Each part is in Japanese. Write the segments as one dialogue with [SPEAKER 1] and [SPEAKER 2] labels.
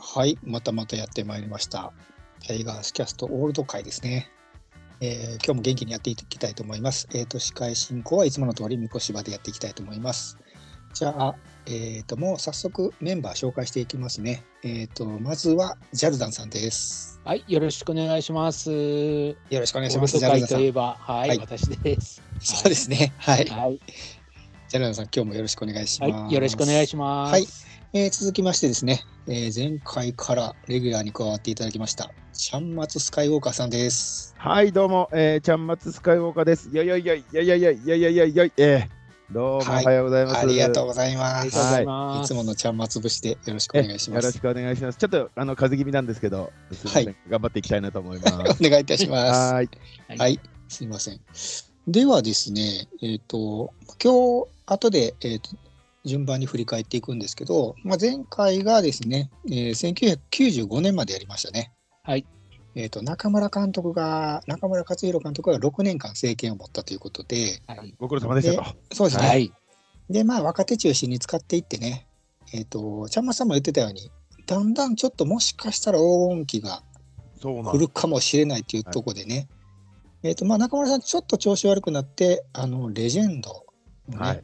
[SPEAKER 1] はい、またまたやってまいりました。タイガースキャストオールド会ですね。えー、今日も元気にやっていきたいと思います。えっ、ー、と、司会進行はいつもの通り、三越芝でやっていきたいと思います。じゃあ、えっ、ー、と、もう早速メンバー紹介していきますね。えっ、と、まずは、ジャルダンさんです。
[SPEAKER 2] はい、よろしくお願いします。よ
[SPEAKER 1] ろしくお願いします。
[SPEAKER 2] ジャルダンさん。はい、はい、私です。、
[SPEAKER 1] そうですね。はい。はい、ジャルダンさん、今日もよろしくお願いします。はい
[SPEAKER 2] よろしくお願いします。
[SPEAKER 1] はい。えー、続きましてですね、えー、前回からレギュラーに加わっていただきました、ちゃんまつスカイウォーカーさんです。
[SPEAKER 3] はい、どうも、えー、ちゃんまつスカイウォーカーです。よいよいよいよいよいよいよいよいよいよい、えー、どうもおはようございます。
[SPEAKER 1] ありがとうございます。はい、いつものちゃんまつ節でよろしくお願いします。
[SPEAKER 3] よろしくお願いします。ちょっとあの風邪気味なんですけど、はい、頑張っていきたいなと思います。
[SPEAKER 1] お願いいたします。はい,はい、はい、すみません。ではですね、えっ、ー、と今日後でえっ、ー、と順番に振り返っていくんですけど、まあ、前回がですね、えー、1995年までやりましたね。
[SPEAKER 2] はい。
[SPEAKER 1] えっ、と、中村監督が、中村勝弘監督が6年間政権を持ったということで、はい、
[SPEAKER 3] ご苦労様でした
[SPEAKER 1] と。そうですね。はい、で、まあ、若手中心に使っていってね、えっ、ー、と、ちゃんまさんも言ってたように、だんだんちょっともしかしたら黄金期が来るかもしれないというところでね、はい、えっ、と、まあ、中村さん、ちょっと調子悪くなって、あの、レジェンド、ね、はい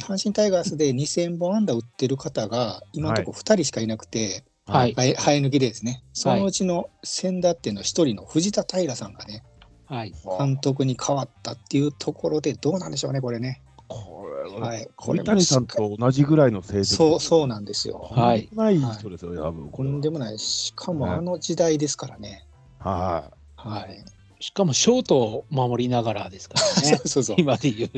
[SPEAKER 1] 阪神タイガースで2000本安打打ってる方が今のところ2人しかいなくて、
[SPEAKER 2] はい、
[SPEAKER 1] 生え抜きでですねそのうちの千田っていうのは1人の藤田平さんがね、
[SPEAKER 2] はい、
[SPEAKER 1] 監督に変わったっていうところでどうなんでしょうねこれね。
[SPEAKER 3] これは、はい、鳥谷さんと同じぐらいの成績
[SPEAKER 1] そうそうなんですよ。
[SPEAKER 3] はい、ない人ですよ、はい、
[SPEAKER 1] とんでもないしかもあの時代ですからね。、
[SPEAKER 3] はい
[SPEAKER 1] はい
[SPEAKER 2] しかもショートを守りながらですからね、
[SPEAKER 1] そうそう
[SPEAKER 2] 今で言う。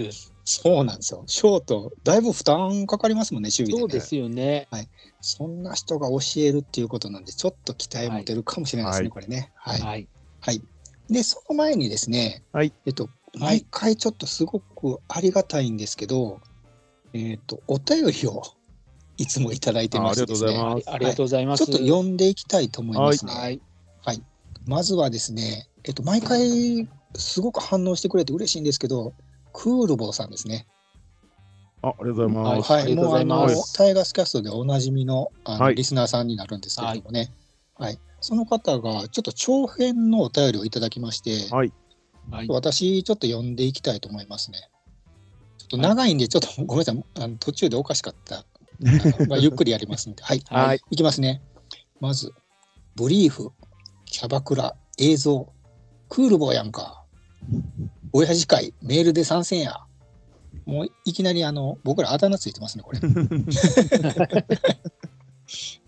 [SPEAKER 1] そうなんですよ、ショート、だいぶ負担かかりますもんね、守備
[SPEAKER 2] で、ね、そうですよね、
[SPEAKER 1] はい。そんな人が教えるっていうことなんで、ちょっと期待持てるかもしれないですね、はい、これね。はい、はい、はい、で、その前にですね、
[SPEAKER 3] はい
[SPEAKER 1] えっと、毎回ちょっとすごくありがたいんですけど、えっと、お便りをいつもいただいてましてです、ね、
[SPEAKER 2] ありがとうございます。
[SPEAKER 1] ちょっと読んでいきたいと思いますね。はいはいまずはですね、えっと、毎回すごく反応してくれて嬉しいんですけど、クールボーさんですね。
[SPEAKER 3] あありがとうございます。
[SPEAKER 1] はい、もうあのタイガースキャストでおなじみのあの、はい、リスナーさんになるんですけれどもね、はい、はい、その方がちょっと長編のお便りをいただきまして、
[SPEAKER 3] はい、
[SPEAKER 1] 私、ちょっと読んでいきたいと思いますね。ちょっと長いんで、ちょっとごめんなさい、あの途中でおかしかった。 まあ、ゆっくりやりますんで、はい、はい、いきますね。まず、ブリーフ、キャバクラ、映像、クールボーやんか。親父会、メールで参戦や。もういきなりあの僕らあだ名ついてます ね、これ。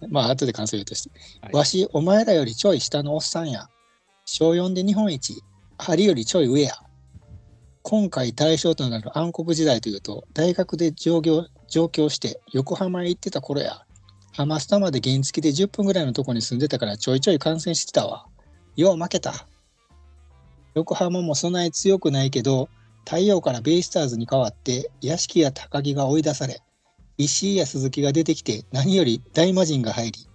[SPEAKER 1] まあ、後で感想言うとして。はい、わし、お前らよりちょい下のおっさんや。小4で日本一、針よりちょい上や。今回対象となる暗黒時代というと、大学で上業上京して横浜へ行ってた頃や。ハマスタまで原付で10分ぐらいのとこに住んでたからちょいちょい感染してたわ。よう負けた。横浜もそない強くないけど、太陽からベイスターズに代わって屋敷や高木が追い出され、石井や鈴木が出てきて何より大魔神が入り、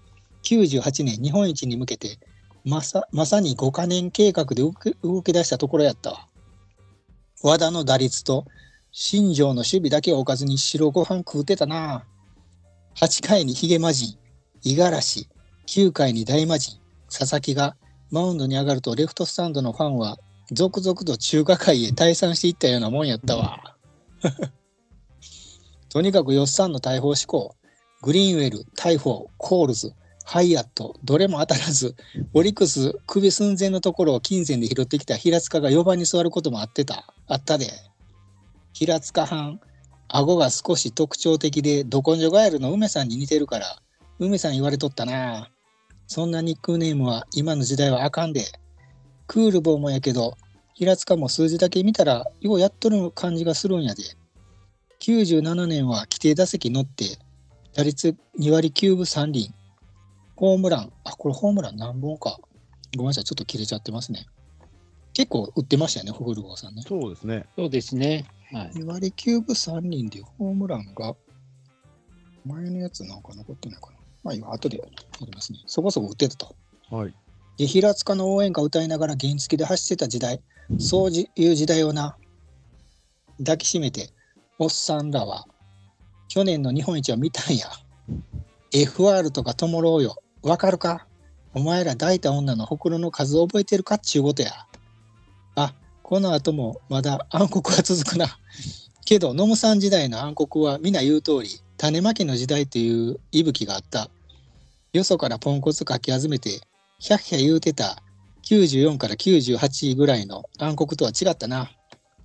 [SPEAKER 1] 98年日本一に向けてまさまさに5カ年計画で動き出したところやったわ。和田の打率と新庄の守備だけを置かずに白ご飯食うてたな。8回にヒゲ魔人、五十嵐、9回に大魔人、佐々木がマウンドに上がるとレフトスタンドのファンは続々と中華界へ退散していったようなもんやったわ。 とにかくよっさんの大砲志向、グリーンウェル、大砲、コールズ、ハイアット、どれも当たらず、オリックス、首寸前のところを金銭で拾ってきた平塚が4番に座ることもあってた、あったで。平塚藩、顎が少し特徴的でど根性ガエルの梅さんに似てるから梅さん言われとったなそんなニックネームは今の時代はあかんでクールボーもやけど平塚も数字だけ見たらようやっとる感じがするんやで97年は規定打席乗って打率2割9分3厘ホームランあこれホームラン何本かごめんなさいちょっと切れちゃってますね結構売ってましたよね、フグルゴさんね。
[SPEAKER 3] そうですね。
[SPEAKER 2] そうですね。
[SPEAKER 1] はい、2割9分3人でホームランが、前のやつなんか残ってないかな。まあ今、後でやりますね。そこそこ打ってたと。
[SPEAKER 3] はい。
[SPEAKER 1] で、平塚の応援歌歌いながら原付で走ってた時代、そういう時代をな、抱きしめて、おっさんらは、去年の日本一は見たんや。FR とかともろうよ。わかるかお前ら抱いた女のほくろの数覚えてるかっちゅうことや。あ、この後もまだ暗黒は続くな。けど、ノムさん時代の暗黒は皆言う通り、種まきの時代という息吹があった。よそからポンコツかき集めて、ひゃひゃ言うてた94から98ぐらいの暗黒とは違ったな。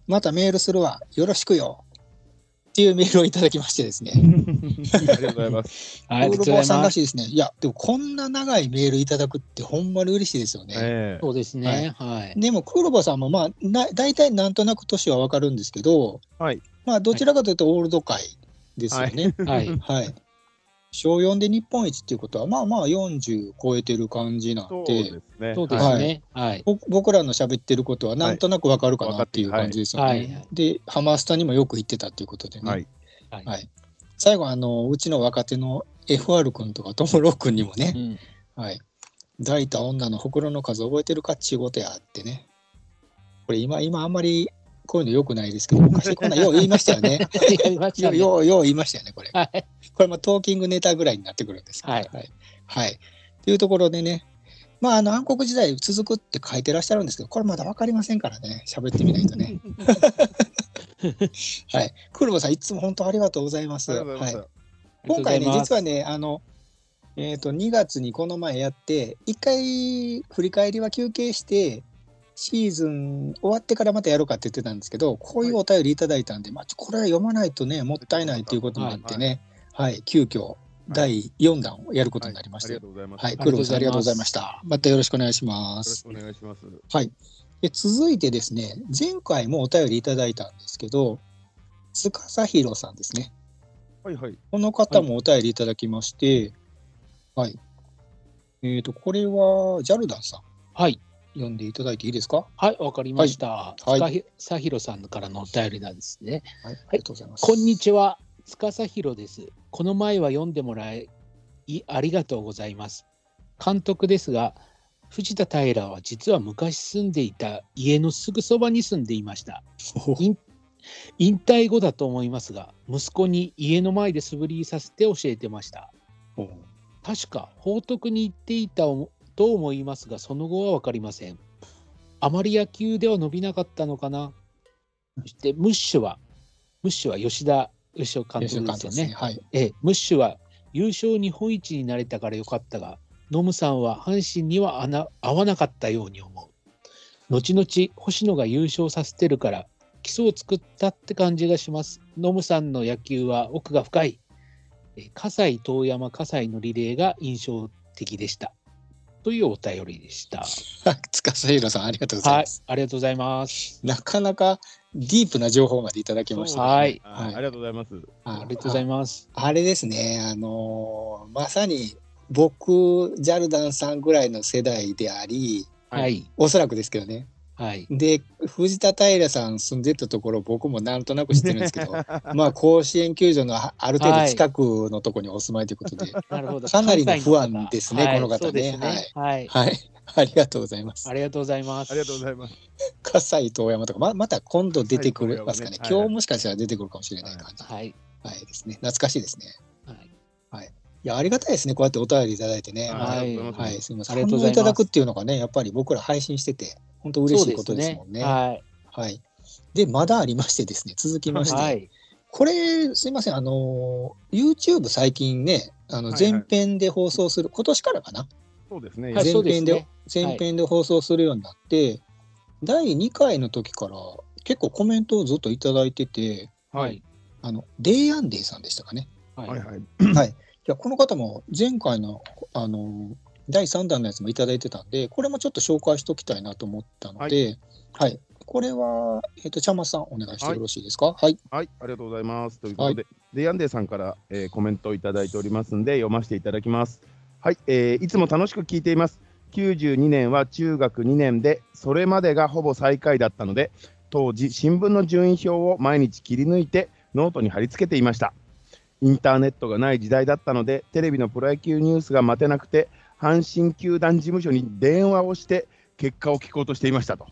[SPEAKER 1] またメールするわ。よろしくよ。っていうメールをいただきましてですね。
[SPEAKER 3] ありがとうございます。
[SPEAKER 2] あ
[SPEAKER 1] オ
[SPEAKER 2] り
[SPEAKER 1] ール
[SPEAKER 2] がとうござ
[SPEAKER 1] ボー
[SPEAKER 2] い
[SPEAKER 1] さん
[SPEAKER 2] ま
[SPEAKER 1] ら
[SPEAKER 2] す。
[SPEAKER 1] しいですね。いや、でもこんな長いメールいただくってほんまに嬉しいですよね。
[SPEAKER 3] ええ
[SPEAKER 2] そうですね。はい。
[SPEAKER 1] でも、クールボーさんもまあ、な大体なんとなく年はわかるんですけど、
[SPEAKER 3] はい
[SPEAKER 1] まあ、どちらかというとオールド界ですよね。
[SPEAKER 2] はい。
[SPEAKER 1] はい。小4で日本一っていうことは、まあまあ40超えてる感じなん
[SPEAKER 3] そう
[SPEAKER 1] で、
[SPEAKER 3] ですね。
[SPEAKER 2] そうですね。はい。
[SPEAKER 1] ぼ僕らの喋ってることはなんとなくわかるかなっていう感じですよね。
[SPEAKER 2] はい。
[SPEAKER 1] で、ハマスタにもよく行ってたっていうことでね。
[SPEAKER 3] はい
[SPEAKER 2] はい
[SPEAKER 1] はい最後、あの、うちの若手の FR 君とかトムロックにもね、
[SPEAKER 2] うん
[SPEAKER 1] はい。抱いた女のほくろの数覚えてるかっちゅうことやってね。これ今、今あんまりこういうの良くないですけど、昔こんなんよう言いましたよ ね。
[SPEAKER 2] やりました
[SPEAKER 1] よう
[SPEAKER 2] ね。
[SPEAKER 1] ようよう言いましたよね、これ。
[SPEAKER 2] はい。
[SPEAKER 1] これもトーキングネタぐらいになってくるんですけど
[SPEAKER 2] はい
[SPEAKER 1] はい。はい。というところでね、まあ、あの暗黒時代続くって書いてらっしゃるんですけど、これまだ分かりませんからね、喋ってみないと ね。はい。クールボさん、いつも本当ありがとうございます。
[SPEAKER 3] ありがとうござい
[SPEAKER 1] はい
[SPEAKER 3] ます。
[SPEAKER 1] 今回ね、実は
[SPEAKER 2] ね、
[SPEAKER 1] ね、あの、えっ、と、2月にこの前やって、1回振り返りは休憩して、シーズン終わってからまたやろうかって言ってたんですけど、こういうお便りいただいたんで、まあ、ちょこれは読まないとね、もったいないということもあってね、はい、急遽第4弾をやることになりました。
[SPEAKER 3] は
[SPEAKER 1] はい
[SPEAKER 3] あ
[SPEAKER 1] い
[SPEAKER 3] りが、とうご
[SPEAKER 1] はい、黒田
[SPEAKER 3] ざいます。よ
[SPEAKER 1] さんありがとうございました。またよろしくお願いしま
[SPEAKER 3] ろ
[SPEAKER 1] す
[SPEAKER 3] し。くお願いします。
[SPEAKER 1] はい、で続いてですね、前回もお便りいただいたんですけど、司弘さんですね。
[SPEAKER 3] はいはい。
[SPEAKER 1] この方もお便りいただきまして、はい。えっ、と、これは、ジャルダンさん、
[SPEAKER 2] はい。
[SPEAKER 1] 読んでいただいていいですか、は
[SPEAKER 2] はい、わかりまし
[SPEAKER 1] はい
[SPEAKER 2] た。塚ひさひろさんからのお便りなんですね。
[SPEAKER 1] い、ありがとうございます。
[SPEAKER 2] こんにちは、塚さひろです。この前は読んでもらい、ありがとうございます。監督ですが、藤田平は実は昔住んでいた家のすぐそばに住んでいました。
[SPEAKER 1] は。
[SPEAKER 2] 引引退後だと思いますが、息子に家の前で素振りさせて教えてました。確か報徳に行っていたおもと思いますがその後は分かりませんあまり野球では伸びなかったのかなそしてムッシュはムッシュは吉田義雄監
[SPEAKER 1] 吉野
[SPEAKER 2] 督
[SPEAKER 1] 監
[SPEAKER 2] です
[SPEAKER 1] 督で
[SPEAKER 2] よ
[SPEAKER 1] すね。
[SPEAKER 2] ね
[SPEAKER 1] はい。
[SPEAKER 2] ええムッシュは優勝日本一になれたからよかったがノムさんは阪神にはあな合わなかったように思う後々星野が優勝させてるから基礎を作ったって感じがしますノムさんの野球は奥が深いえ葛西遠山葛西のリレーが印象的でしたというお便りでした
[SPEAKER 1] 司弘さん、ありがとうござい
[SPEAKER 2] は
[SPEAKER 1] ま
[SPEAKER 2] い
[SPEAKER 1] す。
[SPEAKER 2] ありがとうございます
[SPEAKER 1] なかなかディープな情報までいただきました。
[SPEAKER 2] はい
[SPEAKER 3] あありがとうございます。
[SPEAKER 2] ありがとうございます
[SPEAKER 1] あれですね、あのーまさに僕、ジャルダンさんぐらいの世代であり、
[SPEAKER 3] はい
[SPEAKER 2] はい
[SPEAKER 1] おそらくですけどね。
[SPEAKER 2] はい
[SPEAKER 1] で、藤田平さん住んでたところ、僕もなんとなく知ってるんですけど、まあ、甲子園球場のあある程度近くのとこにお住まいということで、
[SPEAKER 2] なるほど
[SPEAKER 1] かなりの不安ですね
[SPEAKER 2] はい
[SPEAKER 1] この方ね
[SPEAKER 2] そうですはい
[SPEAKER 1] はい、ありがとうございます
[SPEAKER 2] あ。りがとうございます
[SPEAKER 3] ありがとうございます。
[SPEAKER 1] 葛西遠山とか、ままた今度出てくるますかね
[SPEAKER 3] 葛西遠
[SPEAKER 1] 今
[SPEAKER 3] 山ねはいはい
[SPEAKER 1] 日もしかしたら出てくるかもしれない感じ、はい
[SPEAKER 2] はい。
[SPEAKER 1] ですね。懐かしいですね。
[SPEAKER 2] はい。
[SPEAKER 1] いや、ありがたいですね、こうやってお便りいただいてね。
[SPEAKER 2] はい
[SPEAKER 3] ありがとうござ
[SPEAKER 1] はいい、
[SPEAKER 3] ます
[SPEAKER 1] みません。
[SPEAKER 2] ありが
[SPEAKER 1] 反
[SPEAKER 2] とうご
[SPEAKER 1] 応
[SPEAKER 2] ざい
[SPEAKER 1] い
[SPEAKER 2] ます
[SPEAKER 1] ただくっていうのがね、やっぱり僕ら配信してて、本当嬉しいことですもんね。
[SPEAKER 2] はい。
[SPEAKER 1] はい。で、まだありましてですね、続きまして、
[SPEAKER 2] はい。
[SPEAKER 1] これ、すいません、あのー、YouTube 最近ね、あの
[SPEAKER 3] はいはい
[SPEAKER 1] 前編で放送する、今年からかな、
[SPEAKER 3] そうですね。
[SPEAKER 2] はいそ
[SPEAKER 1] 前
[SPEAKER 2] うです
[SPEAKER 1] 編
[SPEAKER 2] ね
[SPEAKER 1] で前編で放送するようになって、第2回の時から結構コメントをずっといただいてて、
[SPEAKER 2] はい。
[SPEAKER 1] あのデイアンデイさんでしたかね。
[SPEAKER 3] は
[SPEAKER 2] はいい。
[SPEAKER 3] はい。
[SPEAKER 1] いやこの方も前回の、あのー第3弾のやつもいただいてたんで、これもちょっと紹介しておきたいなと思ったので、はい、これは、えっ、と、ちゃまさん、お願いしてよろしいですか。はい、
[SPEAKER 3] はい、ありがとうございます。ということで、でヤンデーさんから、えーコメントをいただいておりますので、読ませていただきます。はい、えーいつも楽しく聞いています。92年は中学2年で、それまでがほぼ最下位だったので、当時、新聞の順位表を毎日切り抜いて、ノートに貼り付けていました。インターネットがない時代だったので、テレビのプロ野球ニュースが待てなくて、阪神球団事務所に電話をして、結果を聞こうとしていましたと。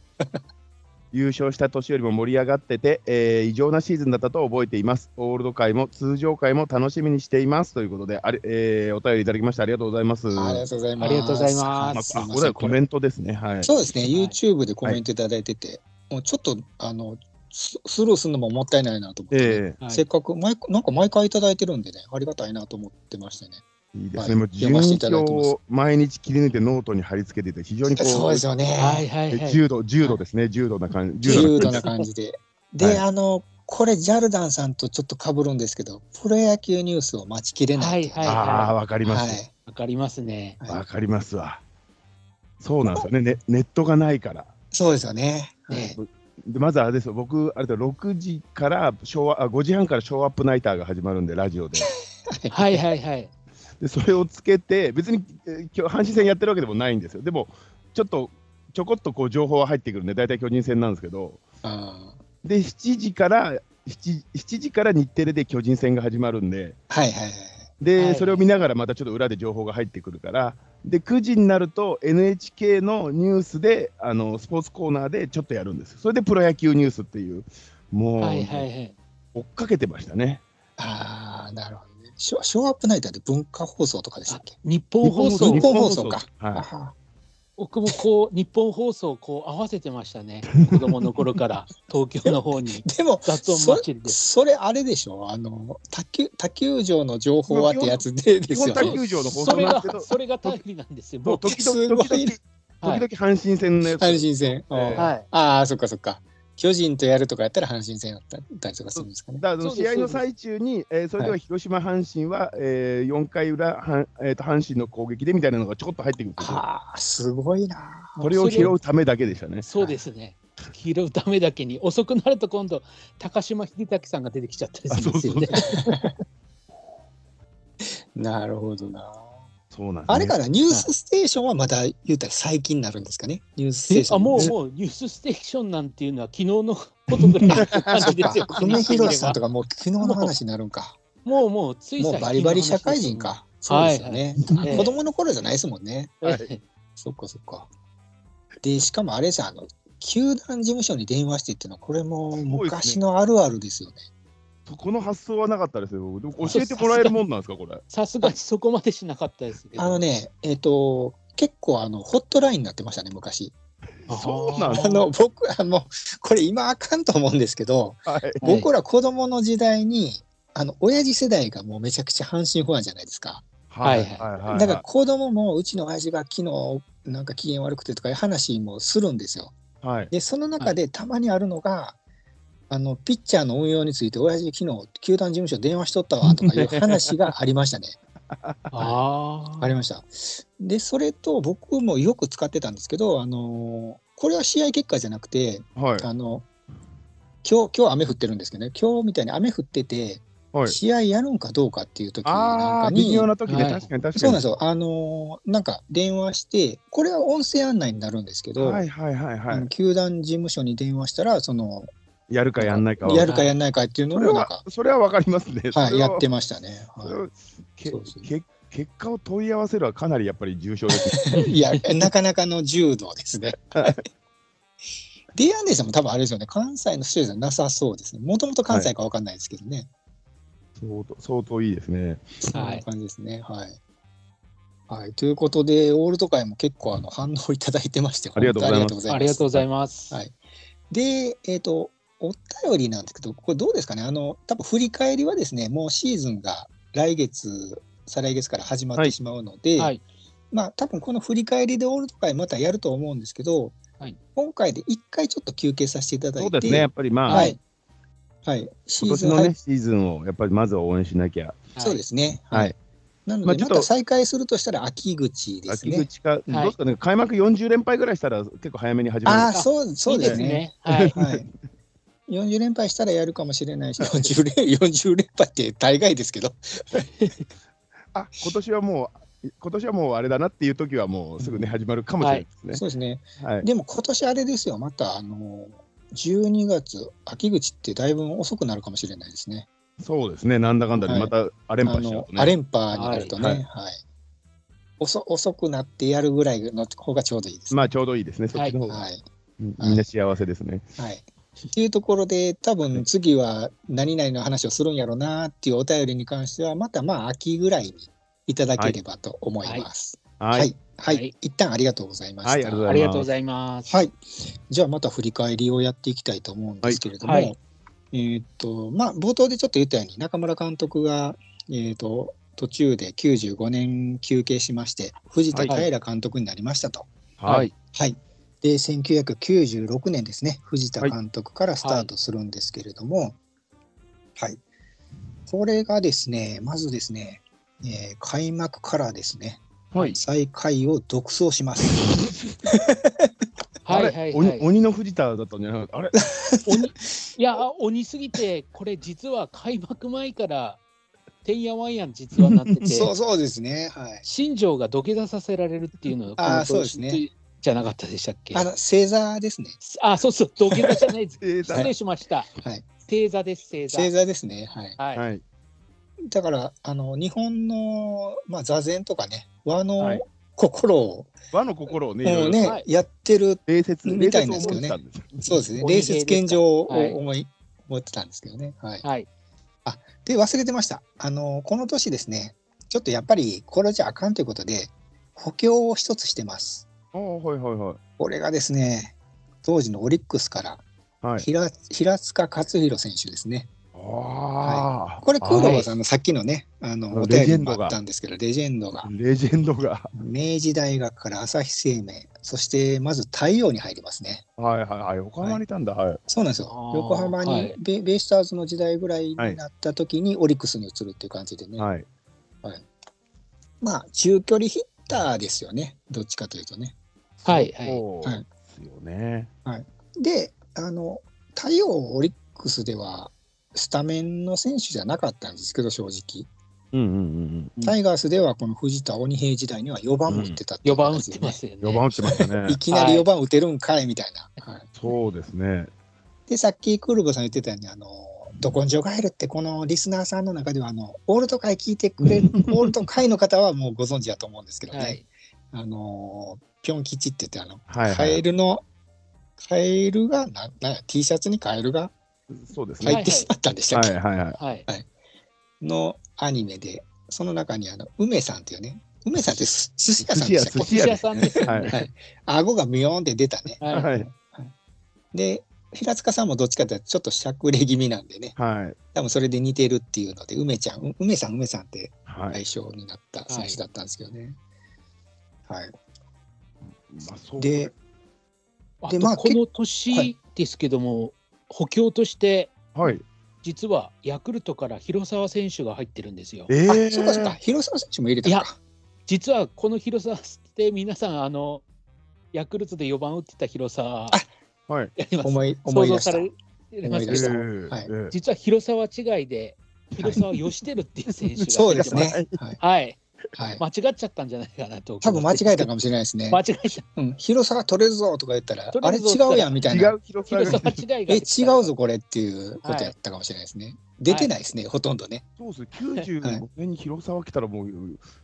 [SPEAKER 3] 優勝した年よりも盛り上がってて、えー異常なシーズンだったと覚えています。オールド会も通常会も楽しみにしていますということで、あれえーお便りいただきましてありがとうございます。
[SPEAKER 1] ありがとうございます。
[SPEAKER 2] ありがとうございます
[SPEAKER 3] あ、
[SPEAKER 1] い
[SPEAKER 3] あ
[SPEAKER 1] ま
[SPEAKER 3] こ
[SPEAKER 1] せ
[SPEAKER 3] れ
[SPEAKER 1] ん
[SPEAKER 3] はコ
[SPEAKER 1] これ
[SPEAKER 3] メントですね。はい。
[SPEAKER 1] そうですね、
[SPEAKER 2] い
[SPEAKER 1] YouTube でコメントいただいてて、もうちょっとあのススルーするのももったいないなと思って、
[SPEAKER 3] え
[SPEAKER 2] はい
[SPEAKER 1] せっかく毎なんか毎回いただいてるんでね、ありがたいなと思ってましてね。
[SPEAKER 3] えいいで
[SPEAKER 1] は
[SPEAKER 3] す
[SPEAKER 1] い
[SPEAKER 3] ね。もう
[SPEAKER 1] 読ませていただい
[SPEAKER 3] 順
[SPEAKER 1] て
[SPEAKER 3] 調
[SPEAKER 1] ます
[SPEAKER 3] を毎日切り抜いてノートに貼り付けていて、非常にこう、
[SPEAKER 1] そうですよね。
[SPEAKER 2] はいはい
[SPEAKER 3] え
[SPEAKER 2] はい。
[SPEAKER 3] 重度、重度ですね。重度な感じ。
[SPEAKER 1] 重度
[SPEAKER 3] 感じ
[SPEAKER 1] な感じで。で、
[SPEAKER 3] はい
[SPEAKER 1] あの、これ、ジャルダンさんとちょっとかぶるんですけど、プロ野球ニュースを待ちきれないっていう。
[SPEAKER 2] はいはい
[SPEAKER 3] ああ、わかります。
[SPEAKER 1] はい
[SPEAKER 2] わかりますね。
[SPEAKER 1] はい
[SPEAKER 3] わかりますわ。そうなんですよね。ねネットがないから。
[SPEAKER 1] そうですよね。
[SPEAKER 2] ね
[SPEAKER 3] でまずあれですよ。僕あれだ6時から昭和あ5時半からショーアップナイターが始まるんでラジオで。
[SPEAKER 2] はいはいはい。
[SPEAKER 3] でそれをつけて別にえー今日阪神戦やってるわけでもないんですよ。でもちょっとちょこっとこう情報は入ってくるんで大体巨人戦なんですけど。
[SPEAKER 1] あ
[SPEAKER 3] で7時から7 7時から日テレで巨人戦が始まるんで。
[SPEAKER 1] ーはいはいはい。
[SPEAKER 3] で、
[SPEAKER 2] はい
[SPEAKER 3] それを見ながらまたちょっと裏で情報が入ってくるからで9時になると NHK のニュースであのスポーツコーナーでちょっとやるんですそれでプロ野球ニュースっていうもう、
[SPEAKER 2] はいはいはい。
[SPEAKER 3] 追っかけてましたね
[SPEAKER 1] ああ、なるほどね。ショショーアップナイターで文化放送とかでしたっけ
[SPEAKER 2] 日本放送
[SPEAKER 1] 日本放送かあ
[SPEAKER 3] は
[SPEAKER 1] ー
[SPEAKER 2] 僕もこう日本放送をこう合わせてました ね。子供の頃から東京の方に
[SPEAKER 1] でも、
[SPEAKER 2] 雑音
[SPEAKER 1] そ
[SPEAKER 2] 待ちで。
[SPEAKER 1] それあれでしょあの、他球他球場の情報はってやつでです
[SPEAKER 3] 本
[SPEAKER 1] よ
[SPEAKER 3] 他
[SPEAKER 1] ね。
[SPEAKER 3] 球場の放
[SPEAKER 2] そ
[SPEAKER 3] 送
[SPEAKER 2] れ
[SPEAKER 3] な
[SPEAKER 2] が
[SPEAKER 3] んですけど
[SPEAKER 2] それが頼りなんですよ。
[SPEAKER 3] もう
[SPEAKER 2] 僕
[SPEAKER 3] 時
[SPEAKER 1] すご
[SPEAKER 3] 々
[SPEAKER 1] い
[SPEAKER 3] 時々時
[SPEAKER 2] はい
[SPEAKER 3] 々阪神戦のやつ、
[SPEAKER 1] 阪神戦。
[SPEAKER 3] ええ
[SPEAKER 2] はい。
[SPEAKER 1] ああ、そっかそっか。巨人とやるとかやったら阪神戦だったりとかするんですかね。
[SPEAKER 3] だからそ
[SPEAKER 2] そ
[SPEAKER 3] の
[SPEAKER 2] うで
[SPEAKER 3] 試
[SPEAKER 2] す
[SPEAKER 3] 合の最中に、えーそれでは広島、阪神は、え4回裏、はんえー、と阪神の攻撃でみたいなのがちょこっと入ってくるんですよ
[SPEAKER 1] ああ、すごいな。
[SPEAKER 3] これを拾うためだけでしたね。
[SPEAKER 2] そうですね。拾うためだけに遅くなると今度高島秀武さんが出てきちゃったりするんですよね。
[SPEAKER 1] なるほどな。
[SPEAKER 3] そうなんですね
[SPEAKER 1] あれからニュースステーションはまだ言うたら最近になるんですかね。ニュースステー
[SPEAKER 2] え
[SPEAKER 1] ション。
[SPEAKER 2] あもうもうニュースステーションなんていうのは昨日のことぐ らいの感
[SPEAKER 1] そ
[SPEAKER 2] じ
[SPEAKER 1] っ
[SPEAKER 2] ですよ
[SPEAKER 1] か。。久米宏さんと
[SPEAKER 2] か。
[SPEAKER 1] かもう昨日の話になるんか。
[SPEAKER 2] もうもうつい
[SPEAKER 1] もうバリバリ社会人か。そうですよね。
[SPEAKER 2] はいはい
[SPEAKER 1] 子供の頃じゃないですもんね。
[SPEAKER 3] はい
[SPEAKER 2] ええ
[SPEAKER 1] そっかそっか。で、しかもあれじゃんあの、球団事務所に電話してっていうのは、これも昔のあるあるですよね。
[SPEAKER 3] そこの発想はなかったですよ。でも教えてもらえるもんなんですか、これ。
[SPEAKER 2] さすがにそこまでしなかったですけど。
[SPEAKER 1] あのね、えっ、と、結構あのホットラインになってましたね、昔。
[SPEAKER 2] あー
[SPEAKER 3] そうなんだ
[SPEAKER 1] あの僕はもう、これ今あかんと思うんですけど、
[SPEAKER 3] はい。
[SPEAKER 2] はい
[SPEAKER 1] 僕ら子供の時代に、あの親父世代がもうめちゃくちゃ阪神ファンじゃないですか。
[SPEAKER 2] はい
[SPEAKER 3] は
[SPEAKER 1] だから子供もうちの親父が昨日なんか機嫌悪くてとかいう話もするんですよ。
[SPEAKER 3] ら、はい。
[SPEAKER 1] で、その中でたまにあるのが、あのピッチャーの運用について、親父昨日球団事務所電話しとったわとか いう話がありましたね。
[SPEAKER 2] あー
[SPEAKER 1] ありました。で、それと僕もよく使ってたんですけど、あのーこれは試合結果じゃなくて、
[SPEAKER 3] はい。
[SPEAKER 1] あの今日今日雨降ってるんですけどね、今日みたいに雨降ってて、
[SPEAKER 3] はい。
[SPEAKER 1] 試合やるんかどうかっていう時なん
[SPEAKER 3] あ
[SPEAKER 1] か
[SPEAKER 3] あ、
[SPEAKER 1] に、
[SPEAKER 3] 微妙な時ね、
[SPEAKER 2] はい
[SPEAKER 3] 確かに確かに。
[SPEAKER 1] そうなんですよ、あのーなんか電話して、これは音声案内になるんですけど、
[SPEAKER 3] はいはいはい
[SPEAKER 1] あ
[SPEAKER 3] は
[SPEAKER 1] の球団事務所に電話したら、その
[SPEAKER 3] い。やるかやんないかは。
[SPEAKER 1] やるかやらないかっていうの
[SPEAKER 3] そ
[SPEAKER 1] を
[SPEAKER 3] れ
[SPEAKER 1] なんか
[SPEAKER 3] は、、それはわかりますね。
[SPEAKER 1] はい、やって
[SPEAKER 3] も。
[SPEAKER 1] ましたね。はい
[SPEAKER 3] それはけ
[SPEAKER 1] そうそう
[SPEAKER 3] け結果を問い合わせるはかなりやっぱり重症 ですね。
[SPEAKER 1] いや、なかなかの柔道ですね。ディアンデーさんも多分あれですよね、関西の人じゃなさそうですね。もともと関西かわかんないですけどね。
[SPEAKER 3] 相当相当いいですね。
[SPEAKER 1] そん
[SPEAKER 2] は
[SPEAKER 1] ない感じですね。はい。はい、ということで、オールド会も結構あの反応いただいてまして、
[SPEAKER 3] ありがとうございます
[SPEAKER 1] 本当に
[SPEAKER 2] あ
[SPEAKER 1] あ
[SPEAKER 2] り
[SPEAKER 1] り
[SPEAKER 2] が
[SPEAKER 1] が
[SPEAKER 2] と
[SPEAKER 1] とう
[SPEAKER 2] うご
[SPEAKER 1] ご
[SPEAKER 2] ざ
[SPEAKER 1] ざ
[SPEAKER 2] い
[SPEAKER 1] います。
[SPEAKER 2] ます。
[SPEAKER 1] はいで、えっ、と、お便りなんですけど、これどうですかね、あの、多分振り返りはですね、もうシーズンが来月、再来月から始まっ
[SPEAKER 3] は
[SPEAKER 1] て
[SPEAKER 3] い
[SPEAKER 1] しまうので、
[SPEAKER 2] はい
[SPEAKER 1] まあ多分この振り返りでオールド会またやると思うんですけど、
[SPEAKER 2] はい
[SPEAKER 1] 今回で一回ちょっと休憩させていただい
[SPEAKER 3] そ
[SPEAKER 1] て、
[SPEAKER 3] うですね、やっぱりまあ、
[SPEAKER 1] はい、はい、シ
[SPEAKER 3] 今
[SPEAKER 1] ーズ
[SPEAKER 3] 年
[SPEAKER 1] ン
[SPEAKER 3] の
[SPEAKER 1] 入っ
[SPEAKER 3] ね、シーズンをやっぱりまずは応援しなきゃ。
[SPEAKER 2] はい
[SPEAKER 1] そうですね、
[SPEAKER 3] はい
[SPEAKER 1] はい、なの
[SPEAKER 3] まあ
[SPEAKER 1] で、ま
[SPEAKER 3] ちょっと
[SPEAKER 1] た再開するとしたら秋口です
[SPEAKER 3] 秋
[SPEAKER 1] ね。
[SPEAKER 3] 口か、どうですかね、開幕40連敗ぐらいしたら結構早めに始ま
[SPEAKER 1] ああ、
[SPEAKER 3] る。
[SPEAKER 1] そう、そうですね。
[SPEAKER 2] いいですね。
[SPEAKER 1] はい。40連敗したらやるかもしれないし、40連 ,40 連敗って大概ですけど、
[SPEAKER 3] あ今年はもう、今年はもうあれだなっていう時は、もうすぐね、始まるかもしれないです
[SPEAKER 1] そうですね。
[SPEAKER 3] ね。はい、
[SPEAKER 1] でも今年あれですよ、また、あの、12月、秋口ってだいぶ遅くなるかもしれないですね。
[SPEAKER 3] そうですね、なんだかんだで、
[SPEAKER 1] はい
[SPEAKER 3] またアレンパ
[SPEAKER 1] あ
[SPEAKER 3] しちゃう
[SPEAKER 1] の
[SPEAKER 3] と、
[SPEAKER 1] ア
[SPEAKER 3] ね。
[SPEAKER 1] レンパーになるとね、
[SPEAKER 3] は
[SPEAKER 1] はいい、遅。遅くなってやるぐらいの方がちょうどいいですね。
[SPEAKER 3] まあちょうどいいですね、そっちの方が。
[SPEAKER 1] はい。
[SPEAKER 3] みみんな幸せですね。
[SPEAKER 1] はい。っていうところで、多分次は何々の話をするんやろうなっていうお便りに関しては、またまあ秋ぐらいにいただければと思います。はい。は
[SPEAKER 3] はい
[SPEAKER 1] い。。
[SPEAKER 2] はい
[SPEAKER 1] 一旦ありがとうございました。
[SPEAKER 3] はいありがとうございます
[SPEAKER 2] ありがとうございます。
[SPEAKER 1] はい。じゃあまた振り返りをやっていきたいと思うんですけれども、
[SPEAKER 2] はいはい
[SPEAKER 1] えーっと、まあ冒頭でちょっと言ったように、中村監督が、えーっと、途中で95年休憩しまして、藤田平監督になりましたと。
[SPEAKER 3] はい。
[SPEAKER 1] はい。で、1996年ですね、藤田監督からスタートするんですけれども、はい。これがですね、まずですね、えー開幕からですね、
[SPEAKER 3] はい。
[SPEAKER 1] 最下位を独走します。
[SPEAKER 3] あ
[SPEAKER 2] はいは
[SPEAKER 3] れ
[SPEAKER 2] い、は
[SPEAKER 3] 鬼
[SPEAKER 2] い。
[SPEAKER 3] 鬼の藤田だったんじゃなかった。あれ。
[SPEAKER 2] 鬼いや鬼すぎてこれ実は開幕前からてんやわんやん実はなってて
[SPEAKER 1] そうそうですね、はい。
[SPEAKER 2] 新庄が土下座させられるっていうの
[SPEAKER 1] あー
[SPEAKER 2] この
[SPEAKER 1] そうですね
[SPEAKER 2] じゃなかったでしたっけ
[SPEAKER 1] あの、正座ですね。
[SPEAKER 2] あそ うそう土下座じゃないです
[SPEAKER 3] えー
[SPEAKER 2] 失礼しました、
[SPEAKER 1] はい
[SPEAKER 2] 正座です正座
[SPEAKER 1] 正座ですね、はい。
[SPEAKER 2] はい、
[SPEAKER 3] はい。
[SPEAKER 1] だから、あの、日本の、まあ、座禅とかね、和
[SPEAKER 3] は
[SPEAKER 1] の
[SPEAKER 3] い
[SPEAKER 1] 心を、
[SPEAKER 3] 和の心をね、いろ
[SPEAKER 1] も
[SPEAKER 3] いうろ
[SPEAKER 1] ね、
[SPEAKER 2] はい
[SPEAKER 1] やってる、
[SPEAKER 3] 礼節、
[SPEAKER 1] み
[SPEAKER 3] 礼
[SPEAKER 1] た
[SPEAKER 3] 節
[SPEAKER 1] いなんですけどね
[SPEAKER 3] を思ってたんです
[SPEAKER 1] そうですね、
[SPEAKER 2] お似合
[SPEAKER 1] 礼
[SPEAKER 2] いです
[SPEAKER 1] 節
[SPEAKER 2] か
[SPEAKER 1] 献上を
[SPEAKER 2] はい
[SPEAKER 1] 思い、思ってたんですけどね、はい。
[SPEAKER 2] はい
[SPEAKER 1] で、忘れてました。あの、この年ですね、ちょっとやっぱりこれじゃあかんということで、補強を一つしてます。
[SPEAKER 3] ああ、はいはいはい。
[SPEAKER 1] これがですね、当時のオリックスから、
[SPEAKER 3] はい。
[SPEAKER 1] 平平塚勝弘選手ですね。
[SPEAKER 3] ああ。
[SPEAKER 1] これ、クー
[SPEAKER 2] 黒
[SPEAKER 1] ロ
[SPEAKER 2] は
[SPEAKER 1] ワ
[SPEAKER 2] い
[SPEAKER 1] さんのさっきのね、あの、お便り
[SPEAKER 3] レジェ
[SPEAKER 1] に
[SPEAKER 3] ンド
[SPEAKER 1] も
[SPEAKER 3] が
[SPEAKER 1] あったんですけど、レジェンドが、
[SPEAKER 3] レジェンドが。
[SPEAKER 1] 明治大学から朝日生命、そしてまず太陽に入りますね。
[SPEAKER 3] はいはいはい。横浜にいたんだ。はい。
[SPEAKER 1] そうなんですよ
[SPEAKER 2] あ。ー
[SPEAKER 1] 横浜に、
[SPEAKER 2] はい
[SPEAKER 1] ベベイスターズの時代ぐらいになった時にオリックスに移るっていう感じでね。
[SPEAKER 3] はい。
[SPEAKER 1] まあ、中距離ヒッターですよね。どっちかというとね。
[SPEAKER 2] はいはい
[SPEAKER 3] そうですよね。
[SPEAKER 1] で、あの、太陽オリックスでは、スタメンの選手じゃなかったんですけど、正直。
[SPEAKER 3] うんうんうん
[SPEAKER 2] うん
[SPEAKER 1] タイガースでは、この藤田鬼平時代には4番も打ってたってい
[SPEAKER 2] 4
[SPEAKER 1] う
[SPEAKER 2] 番打
[SPEAKER 1] 形で
[SPEAKER 2] って
[SPEAKER 1] ね
[SPEAKER 2] ますよ
[SPEAKER 3] うん。
[SPEAKER 2] ね
[SPEAKER 3] 4番打ってましたね
[SPEAKER 1] い。きなり4番打てるんかいみたいな。はい
[SPEAKER 3] そうですね。
[SPEAKER 1] で、さっきクールボさん言ってたように、あの、ど根性ガエルって、このリスナーさんの中では、あの、オールド会聞いてくれる、オールド会の方はもうご存知だと思うんですけどね。
[SPEAKER 2] はい
[SPEAKER 1] あの、ピョン吉って言って、あの、
[SPEAKER 3] はい
[SPEAKER 1] カ
[SPEAKER 3] は
[SPEAKER 1] エ
[SPEAKER 3] い。
[SPEAKER 1] ルの、カエルが、ななんや T シャツにカエルが
[SPEAKER 3] そうです
[SPEAKER 1] 入
[SPEAKER 3] ね。
[SPEAKER 1] ってしまったんでした
[SPEAKER 3] は
[SPEAKER 1] っけ、
[SPEAKER 3] いはいはい。
[SPEAKER 2] はい
[SPEAKER 1] のアニメで、その中にあの、梅さんっていうね、梅さんってす寿司屋さん
[SPEAKER 3] 寿司
[SPEAKER 1] で
[SPEAKER 3] 屋
[SPEAKER 1] した
[SPEAKER 3] 寿
[SPEAKER 1] っ
[SPEAKER 2] 寿司屋さんで
[SPEAKER 3] 司屋です
[SPEAKER 2] すよ
[SPEAKER 3] はい
[SPEAKER 1] け
[SPEAKER 2] ね
[SPEAKER 1] はい。顎がミヨーンって出たね。
[SPEAKER 2] はい
[SPEAKER 3] はい
[SPEAKER 1] で、平塚さんもどっちかというとちょっとしゃくれ気味なんでね、
[SPEAKER 3] はい
[SPEAKER 1] 多分それで似てるっていうので、梅ちゃん、う梅さん、梅さんって
[SPEAKER 3] はい。
[SPEAKER 1] 愛称になった選手だったんですけどね。はい。
[SPEAKER 3] まあそう
[SPEAKER 1] で、
[SPEAKER 2] あ
[SPEAKER 1] で
[SPEAKER 2] と
[SPEAKER 1] まあ
[SPEAKER 2] この
[SPEAKER 1] はい
[SPEAKER 2] 年ですけども、補強として
[SPEAKER 3] はい。
[SPEAKER 2] 実はヤクルトから広沢選手が入ってるんですよ
[SPEAKER 3] ええ
[SPEAKER 1] あ、そうかそうか、広沢選手も入れたのか。
[SPEAKER 2] 実はこの広沢って皆さんあのヤクルトで4番打ってた広沢
[SPEAKER 3] はい。
[SPEAKER 2] やります
[SPEAKER 1] 思い思
[SPEAKER 2] 想
[SPEAKER 1] い
[SPEAKER 2] 像
[SPEAKER 1] 出し
[SPEAKER 2] さ
[SPEAKER 1] た。
[SPEAKER 2] れれま
[SPEAKER 1] 思い
[SPEAKER 2] す
[SPEAKER 1] 出
[SPEAKER 2] け
[SPEAKER 1] した
[SPEAKER 2] ど
[SPEAKER 1] はい
[SPEAKER 3] え
[SPEAKER 2] 実は広沢違いで広沢義輝っていう選手が
[SPEAKER 1] そうですね
[SPEAKER 2] 入ってま。
[SPEAKER 1] はい。
[SPEAKER 2] はい
[SPEAKER 1] はい、
[SPEAKER 2] 間違っちゃったんじゃないかなと
[SPEAKER 1] 多分間違えたかもしれないですね
[SPEAKER 2] 間。違えた
[SPEAKER 1] うん、広さが取れるぞとか言ったら、
[SPEAKER 2] 取
[SPEAKER 1] あ
[SPEAKER 2] れ
[SPEAKER 1] れ
[SPEAKER 2] るぞ
[SPEAKER 1] 違うやんみたい
[SPEAKER 3] 違
[SPEAKER 1] な。
[SPEAKER 3] う広さが
[SPEAKER 2] 広沢違いが
[SPEAKER 1] え、違うぞこれっていうことやったかもしれないですね。出てないですね、ほとんどね。
[SPEAKER 3] そうですね。95年に広沢来たらもう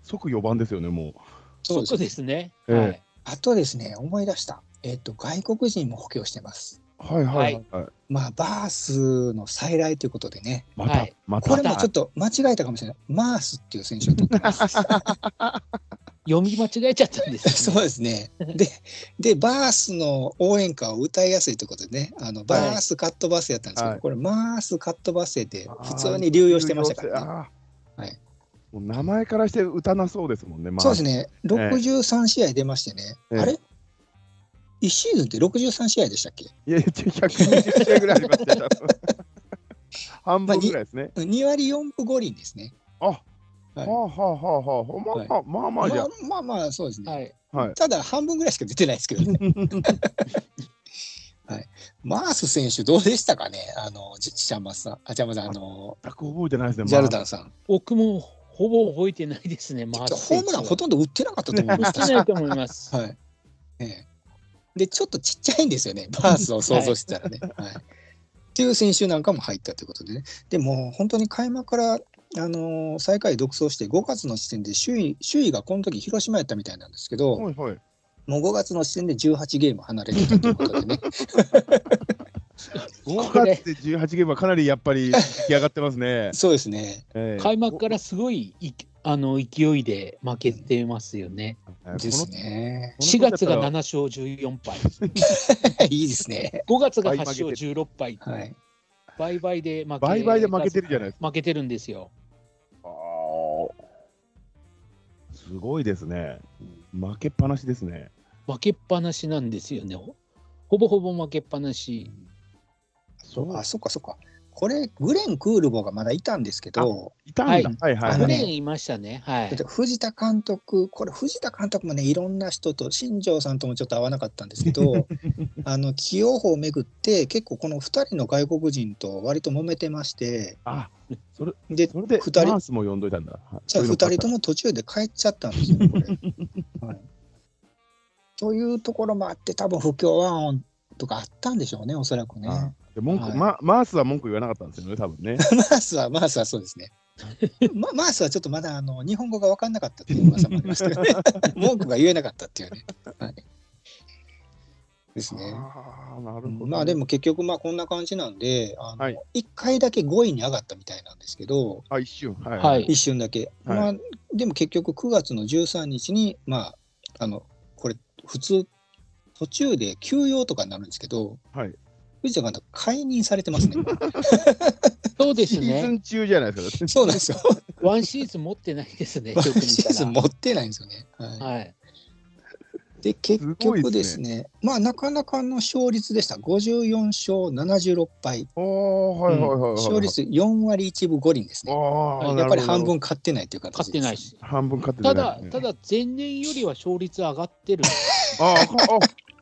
[SPEAKER 3] 即4番ですよね、も
[SPEAKER 2] そう
[SPEAKER 1] ですね
[SPEAKER 2] ですね、
[SPEAKER 3] ええ
[SPEAKER 2] はい
[SPEAKER 1] あとですね、思い出した。えっ、と、外国人も補強してます。
[SPEAKER 3] う。はいはいはいはい。
[SPEAKER 1] まあ、バースの再来ということでね、
[SPEAKER 3] ま
[SPEAKER 2] は
[SPEAKER 3] た
[SPEAKER 2] い、
[SPEAKER 3] また。
[SPEAKER 1] これもちょっと間違えたかもしれない。マースっていう選手を取 ってます。
[SPEAKER 2] 読み間違えちゃったんです、ね、
[SPEAKER 1] そうですね。で、で、バースの応援歌を歌いやすいということでね、あの、バースカットバスやったんですけど、
[SPEAKER 3] はい
[SPEAKER 1] これ、マースカットバスで普通に流用してましたからね。
[SPEAKER 3] あー
[SPEAKER 1] はい
[SPEAKER 3] もう名前からして打たなそうですもんね、まあ、
[SPEAKER 1] そうです
[SPEAKER 3] ね。
[SPEAKER 1] ね、63試合出ましてね、
[SPEAKER 3] ええ
[SPEAKER 1] あれ ?1 シーズンって63試合でしたっけ
[SPEAKER 3] いや、いや120試合ぐらいありましたよ、多分 半分ぐらいですね。
[SPEAKER 1] ?2 割4分5厘ですね。
[SPEAKER 3] あ、は
[SPEAKER 1] はい
[SPEAKER 3] あはあはあはあ、まあまあ、まあま
[SPEAKER 1] まあ
[SPEAKER 3] あじゃ
[SPEAKER 1] まあまあ、そうですね、
[SPEAKER 2] はい
[SPEAKER 3] はい
[SPEAKER 1] ただ、半分ぐらいしか出てないですけどね。はい、マース選手、どうでしたかね、あの、じちゃまさん、あちゃまさん、あの、
[SPEAKER 3] 全く覚えてないですね。
[SPEAKER 1] ジャルダ
[SPEAKER 3] ま
[SPEAKER 1] ンさん。
[SPEAKER 2] 僕もほぼ覚えてないですねマース
[SPEAKER 1] ホームランほとんど打ってなかったと思いま
[SPEAKER 2] 打
[SPEAKER 1] す。
[SPEAKER 2] ってないと思いま す
[SPEAKER 1] はい。ええ。で、ちょっとちっちゃいんですよね、バースを想像してたらね。はい。っていう選手なんかも入ったということでね。でも、本当に開幕から、あのー最下位独走して、5月の時点で首位、首位がこの時広島やったみたいなんですけ
[SPEAKER 3] あ
[SPEAKER 1] ど、
[SPEAKER 3] はいはい。
[SPEAKER 1] もう5月の時点で18ゲーム離れてたということでね。
[SPEAKER 3] 5
[SPEAKER 1] これ。
[SPEAKER 3] 月で18ゲームはかなりやっぱり出来上がってますね
[SPEAKER 1] そうですね。
[SPEAKER 3] ええ
[SPEAKER 2] 開幕からすごいいあの勢いで負けてますよね。
[SPEAKER 3] ええ
[SPEAKER 1] ですね。
[SPEAKER 3] この
[SPEAKER 2] 4月が7
[SPEAKER 3] この
[SPEAKER 2] 勝14敗、
[SPEAKER 1] いいですね。
[SPEAKER 2] 5月が8勝16敗、
[SPEAKER 1] はい。
[SPEAKER 2] 倍々で負け
[SPEAKER 3] 倍々で負けてるじゃないです
[SPEAKER 2] 負けてるんですよ。
[SPEAKER 3] あーすごいですね。負けっぱなしですね。
[SPEAKER 2] 負けっぱなしなんですよね。ほほぼほぼ負けっぱなし。
[SPEAKER 3] そう
[SPEAKER 1] あ、そっかそっか。これ、グレン・クールボーがまだいたんですけど、
[SPEAKER 3] いたんだ。
[SPEAKER 2] はい
[SPEAKER 3] はいは
[SPEAKER 1] あ
[SPEAKER 3] い
[SPEAKER 1] の
[SPEAKER 2] 去
[SPEAKER 1] ね
[SPEAKER 2] 年いましたね。は
[SPEAKER 1] だっ
[SPEAKER 2] い
[SPEAKER 1] て。藤田監督、これ、藤田監督もね、いろんな人と、新庄さんともちょっと合わなかったんですけ ど、あの起用法をめぐって、結構この2人の外国人と割と揉めてまして、
[SPEAKER 3] あ、それ
[SPEAKER 1] で、
[SPEAKER 3] それで
[SPEAKER 1] 二人
[SPEAKER 3] マンスも呼んどいたんだ。はい
[SPEAKER 1] じゃあ2人とも途中で帰っちゃったんですよ、こ れ。はい、というところもあって、多分不協和音とかあったんでしょうね、おそらくね。
[SPEAKER 3] あで文句、
[SPEAKER 1] はい
[SPEAKER 3] まマースは文句言わなかったんですよね、多分ね。
[SPEAKER 1] マースは、マースはそうですね。ま、マースはちょっとまだあの日本語が分かんなかったっていう噂もありましたけ ど、文句が言えなかったっていうね。はい、ですね。
[SPEAKER 3] ああ、なるほど。
[SPEAKER 1] まあで、も結局まあこんな感じなんで、あの
[SPEAKER 3] はい
[SPEAKER 1] 1回だけ5位に上がったみたいなんですけど、
[SPEAKER 3] あ、一瞬。はい。
[SPEAKER 2] はい
[SPEAKER 1] 一瞬だけ。
[SPEAKER 3] はい
[SPEAKER 1] まあでも結局9月の13日に、まあ、あのこれ普通途中で休養とかになるんですけど、
[SPEAKER 3] はい
[SPEAKER 1] 藤田監督解任されてますね。
[SPEAKER 2] そうで
[SPEAKER 3] シ
[SPEAKER 2] す
[SPEAKER 3] ーズ
[SPEAKER 2] ね。
[SPEAKER 3] ン中じゃないです か。
[SPEAKER 1] そうなんですよ。
[SPEAKER 2] ワンシーズン持ってないです ね。
[SPEAKER 1] ワン
[SPEAKER 2] よく見たら
[SPEAKER 1] シーズン持ってないんですよね。はい
[SPEAKER 2] はい。
[SPEAKER 1] で結局ですすねまあなかなかの勝率でした54勝76敗
[SPEAKER 3] おー、はいはいはいはい。
[SPEAKER 1] 勝率4割1分5厘ですね
[SPEAKER 3] ああ、
[SPEAKER 1] やっぱり
[SPEAKER 3] なる
[SPEAKER 1] 半
[SPEAKER 3] ほど。
[SPEAKER 1] 分勝ってないという形
[SPEAKER 2] 勝ってない
[SPEAKER 1] です
[SPEAKER 2] し。
[SPEAKER 3] 半分勝って
[SPEAKER 2] た
[SPEAKER 3] ない
[SPEAKER 2] だ
[SPEAKER 3] ですね、
[SPEAKER 2] ただ前年よりは勝率上がってる。
[SPEAKER 3] あー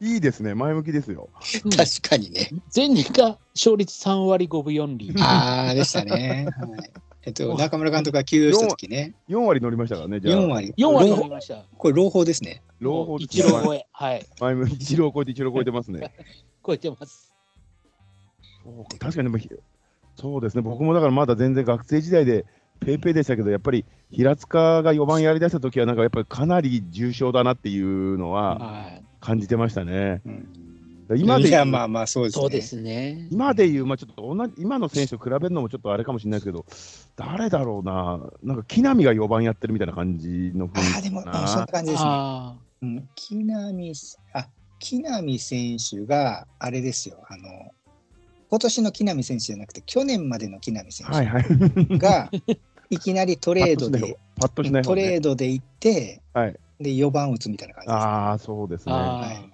[SPEAKER 3] あ、いいですね。前向きですよ。
[SPEAKER 2] うん
[SPEAKER 1] 確かにね
[SPEAKER 2] 前年が勝率3割5分4厘。
[SPEAKER 1] ああでしたね、はい、えっと中村監督が休養した時ね
[SPEAKER 3] 4割乗りましたからね、じゃあ。
[SPEAKER 1] 4割
[SPEAKER 2] 4割
[SPEAKER 1] 朗報
[SPEAKER 2] 取りました。
[SPEAKER 1] これ朗報ですね
[SPEAKER 3] 朗報
[SPEAKER 2] 一郎超え。はい。
[SPEAKER 3] 前向き、一郎超えて一郎超えてますね。
[SPEAKER 2] 超えてます。
[SPEAKER 3] そうか確かにでもひ、そうですね、僕もだからまだ全然学生時代で、ペイペイでしたけど、やっぱり平塚が4番やりだした時は、なんかやっぱりかなり重症だなっていうのは
[SPEAKER 2] は
[SPEAKER 3] 感じてましたね。
[SPEAKER 1] うん
[SPEAKER 3] 今で
[SPEAKER 1] い
[SPEAKER 3] 言
[SPEAKER 1] や
[SPEAKER 3] う
[SPEAKER 1] まあまあそう
[SPEAKER 2] い。
[SPEAKER 1] ですね
[SPEAKER 2] そうですね。
[SPEAKER 3] 今でいう、まあ、ちょっと同じ今の選手と比べるのもちょっとあれかもしれないですけど、誰だろうな、なんか木浪が4番やってるみたいな感じの雰
[SPEAKER 1] ああ
[SPEAKER 3] 囲
[SPEAKER 1] で
[SPEAKER 3] 気
[SPEAKER 1] も
[SPEAKER 3] か
[SPEAKER 1] うんそんな
[SPEAKER 3] な。
[SPEAKER 1] 感じですね
[SPEAKER 2] あ
[SPEAKER 1] うん木浪すあ木浪選手があれですよあの今年の木浪選手じゃなくて去年までの木浪選
[SPEAKER 3] はい
[SPEAKER 1] 手
[SPEAKER 3] はい、
[SPEAKER 1] が いきなりトレードで、
[SPEAKER 3] パッとしない
[SPEAKER 1] ト
[SPEAKER 3] 方、
[SPEAKER 1] レ
[SPEAKER 3] ね
[SPEAKER 1] ー、ドで行って、
[SPEAKER 3] はい
[SPEAKER 1] で4番打つみたいな感じです。
[SPEAKER 3] ああ、そうです
[SPEAKER 2] あ。
[SPEAKER 3] ね。
[SPEAKER 2] あ
[SPEAKER 1] は
[SPEAKER 2] あ
[SPEAKER 1] い。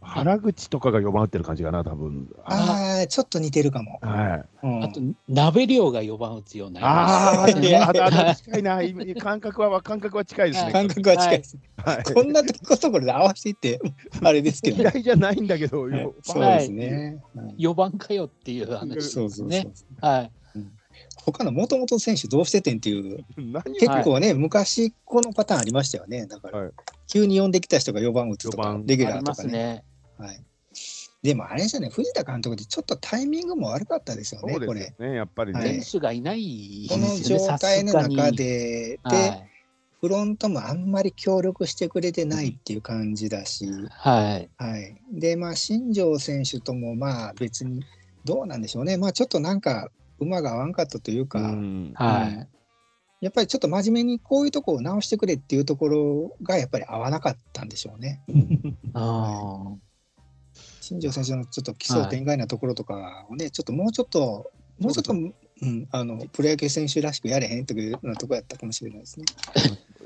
[SPEAKER 3] 原口とかが4番打ってる感じかな、多分
[SPEAKER 1] あーちょっと似てるかも。
[SPEAKER 3] はい
[SPEAKER 1] うん
[SPEAKER 2] あと、鍋量が4番打つようになり
[SPEAKER 3] あ
[SPEAKER 2] ま
[SPEAKER 3] ー
[SPEAKER 2] したね
[SPEAKER 3] あ、ああ近いな、今感覚は感覚は近いですね。
[SPEAKER 1] 感覚は近いです、
[SPEAKER 3] はい
[SPEAKER 1] こんなとこところで合わせていってあれですけど、
[SPEAKER 3] 嫌いじゃないんだけど、
[SPEAKER 1] はい
[SPEAKER 3] よ
[SPEAKER 1] そうですね。はい
[SPEAKER 2] 4番かよっていう話です
[SPEAKER 1] そ
[SPEAKER 2] ね。
[SPEAKER 1] うそうそう。
[SPEAKER 2] はい。
[SPEAKER 1] 他のもともと選手どうしててんっていう
[SPEAKER 3] 何
[SPEAKER 1] 結
[SPEAKER 3] を
[SPEAKER 1] 構ね、昔このパターンありましたよね。だから、
[SPEAKER 3] はい
[SPEAKER 1] 急に呼んできた人が4番打つと
[SPEAKER 3] 四
[SPEAKER 1] か
[SPEAKER 3] 番、
[SPEAKER 1] レギュ
[SPEAKER 2] あ
[SPEAKER 1] ラー
[SPEAKER 2] り
[SPEAKER 1] と
[SPEAKER 2] ま
[SPEAKER 1] か
[SPEAKER 2] す
[SPEAKER 1] ね。
[SPEAKER 2] ね。
[SPEAKER 1] はい、でもあれじゃね、藤田監督ってちょっとタイミングも悪かったですよね、
[SPEAKER 3] そう
[SPEAKER 1] こ
[SPEAKER 3] です
[SPEAKER 1] れ。
[SPEAKER 3] よね、やっぱり
[SPEAKER 1] は
[SPEAKER 2] 選
[SPEAKER 1] い
[SPEAKER 3] ね。
[SPEAKER 2] 手がいない
[SPEAKER 1] こ
[SPEAKER 2] ん
[SPEAKER 1] の
[SPEAKER 2] ですよ
[SPEAKER 1] 状
[SPEAKER 2] ね
[SPEAKER 1] 態の中、
[SPEAKER 2] さ
[SPEAKER 1] で、
[SPEAKER 2] すがに
[SPEAKER 1] で、フロントもあんまり協力してくれてないっていう感じだし、
[SPEAKER 2] はい。はい
[SPEAKER 1] はい、で、まあ、新庄選手ともまあ別に、どうなんでしょうね、まあちょっとなんか、馬が合わんかったというか、
[SPEAKER 3] うん
[SPEAKER 2] は
[SPEAKER 1] うん
[SPEAKER 2] い。
[SPEAKER 1] やっぱりちょっと真面目にこういうとこを直してくれっていうところがやっぱり合わなかったんでしょうね。
[SPEAKER 2] ああ。
[SPEAKER 1] 新庄選手のちょっと奇想天外なところとかをね、ちょっともうちょっと、もうちょっと、うん、あのプロ野球選手らしくやれへんというようなとこやったかもしれないですね。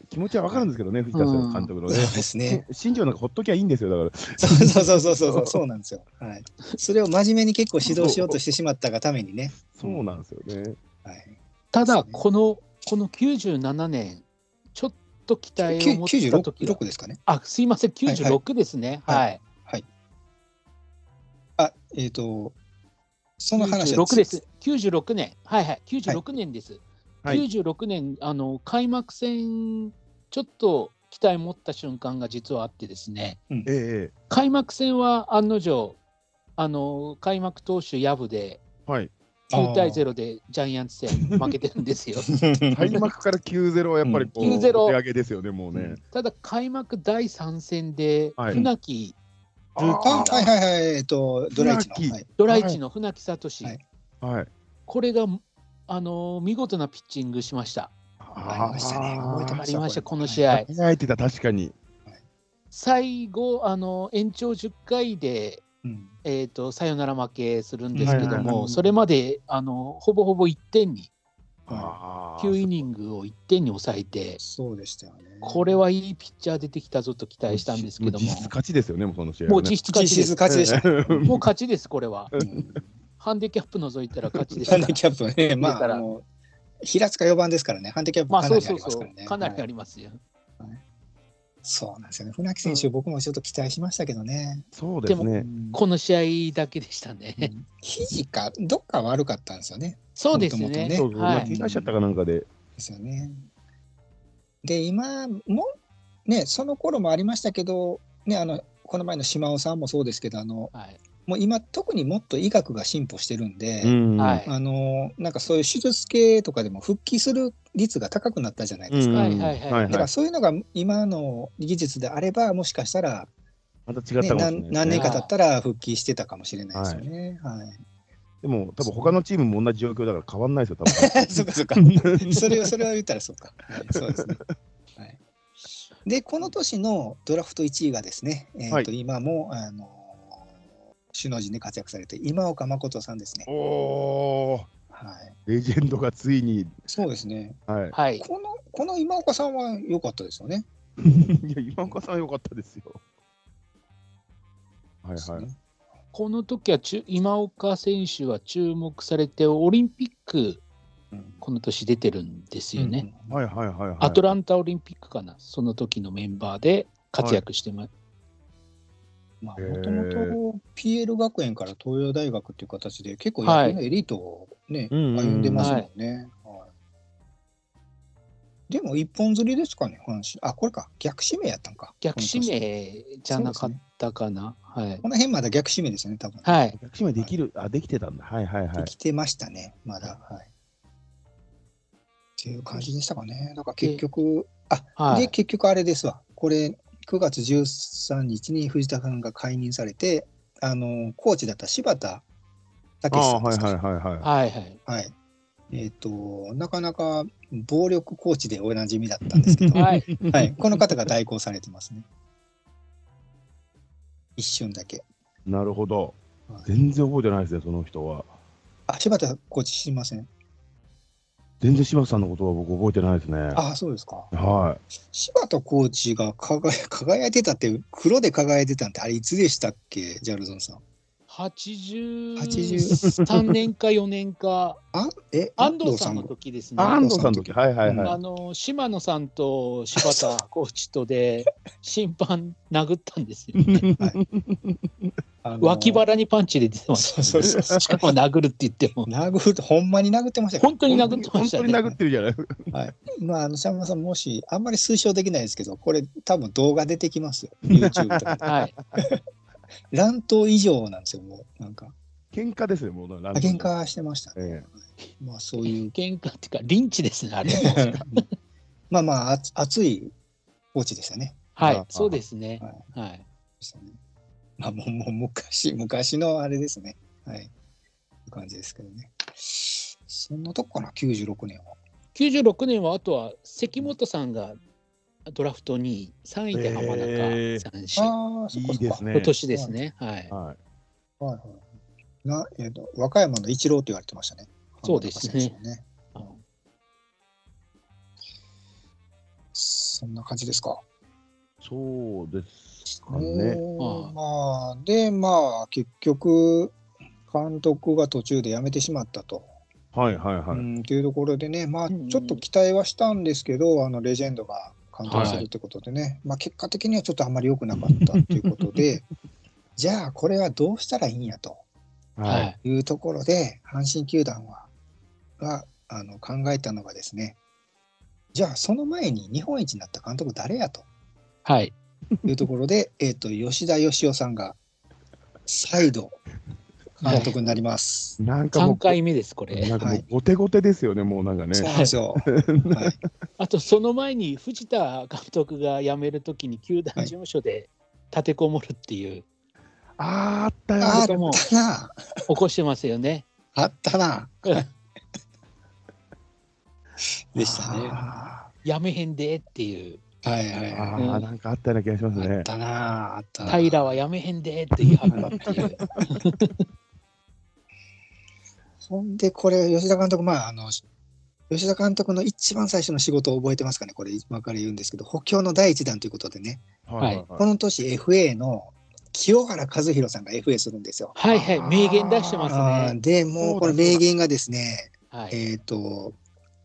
[SPEAKER 3] 気持ちはわかるんですけどね、藤田
[SPEAKER 2] うん
[SPEAKER 3] 監督の
[SPEAKER 1] そう
[SPEAKER 3] ね。
[SPEAKER 1] ですね。
[SPEAKER 3] 新庄なんかほっときゃいいんですよ、だか
[SPEAKER 1] そうそうそうそうそうそうそうなんですよ。はい。それを真面目に結構指導しようとしてしまったがためにね。
[SPEAKER 3] ら。そうなんですよね。
[SPEAKER 1] はい。
[SPEAKER 2] た
[SPEAKER 1] そ
[SPEAKER 2] だ
[SPEAKER 1] うですね
[SPEAKER 2] このこの97年ちょっと期待を持
[SPEAKER 1] 九
[SPEAKER 2] っ
[SPEAKER 1] 十
[SPEAKER 2] た時は
[SPEAKER 1] 六ですかね。
[SPEAKER 2] あすいません96ですね
[SPEAKER 1] はいは
[SPEAKER 2] はいい
[SPEAKER 1] あ、えっ、とその話は
[SPEAKER 2] 96です96年はいはい96年です
[SPEAKER 3] はい
[SPEAKER 2] 96年あの開幕戦ちょっと期待持った瞬間が実はあってですね
[SPEAKER 3] えええ
[SPEAKER 2] 開幕戦は案の定あの開幕投手薮で
[SPEAKER 3] え、はい。
[SPEAKER 2] 9対0でジャイアンツ戦負けてるんですよ。
[SPEAKER 3] 開幕から9-0はやっぱりこう、
[SPEAKER 2] うん9-0
[SPEAKER 3] 手上げですよね、もうね。
[SPEAKER 2] ただ開幕第3戦で
[SPEAKER 3] はい
[SPEAKER 2] 船木、
[SPEAKER 3] あ
[SPEAKER 1] あはいはいはい、えっと、ドライチ
[SPEAKER 3] 船木
[SPEAKER 1] の。はい
[SPEAKER 2] ドラ1の船木聡、
[SPEAKER 1] はい
[SPEAKER 3] いはい。
[SPEAKER 2] これが、あのー見事なピッチングしました。
[SPEAKER 1] ありましたね覚えて
[SPEAKER 2] あ
[SPEAKER 1] ま
[SPEAKER 2] りました、この
[SPEAKER 1] はい
[SPEAKER 2] 試合。
[SPEAKER 3] 描いてた、確かに。
[SPEAKER 2] 最後、あのー延長10回で、
[SPEAKER 1] うん
[SPEAKER 2] えー、とサヨナラ負けするんですけ
[SPEAKER 3] はい
[SPEAKER 2] ど
[SPEAKER 3] はいはいは
[SPEAKER 2] も、
[SPEAKER 1] い
[SPEAKER 2] それまで、あのーほぼほぼ1点に、
[SPEAKER 1] は
[SPEAKER 2] 9イニングを1点に抑えて
[SPEAKER 1] い、、そうでしたよね。
[SPEAKER 2] これはいいピッチャー出てきたぞと期待したんですけども
[SPEAKER 3] う実、質勝ちですよね、もうその試合はね。
[SPEAKER 2] もう実質勝ちで
[SPEAKER 1] 実質
[SPEAKER 2] す。
[SPEAKER 1] 勝ちで した。
[SPEAKER 2] もう勝ちです、これは。
[SPEAKER 1] うん
[SPEAKER 2] ハンデキャップ除いたら勝ちでした
[SPEAKER 1] ハ
[SPEAKER 2] か
[SPEAKER 1] ン
[SPEAKER 2] ら
[SPEAKER 1] デ。キャップはね、ま
[SPEAKER 2] 出た
[SPEAKER 1] あ、
[SPEAKER 2] ら
[SPEAKER 1] あの平塚4番ですからね、ハンデキャップ
[SPEAKER 2] まあ
[SPEAKER 1] か
[SPEAKER 2] そ
[SPEAKER 1] な
[SPEAKER 2] う
[SPEAKER 1] りあ
[SPEAKER 2] そう
[SPEAKER 1] ります
[SPEAKER 2] そ
[SPEAKER 1] からね。
[SPEAKER 2] う、かなりあ
[SPEAKER 1] はい
[SPEAKER 2] りますよ。
[SPEAKER 1] そうなんですよね。船木選手、僕もちょっと期待しましたけどね。
[SPEAKER 3] そうです
[SPEAKER 1] う
[SPEAKER 3] ね。
[SPEAKER 1] ん
[SPEAKER 2] この試合だけでした
[SPEAKER 1] う
[SPEAKER 2] ね。
[SPEAKER 1] ん肘か、どっか悪かったんですよね。
[SPEAKER 2] そうです
[SPEAKER 1] もともと
[SPEAKER 2] ね
[SPEAKER 1] ね。
[SPEAKER 3] そうそう、ま
[SPEAKER 2] は
[SPEAKER 3] あ
[SPEAKER 2] い
[SPEAKER 3] 怪我しちゃったかなんかで。
[SPEAKER 1] ですよね。で、今も、ね、その頃もありましたけど、ね、あの、この前の島尾さんもそうですけど、あの、
[SPEAKER 2] はい。
[SPEAKER 1] もう今、特にもっと医学が進歩してるんで、
[SPEAKER 3] うん
[SPEAKER 2] はい
[SPEAKER 1] あの、なんかそういう手術系とかでも復帰する率が高くなったじゃないです
[SPEAKER 3] うん
[SPEAKER 1] か。
[SPEAKER 2] はいはいはい
[SPEAKER 1] だからそういうのが今の技術であれば、もしかしたら、
[SPEAKER 3] また違っ
[SPEAKER 1] ね
[SPEAKER 3] たかもしれないですね
[SPEAKER 1] 何何年か経ったら復帰してたかもしれないですよね。はい。。
[SPEAKER 3] でも、多分他のチームも同じ状況だから変わんないですよ、多分
[SPEAKER 1] そっかそっか。それをそれを言ったらそうか。はいそうですね。はい。でこの年のドラフト1位がですね、えーと
[SPEAKER 3] はい
[SPEAKER 1] 今もあのー首脳陣で活躍されている今岡誠さんですね。
[SPEAKER 3] おー、
[SPEAKER 1] はい。
[SPEAKER 3] レジェンドがついに。
[SPEAKER 1] そうですね。
[SPEAKER 3] はい。
[SPEAKER 2] はい。
[SPEAKER 1] このこの今岡さんは良かったですよね。
[SPEAKER 3] いや、今岡さん良かったですよ。はいはい。
[SPEAKER 2] この時は中今岡選手は注目されて、オリンピック、
[SPEAKER 1] うん
[SPEAKER 2] この年出てるんですよね。。
[SPEAKER 1] うん
[SPEAKER 3] はいはいはいはい。
[SPEAKER 2] アトランタオリンピックかな、その時のメンバーで活躍してます。
[SPEAKER 1] まあ
[SPEAKER 3] へー
[SPEAKER 1] もともと PL 学園から東洋大学っていう形で結構野球のエリートをね、
[SPEAKER 3] うんうんうん
[SPEAKER 1] 歩んでますもんね。はいでも一本釣りですかね、話。あ、これか、逆指名やったんか。
[SPEAKER 2] 逆指名じゃなかったかな。はい。
[SPEAKER 1] この辺まだ逆指名ですよね、多分。
[SPEAKER 2] はい。
[SPEAKER 3] 逆島できる、あ、できてたんだ。はいはいはい
[SPEAKER 1] で。きてましたね、まだ。はい。っていう感じでしたかね。だから結局、あ、
[SPEAKER 2] は
[SPEAKER 1] で、
[SPEAKER 2] い。
[SPEAKER 1] 結局あれですわ。これ、9月13日に藤田さんが解任されて、あの、コーチだった柴田
[SPEAKER 3] あ
[SPEAKER 1] 武
[SPEAKER 3] あ
[SPEAKER 1] さ
[SPEAKER 3] ー、
[SPEAKER 1] んで
[SPEAKER 3] はい
[SPEAKER 1] すか
[SPEAKER 3] はいはいは
[SPEAKER 2] はいはい。
[SPEAKER 1] はい。えっ、と、なかなか暴力コーチでおなじみだったんですけど、は
[SPEAKER 2] はい。
[SPEAKER 3] い。
[SPEAKER 1] い、この方が代行されてますね。一瞬だけ。
[SPEAKER 3] なるほど
[SPEAKER 1] はい。
[SPEAKER 3] 全然覚えてないですね、その人は。
[SPEAKER 1] あ、柴田コーチ知りません。
[SPEAKER 3] 全然柴田さんのことは僕覚えてないですね。は
[SPEAKER 1] あ、そうですか。
[SPEAKER 3] い。
[SPEAKER 1] 柴田コーチが輝 輝いてたって、黒で輝いてたって、あれいつでしたっけ、ジャルゾンさん。
[SPEAKER 2] 83年か4年 か、
[SPEAKER 1] あ、え、
[SPEAKER 2] 安藤さんの時ですね。
[SPEAKER 3] 安藤さんの時。はいはいは
[SPEAKER 2] あ
[SPEAKER 3] い。
[SPEAKER 2] の島野さんと柴田コーチとで審判殴ったんですよ。
[SPEAKER 1] あのー
[SPEAKER 2] 脇。腹にパンチで出てまし
[SPEAKER 1] そうそうそう。
[SPEAKER 2] た。しかも殴るって言っても、
[SPEAKER 1] 殴る、ほんまに殴ってましたよ
[SPEAKER 2] 本当に殴ってま
[SPEAKER 3] 本
[SPEAKER 2] した
[SPEAKER 3] 当に
[SPEAKER 2] ね。
[SPEAKER 3] 殴ってるじゃない。
[SPEAKER 1] まあ、あの、シャンマさん、もし、あんまり推奨できないですけど、これ、多分動画出てきますよ。YouTube とか で。
[SPEAKER 2] はい、
[SPEAKER 1] 乱闘以上なんですよ、もう。なんか、
[SPEAKER 3] 喧嘩ですよ、もう。
[SPEAKER 1] あ
[SPEAKER 3] 喧
[SPEAKER 1] 喧。嘩してましたね。
[SPEAKER 3] え
[SPEAKER 1] まあ、そういう、
[SPEAKER 2] 喧嘩っていうか、リンチですね、あれ。
[SPEAKER 1] まあまあ、あつ熱いコーチでしたね。
[SPEAKER 2] はい、そうですね。はい、
[SPEAKER 1] でしたねまあ、もう、もう、昔、昔のあれですね。はい。いう感じですけどね。そんなとこかな、96年は。
[SPEAKER 2] 96年は、あとは関本さんがドラフト2位、3位で浜
[SPEAKER 3] へー
[SPEAKER 2] 中三振、
[SPEAKER 1] ああ、そっかそっか
[SPEAKER 3] いいですね
[SPEAKER 2] 今年ですね。はい、
[SPEAKER 3] はい。
[SPEAKER 1] はいはい。な、えっ、と、和歌山の一郎と言われてましたね。
[SPEAKER 2] そうです
[SPEAKER 1] 浜
[SPEAKER 2] ね
[SPEAKER 1] 中選手もね。そんな感じですか。
[SPEAKER 3] そうですかね。
[SPEAKER 1] おーまあ、で、まあ、結局、監督が途中で辞めてしまったと、
[SPEAKER 3] はいはいは
[SPEAKER 1] う
[SPEAKER 3] い。
[SPEAKER 1] んというところでね、まあ、
[SPEAKER 2] うんうん
[SPEAKER 1] ちょっと期待はしたんですけど、あのレジェンドが監督するってことでね、まあ、結果的にはちょっとあんまり良くなかったということ で、じゃあ、これはどうしたらいいんやと
[SPEAKER 2] は
[SPEAKER 3] はいい。
[SPEAKER 1] いうところで、阪神球団はがあの考えたのがですね、じゃあ、その前に日本一になった監督誰やと。
[SPEAKER 2] はい、
[SPEAKER 1] というところで、えっと吉田義雄さんが再度監督になります。
[SPEAKER 3] なんか
[SPEAKER 2] 3
[SPEAKER 3] もう、
[SPEAKER 2] 回目ですこれ
[SPEAKER 3] なんかも
[SPEAKER 1] は
[SPEAKER 3] う
[SPEAKER 1] い
[SPEAKER 3] 後手後手ですよね、もうなんかね。
[SPEAKER 1] そうなんです よ。はい
[SPEAKER 2] あとその前に藤田監督が辞めるときに球団事務所で立てこもるっていう
[SPEAKER 3] あーあったよ。
[SPEAKER 1] あ
[SPEAKER 2] ことも
[SPEAKER 1] ったな。
[SPEAKER 2] 起こしてますよね。
[SPEAKER 1] あったな。 でしたね。
[SPEAKER 3] あ
[SPEAKER 2] 辞めへんでっていう
[SPEAKER 1] はい
[SPEAKER 3] ー
[SPEAKER 1] は
[SPEAKER 3] あ
[SPEAKER 2] う
[SPEAKER 3] ー、
[SPEAKER 2] ん
[SPEAKER 3] なんかあったような気がします
[SPEAKER 1] い。あ
[SPEAKER 3] ね
[SPEAKER 1] っ。たな。あったな。
[SPEAKER 2] 平は辞めへんでって言い張ったっていう。
[SPEAKER 1] ほんで、これ、吉田監督、まあ、あの、吉田監督の一番最初の仕事を覚えてますかね、これ、今から言うんですけど、補強の第一弾ということでね、
[SPEAKER 2] はい
[SPEAKER 1] この年、FA の清原和博さんが FA するんですよ。
[SPEAKER 2] はいはい、名言出してます
[SPEAKER 1] あー
[SPEAKER 2] ね。
[SPEAKER 1] でもうこの名言がですね、
[SPEAKER 2] はい、
[SPEAKER 1] えっ、と、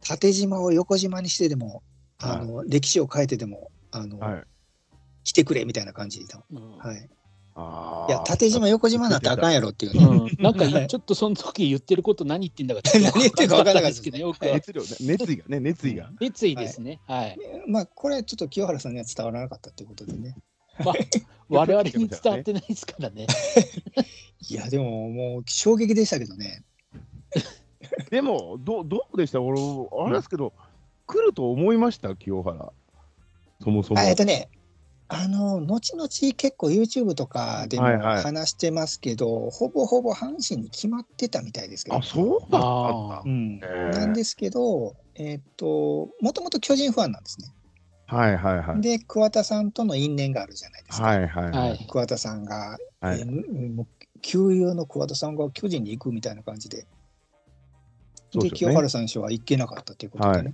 [SPEAKER 1] 縦島を横島にしてでも、あの、歴史を変えてでも、あの、
[SPEAKER 3] はい。
[SPEAKER 1] 来てくれみたいな感じだ。
[SPEAKER 2] うん
[SPEAKER 1] はい、
[SPEAKER 3] あ
[SPEAKER 1] いや、縦島、横島なったらあかんやろっていうね、
[SPEAKER 2] うんなんかちょっとその時言ってること何言ってんだ か
[SPEAKER 1] 何言ってるか分からなかった
[SPEAKER 2] で
[SPEAKER 1] ですすけ
[SPEAKER 2] けど
[SPEAKER 1] ど
[SPEAKER 2] よく
[SPEAKER 3] 熱量ね、熱意がね、熱意が。
[SPEAKER 2] 熱意ですね。はい。
[SPEAKER 1] まあ、これ、ちょっと清原さんには伝わらなかったということでね。
[SPEAKER 2] まあ 我々に伝わってないですからね。
[SPEAKER 1] いや、でも、もう衝撃でしたけどね。
[SPEAKER 3] でも、どうどうでした俺、あれですけど、来ると思いました、清原。そもそも。
[SPEAKER 1] あえっとね、あの、後々結構 YouTube とかでも
[SPEAKER 3] はいはい
[SPEAKER 1] 話してますけど、ほぼほぼ阪神に決まってたみたいですけど
[SPEAKER 3] あ、。そうだったんだ
[SPEAKER 2] あ
[SPEAKER 1] う。ん、
[SPEAKER 3] へえ
[SPEAKER 1] なんですけど、えっと、もともと巨人ファンなんですね。
[SPEAKER 3] はいはいはい。
[SPEAKER 1] で、桑田さんとの因縁があるじゃないですか。
[SPEAKER 3] はいはい
[SPEAKER 2] は
[SPEAKER 3] はい。
[SPEAKER 2] い。
[SPEAKER 1] 桑田さんが、
[SPEAKER 3] はい
[SPEAKER 1] えーむもう旧友の桑田さんが巨人に行くみたいな感じで、
[SPEAKER 3] そう
[SPEAKER 1] で
[SPEAKER 3] です
[SPEAKER 1] 清
[SPEAKER 3] よね
[SPEAKER 1] 原さんの人は行けなかったということでね、はい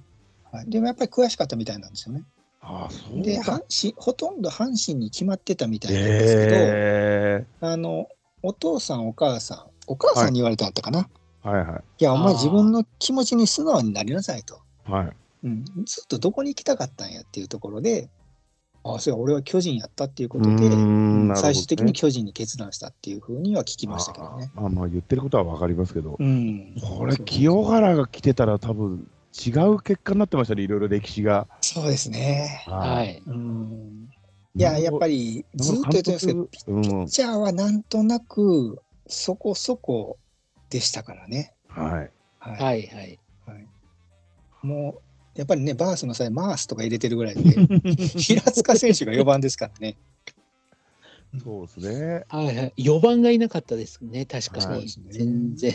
[SPEAKER 1] でもやっぱり悔しかったみたいなんですよね。
[SPEAKER 3] あ、そう
[SPEAKER 1] で
[SPEAKER 3] だ。
[SPEAKER 1] 阪神ほとんど阪神に決まってたみたいなんですけど、
[SPEAKER 3] え
[SPEAKER 1] あのお父さんお母さんお母さんに言われたんだったかな、い、
[SPEAKER 3] ー。はいは
[SPEAKER 1] やお
[SPEAKER 2] あー
[SPEAKER 1] 前自分の気持ちに素直になりなさいと、
[SPEAKER 3] い。はい。
[SPEAKER 1] うん、ずっとどこに行きたかったんやっていうところでああそうや俺は巨人やったっていうこ
[SPEAKER 3] う
[SPEAKER 1] とで、
[SPEAKER 3] ーんなるほどね
[SPEAKER 1] 最終的に巨人に決断したっていうふうには聞きましたけどね。
[SPEAKER 3] あーまあまあ言ってることはわかりますけど、
[SPEAKER 1] うん、
[SPEAKER 3] これ清原が来てたら多分違う結果になってましたねいろいろ歴史が。
[SPEAKER 1] そうですね、
[SPEAKER 2] は。
[SPEAKER 3] はい
[SPEAKER 1] うん、いややっぱり
[SPEAKER 3] り
[SPEAKER 1] ずっと言ってますけどピ
[SPEAKER 3] うん
[SPEAKER 1] ッチャーはなんとなくそこそこでしたからね。
[SPEAKER 3] はい
[SPEAKER 1] はい
[SPEAKER 2] はいはい。
[SPEAKER 1] はい、もうやっぱりねバースの際マースとか入れてるぐらいで 平塚選手が4番ですからね。
[SPEAKER 3] そうですね。
[SPEAKER 2] はいはい、4番がいなかったですね、確か
[SPEAKER 3] はい
[SPEAKER 1] そう
[SPEAKER 2] に。
[SPEAKER 1] ですね
[SPEAKER 2] 全然。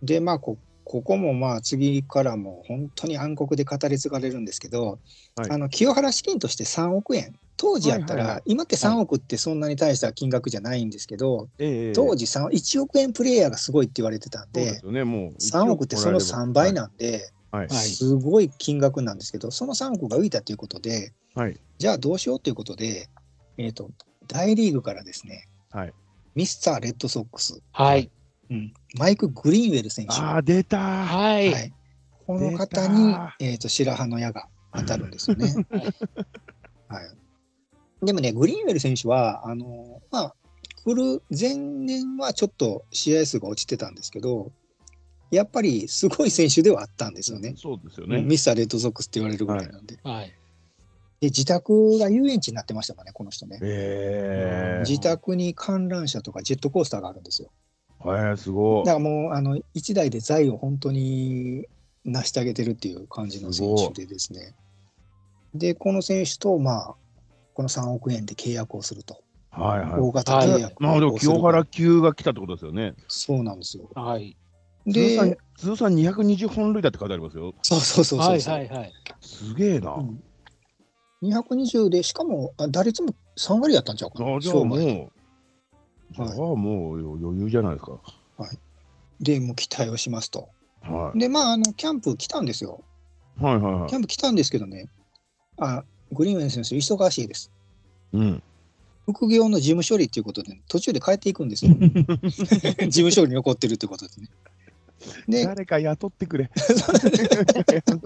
[SPEAKER 1] でまあこここもまあ次からも本当に暗黒で語り継がれるんですけど、
[SPEAKER 3] はい
[SPEAKER 1] あの清原資金として3億円当時やったら、
[SPEAKER 3] はいはいは
[SPEAKER 1] 今って3億ってそんなに大した金額じゃないんですけど、
[SPEAKER 3] ええ
[SPEAKER 1] 当時3 1億円プレイヤーがすごいって言われてたん
[SPEAKER 3] そう
[SPEAKER 1] で。
[SPEAKER 3] ですよねもう
[SPEAKER 1] 3億ってその3倍なんで、
[SPEAKER 3] は
[SPEAKER 2] は
[SPEAKER 3] い
[SPEAKER 2] い
[SPEAKER 1] すごい金額なんですけど、その3億が浮いたということで、
[SPEAKER 3] はい
[SPEAKER 1] じゃあどうしようということで、えー、と大リーグからですね、
[SPEAKER 3] はい
[SPEAKER 1] ミスター・レッドソックス、
[SPEAKER 2] はい。
[SPEAKER 1] マイク・グリーンウェル選手、
[SPEAKER 3] ああ出たー
[SPEAKER 2] はい。
[SPEAKER 1] はいこの
[SPEAKER 3] 出
[SPEAKER 1] 方
[SPEAKER 3] た
[SPEAKER 1] に、えー、と白羽の矢が当たるんですよね。 はい、でもね、グリーンウェル選手は、あのまあ、来る前年はちょっと試合数が落ちてたんですけど、やっぱりすごい選手ではあったんですよね。
[SPEAKER 3] そうですよね。
[SPEAKER 1] ミスターレッドソックスって言われるぐらいなんで,、
[SPEAKER 2] はい。
[SPEAKER 1] で自宅が遊園地になってましたからねこの人ね、
[SPEAKER 3] ええ
[SPEAKER 1] 自宅に観覧車とかジェットコースターがあるんですよ
[SPEAKER 3] ええすご
[SPEAKER 1] だからもうあの1台で財を本当に成し上げてるっていう感じの選手でですねでこの選手とまあこの3億円で契約をすると、
[SPEAKER 3] いはいはい。
[SPEAKER 1] 大型契約
[SPEAKER 3] まあでも
[SPEAKER 1] をする
[SPEAKER 3] 清原級が来たってことですよね。
[SPEAKER 1] そうなんですよ
[SPEAKER 2] はい。
[SPEAKER 3] 通算
[SPEAKER 1] で
[SPEAKER 3] 通算220本塁打って書いてありますよ。
[SPEAKER 1] そうそうそう
[SPEAKER 2] は
[SPEAKER 1] そ
[SPEAKER 2] いう
[SPEAKER 1] そう、
[SPEAKER 2] はいはい。
[SPEAKER 3] すげえな。
[SPEAKER 1] う
[SPEAKER 3] あ
[SPEAKER 1] ん220でしかもあ打率も3割やったんちゃうかな
[SPEAKER 3] じゃあもう、
[SPEAKER 1] 生涯
[SPEAKER 3] じゃあもう余裕じゃないですか。
[SPEAKER 1] でもう期待をしますと
[SPEAKER 3] は
[SPEAKER 1] で、まあ、あのキャンプ来たんですよ。
[SPEAKER 3] いはいはいは
[SPEAKER 1] キャンプ来たんですけどね、あグリーンウェン選手、忙しいです。
[SPEAKER 3] い。うん。
[SPEAKER 1] 副業の事務処理ということで、途中で帰っていくん ですよ。事務処理に残ってるということでね。で、
[SPEAKER 3] 誰か雇っ てくれ。
[SPEAKER 1] ジャガ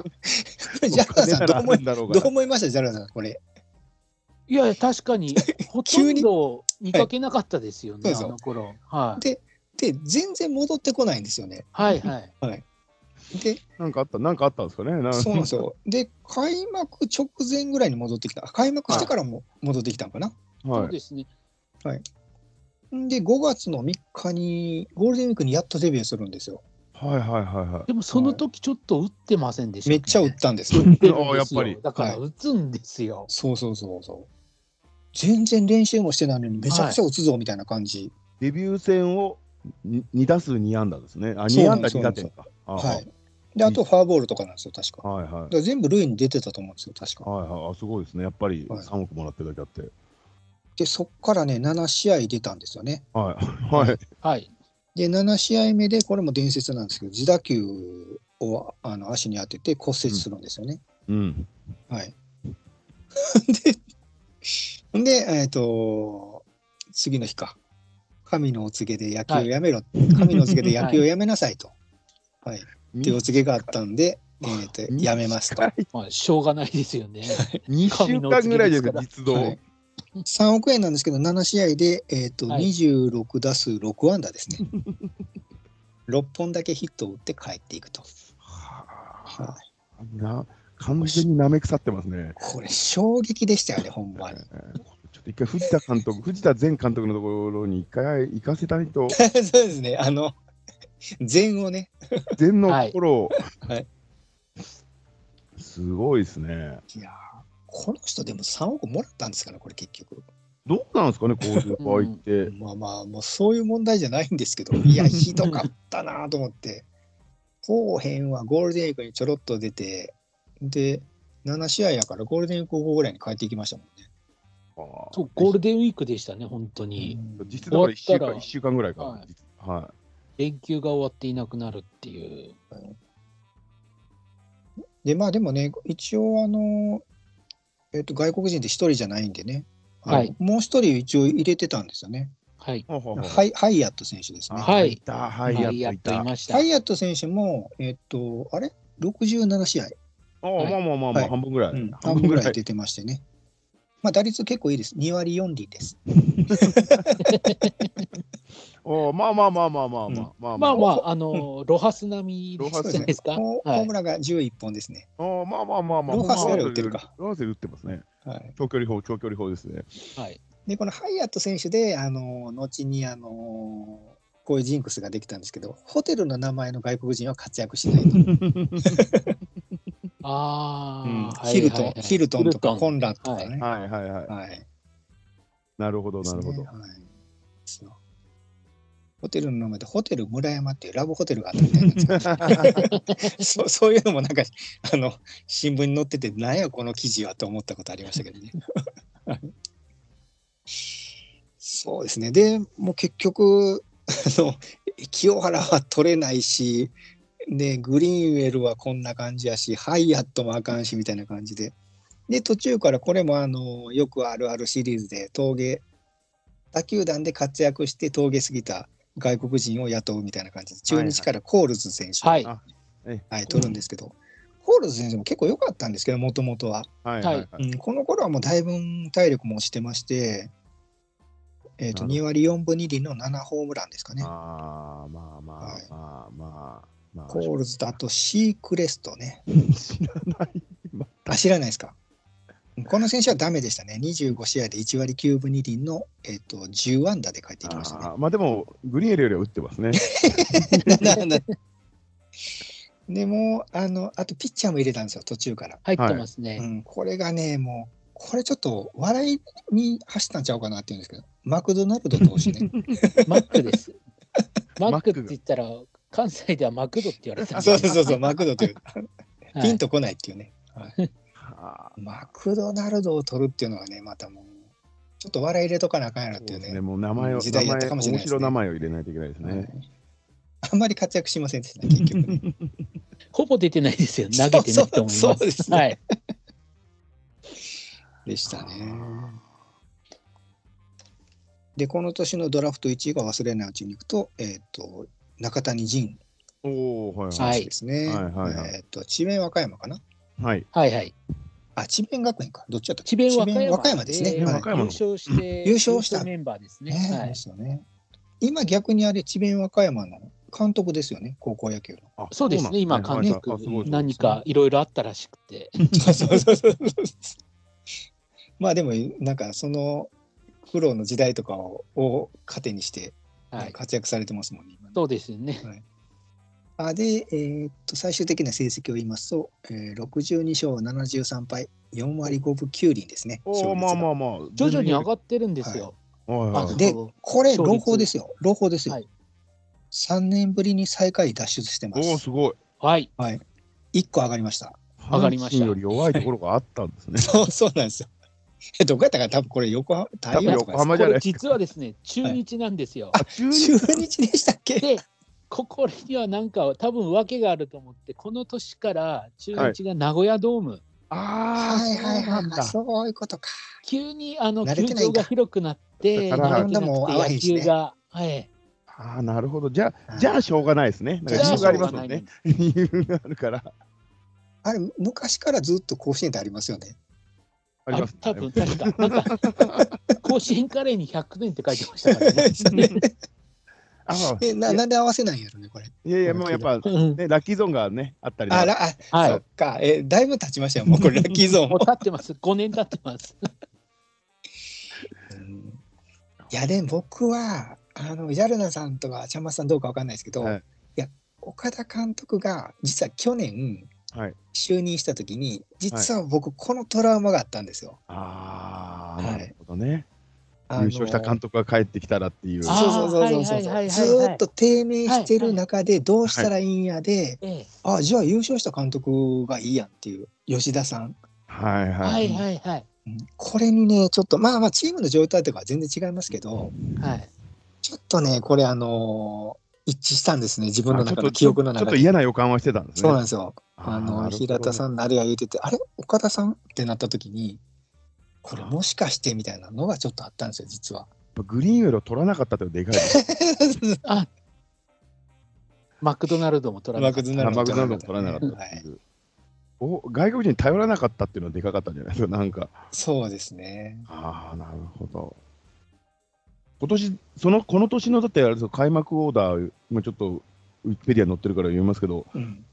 [SPEAKER 1] ーさん、どう思い
[SPEAKER 3] どう
[SPEAKER 1] どう思いました、ジャガーさん、これ。
[SPEAKER 2] いや、確か に、ほとんど見かけなかったですよね、
[SPEAKER 1] はい
[SPEAKER 2] あの頃。はい。
[SPEAKER 1] で、全然戻ってこないんですよね。
[SPEAKER 2] はいはい。
[SPEAKER 1] で、
[SPEAKER 3] なんかあった、なんかあったんですかね。な
[SPEAKER 1] そうなんですよ。で、開幕直前ぐらいに戻ってきた。開幕してからも戻ってきたのかな。
[SPEAKER 2] そ
[SPEAKER 3] は
[SPEAKER 2] う
[SPEAKER 3] い。
[SPEAKER 2] ですね。
[SPEAKER 1] で、5月の3日に、ゴールデンウィークにやっとデビューするんですよ。
[SPEAKER 3] はいはいはいは
[SPEAKER 2] でもその時ちょっと打ってませんでした
[SPEAKER 1] め
[SPEAKER 2] っ
[SPEAKER 1] っちゃ売
[SPEAKER 2] 打
[SPEAKER 1] ったんですよ。
[SPEAKER 3] い。ああ、やっぱり。
[SPEAKER 2] だから打つんですよ。
[SPEAKER 1] そうそうそうそう。全然練習もしてないのに、めちゃくちゃ打つぞみたいな感じ。
[SPEAKER 3] デビュー戦を2打数2安打ですね。あ、
[SPEAKER 1] そう
[SPEAKER 3] 2
[SPEAKER 1] な
[SPEAKER 3] 安
[SPEAKER 1] んで
[SPEAKER 3] 打
[SPEAKER 1] す
[SPEAKER 3] 2打点か。あ
[SPEAKER 1] はい。
[SPEAKER 3] ー
[SPEAKER 1] で、あとファーボールとかなんですよ、確か。
[SPEAKER 3] はいは
[SPEAKER 1] だ
[SPEAKER 3] い。
[SPEAKER 1] から全部塁に出てたと思うんですよ、確か。
[SPEAKER 3] はいはいあ、すごいですね。やっぱり
[SPEAKER 1] はい
[SPEAKER 3] 3億もらってるだけあって。
[SPEAKER 1] で、そっからね、7試合出たんですよね。
[SPEAKER 3] はい。はい。
[SPEAKER 2] はい。
[SPEAKER 1] で、7試合目で、これも伝説なんですけど、自打球をあの足に当てて骨折するんですよね。
[SPEAKER 3] うん。
[SPEAKER 1] はい。 で、で、えっ、と、次の日か。神のお告げで野球をやめろ。神のお告げで野球をやめなさいと。はい。っていうお告げがあったんで、えっ、と、やめますと。
[SPEAKER 2] まあ、しょうがないですよね。
[SPEAKER 3] 2週間ぐらいで実動。
[SPEAKER 1] はい、3億円なんですけど、7試合で、えっと
[SPEAKER 2] はい
[SPEAKER 1] 26打数6安打 ですね。6本だけヒットを打って帰っていくと。
[SPEAKER 3] は
[SPEAKER 1] は
[SPEAKER 3] あな完全に舐め腐ってますね
[SPEAKER 1] い、。これ、衝撃でしたよね、ほん
[SPEAKER 3] え
[SPEAKER 1] まに。
[SPEAKER 3] ーちょっと一回藤田監督、藤田前監督のところに一回行かせないと、
[SPEAKER 1] そうですね、あの、禅をね、
[SPEAKER 3] 前の頃を、
[SPEAKER 1] はい
[SPEAKER 3] すごいですね。
[SPEAKER 1] いやーこの人でも3億もらったんですかね、これ結局。
[SPEAKER 3] どうなんですかね、こういう場合って。
[SPEAKER 1] まあまあ、もうそういう問題じゃないんです けど、いや、ひどかったなと思って。後編はゴールデンウィークにちょろっと出て、で、7試合やからゴールデンウィーク後ぐらいに帰っていきましたもんね。
[SPEAKER 3] あー
[SPEAKER 2] そうゴールデンウィークでしたね、本当に。
[SPEAKER 3] 実質だから1週
[SPEAKER 2] 終わった
[SPEAKER 3] 間
[SPEAKER 2] ら
[SPEAKER 3] 一週間ぐらいか。
[SPEAKER 2] はい
[SPEAKER 3] は
[SPEAKER 2] 連休が終わっていなくなるっていう。
[SPEAKER 1] で、まあでもね、一応、あの、えっと、外国人で1人じゃないんでね、あの
[SPEAKER 2] はい
[SPEAKER 1] もう1人一応入れてたんですよね。
[SPEAKER 2] はい。
[SPEAKER 3] い。
[SPEAKER 1] ハイハイヤット選手ですね。
[SPEAKER 2] はい
[SPEAKER 3] いた。はい。
[SPEAKER 2] まあ
[SPEAKER 3] や
[SPEAKER 2] や
[SPEAKER 3] っ
[SPEAKER 2] っ
[SPEAKER 3] と
[SPEAKER 2] と
[SPEAKER 3] い
[SPEAKER 2] い
[SPEAKER 3] た。
[SPEAKER 2] ました
[SPEAKER 1] ハ。イヤット選手も、えっと、あれ ?67 試合。
[SPEAKER 3] ああ、まあまあまあま
[SPEAKER 1] は
[SPEAKER 3] あ、
[SPEAKER 1] い
[SPEAKER 3] 半分ぐらい。
[SPEAKER 1] うん、半分ぐらい出てましてね。まあ、打率結構いいです。2割4厘です。
[SPEAKER 3] おーまあまあまあまあまあまあまあ
[SPEAKER 2] まあま
[SPEAKER 3] あ
[SPEAKER 2] あ、あの、ロハス並みじゃないですか。
[SPEAKER 1] ホ
[SPEAKER 2] は
[SPEAKER 1] ホー
[SPEAKER 2] い
[SPEAKER 1] ム。ランが11本ですね。
[SPEAKER 3] おーまあまあまあまあ
[SPEAKER 1] ロハスより打ってるか
[SPEAKER 3] ロハスより打ってますね
[SPEAKER 1] はい、
[SPEAKER 3] 長距離砲長距離砲ですね
[SPEAKER 2] はい。
[SPEAKER 1] で、このハイアット選手で、あの後に、あのこういうジンクスができたんですけど、ホテルの名前の外国人 は活躍しないと。
[SPEAKER 2] ああ、はい
[SPEAKER 1] ヒルトン、
[SPEAKER 2] はいはい
[SPEAKER 1] ヒルトンとかコンラッドと
[SPEAKER 2] は
[SPEAKER 1] か
[SPEAKER 2] い
[SPEAKER 1] ね。はい
[SPEAKER 3] はいはいはいなるほどなるほ
[SPEAKER 1] です
[SPEAKER 3] ど
[SPEAKER 1] ねはいそうホテルの名前でホテル村山っていうラブホテルがあったみたいなんですけど そうそういうのもなんかあの新聞に載っててなんやこの記事はと思ったことありましたけどね。そうですねでもう結局あの清原は取れないしでグリーンウェルはこんな感じやしハイアットもあかんしみたいな感じでで途中からこれもあのよくあるあるシリーズで峠他球団で活躍して峠過ぎた外国人を雇うみたいな感じで中日からコールズ選手を
[SPEAKER 2] はい。
[SPEAKER 1] はい、取るんですけど、コールズ選手も結構良かったんですけど、もともとは、
[SPEAKER 3] はいはいは
[SPEAKER 1] う
[SPEAKER 3] い
[SPEAKER 1] ん。この頃はもうだいぶ体力も落ちてまして、えー、と
[SPEAKER 3] なる
[SPEAKER 1] 2割4分2厘の7ホームランですかね。
[SPEAKER 3] あーまあまあまあまあまあ
[SPEAKER 1] コールズとあとシークレストね。
[SPEAKER 3] 知らない
[SPEAKER 1] あ、知らないですか。この選手はダメでしたね。25試合で1割9分2厘の、えー、と10安打で帰ってきましたね。
[SPEAKER 3] あーまあでもグリーンエルよりは打ってますね
[SPEAKER 1] でもうあの、あとピッチャーも入れたんですよ、途中から。
[SPEAKER 2] 入ってます
[SPEAKER 1] う
[SPEAKER 2] ね。
[SPEAKER 1] ん、これがね、もう、これちょっと笑いに走ったんちゃうかなっていうんですけど、マクドナルド投手ね。
[SPEAKER 2] マックです。マ
[SPEAKER 3] ック
[SPEAKER 2] ックって言ったら、関西ではマクドって言われてたんで
[SPEAKER 1] そうそう そう、マクドという、
[SPEAKER 2] はい
[SPEAKER 1] ピンとこないっていうね。
[SPEAKER 3] はあ
[SPEAKER 1] マクドナルドを取るっていうのはね、またもう、ちょっと笑い入れとかなあかんやろ
[SPEAKER 3] そ
[SPEAKER 1] っ
[SPEAKER 3] う
[SPEAKER 1] ていう
[SPEAKER 3] です
[SPEAKER 1] ね
[SPEAKER 3] ね。もう名前を
[SPEAKER 1] 時代や
[SPEAKER 3] 名
[SPEAKER 1] ったかもしれない
[SPEAKER 3] 前面
[SPEAKER 1] ですね
[SPEAKER 3] 白い名前を入れないといけないですね
[SPEAKER 1] はいあんまり活躍しませんで したね、結局ね、
[SPEAKER 2] ほぼ出てないですよ。投げてないと思います。
[SPEAKER 1] そうそうそうですね
[SPEAKER 2] はい。
[SPEAKER 1] でしたね。で、この年のドラフト1位が忘れないうちに行くと、えっ、と、中谷仁
[SPEAKER 3] おおはい
[SPEAKER 1] 選手ですね。
[SPEAKER 3] はいはいはいはい
[SPEAKER 1] えっ、と、智弁和歌山かな。
[SPEAKER 3] はい
[SPEAKER 2] はいはい。
[SPEAKER 1] あ、智弁学園か。どっちだったっけ
[SPEAKER 2] 智弁和歌山。
[SPEAKER 1] 和歌山ですね。
[SPEAKER 2] えー
[SPEAKER 1] はい
[SPEAKER 3] 和歌山
[SPEAKER 2] 優勝して、
[SPEAKER 1] 優勝した
[SPEAKER 2] メンバーですね。
[SPEAKER 1] ねそう
[SPEAKER 2] はい
[SPEAKER 1] で。すよね。今逆にあれ智弁和歌山の監督ですよね、高校野球の。
[SPEAKER 3] あ
[SPEAKER 2] そうですね。今、
[SPEAKER 3] な
[SPEAKER 2] 監
[SPEAKER 3] んですね
[SPEAKER 2] 督
[SPEAKER 3] はいはいあすごいすごい、
[SPEAKER 2] 何かいろいろあったらしくて。
[SPEAKER 1] そうそうそうそうまあでもなんかその苦労の時代とかをを糧にして、
[SPEAKER 2] はい、
[SPEAKER 1] 活躍されてますもんね。今ね
[SPEAKER 2] そうですね。
[SPEAKER 1] あで、えーっと最終的な成績を言いますと、えー、62勝73敗4割5分9厘ですね。
[SPEAKER 3] おお、
[SPEAKER 1] 勝率
[SPEAKER 3] ま
[SPEAKER 1] が
[SPEAKER 3] あまあまあ。
[SPEAKER 2] 徐々に上がってるんですよ。
[SPEAKER 3] はいはい
[SPEAKER 1] あで
[SPEAKER 2] そう
[SPEAKER 1] これ
[SPEAKER 2] 勝率
[SPEAKER 1] 朗報ですよ朗報ですよ、
[SPEAKER 2] はい
[SPEAKER 1] 3年ぶりに最下位脱出してま
[SPEAKER 3] おお、
[SPEAKER 1] す
[SPEAKER 3] すごい。
[SPEAKER 2] はい、
[SPEAKER 1] 1個上がりました
[SPEAKER 2] 上がりました
[SPEAKER 3] 阪神より弱いところがあったんですね。
[SPEAKER 1] そうそうなんですよえどこやったかな多分これ横浜太陽とか
[SPEAKER 3] 多分横浜
[SPEAKER 2] こ
[SPEAKER 3] じゃない
[SPEAKER 2] れ実は ですね、中日なんですよ。
[SPEAKER 3] あ、中
[SPEAKER 1] です
[SPEAKER 3] 日。
[SPEAKER 1] 中日でしたっけ
[SPEAKER 2] で、ここにはなんか多分訳があると思って、この年から中日が名古屋ドーム、
[SPEAKER 3] あ
[SPEAKER 1] はい
[SPEAKER 3] あ、
[SPEAKER 1] はいはい
[SPEAKER 3] そうなん
[SPEAKER 1] はい
[SPEAKER 3] だ。
[SPEAKER 1] そういうことか
[SPEAKER 2] 急にあの
[SPEAKER 1] 慣
[SPEAKER 2] 球
[SPEAKER 1] れてない
[SPEAKER 2] 場
[SPEAKER 1] んだ
[SPEAKER 2] が広くなって、
[SPEAKER 3] だから
[SPEAKER 2] 慣れて
[SPEAKER 1] な
[SPEAKER 2] なくて
[SPEAKER 1] んだもう合わへん
[SPEAKER 2] 野
[SPEAKER 1] しね
[SPEAKER 2] 球が、はい、
[SPEAKER 3] ああ、なるほど。じゃあ、じゃあしょうがないですね。なんか理由
[SPEAKER 2] しょ
[SPEAKER 3] があ
[SPEAKER 2] う
[SPEAKER 3] りま
[SPEAKER 2] が
[SPEAKER 3] す
[SPEAKER 2] な
[SPEAKER 3] も
[SPEAKER 2] い
[SPEAKER 3] ん
[SPEAKER 2] の
[SPEAKER 3] ね
[SPEAKER 2] に。
[SPEAKER 3] 理由があるから。
[SPEAKER 1] あれ昔からずっと甲子園ってありますよね
[SPEAKER 3] あります、
[SPEAKER 2] 多分確か、なんか、 甲子園カレーに100年って書いてましたからね。
[SPEAKER 3] あー
[SPEAKER 1] えななんで合わせないんやろねこれ
[SPEAKER 3] いやいや、もうやっぱ、
[SPEAKER 2] うん
[SPEAKER 3] ね、ラッキーゾーンがね、あったり
[SPEAKER 1] あ
[SPEAKER 3] ね
[SPEAKER 1] らあ、
[SPEAKER 2] はい
[SPEAKER 1] そっかえだいぶ経ちましたよもうこれラッキーゾーン
[SPEAKER 2] も
[SPEAKER 1] も
[SPEAKER 2] う経ってます、5年経って ます。
[SPEAKER 1] うんいやでも僕はあのジャルナさんとかちゃんまつさんどうかわかんないですけど、
[SPEAKER 3] はい
[SPEAKER 1] い、や岡田監督が実は去年
[SPEAKER 3] はい
[SPEAKER 1] 就任した時に、実は僕このトラウマがあったんですよ。
[SPEAKER 3] あ
[SPEAKER 1] は
[SPEAKER 3] あ、
[SPEAKER 1] い
[SPEAKER 3] なるほどね。
[SPEAKER 1] あの
[SPEAKER 3] 優勝した監督が帰ってきたらっていう。
[SPEAKER 2] あ
[SPEAKER 1] そうそうそう
[SPEAKER 2] あ
[SPEAKER 1] そう
[SPEAKER 2] ー
[SPEAKER 1] そう、
[SPEAKER 2] はいはいはいはいはい
[SPEAKER 1] ずーっと低迷してる中でどうしたらいいんやで、
[SPEAKER 2] ええ
[SPEAKER 1] あじゃあ優勝した監督がいいやんっていう吉田さん、
[SPEAKER 3] はいは。
[SPEAKER 2] はいいはいはい。
[SPEAKER 1] うんこれにねちょっとまあまあチームの状態とかは全然違いますけど
[SPEAKER 2] はい、
[SPEAKER 1] ちょっとねこれあの一致したんですね自分の
[SPEAKER 3] あちょっ
[SPEAKER 1] 中
[SPEAKER 3] と
[SPEAKER 1] の記憶の
[SPEAKER 3] ちょっ
[SPEAKER 1] 中
[SPEAKER 3] と
[SPEAKER 1] で。
[SPEAKER 3] 嫌な予感はしてたんですね。
[SPEAKER 1] そうなんですよ。
[SPEAKER 3] ー
[SPEAKER 1] あ
[SPEAKER 3] な
[SPEAKER 1] の
[SPEAKER 3] るほど
[SPEAKER 1] 平田さんのあれが言っててあれ岡田さんってなった時にこれもしかしてみたいなのがちょっとあったんですよ実は。
[SPEAKER 3] やっぱグリーンウェルを取らなかったってのはでかいですね。
[SPEAKER 2] マクドナルドも取らなかった。
[SPEAKER 3] あマクドナルドも取らなかったっていう。お外国人に頼らなかったっていうのはでかかったんじゃないですか、なんか。
[SPEAKER 1] そうですね。
[SPEAKER 3] ああ、なるほど。今年、その、この年の、だってあれですよ開幕オーダー、今ちょっと、ウィキペディアに載ってるから読みますけど、
[SPEAKER 1] うん、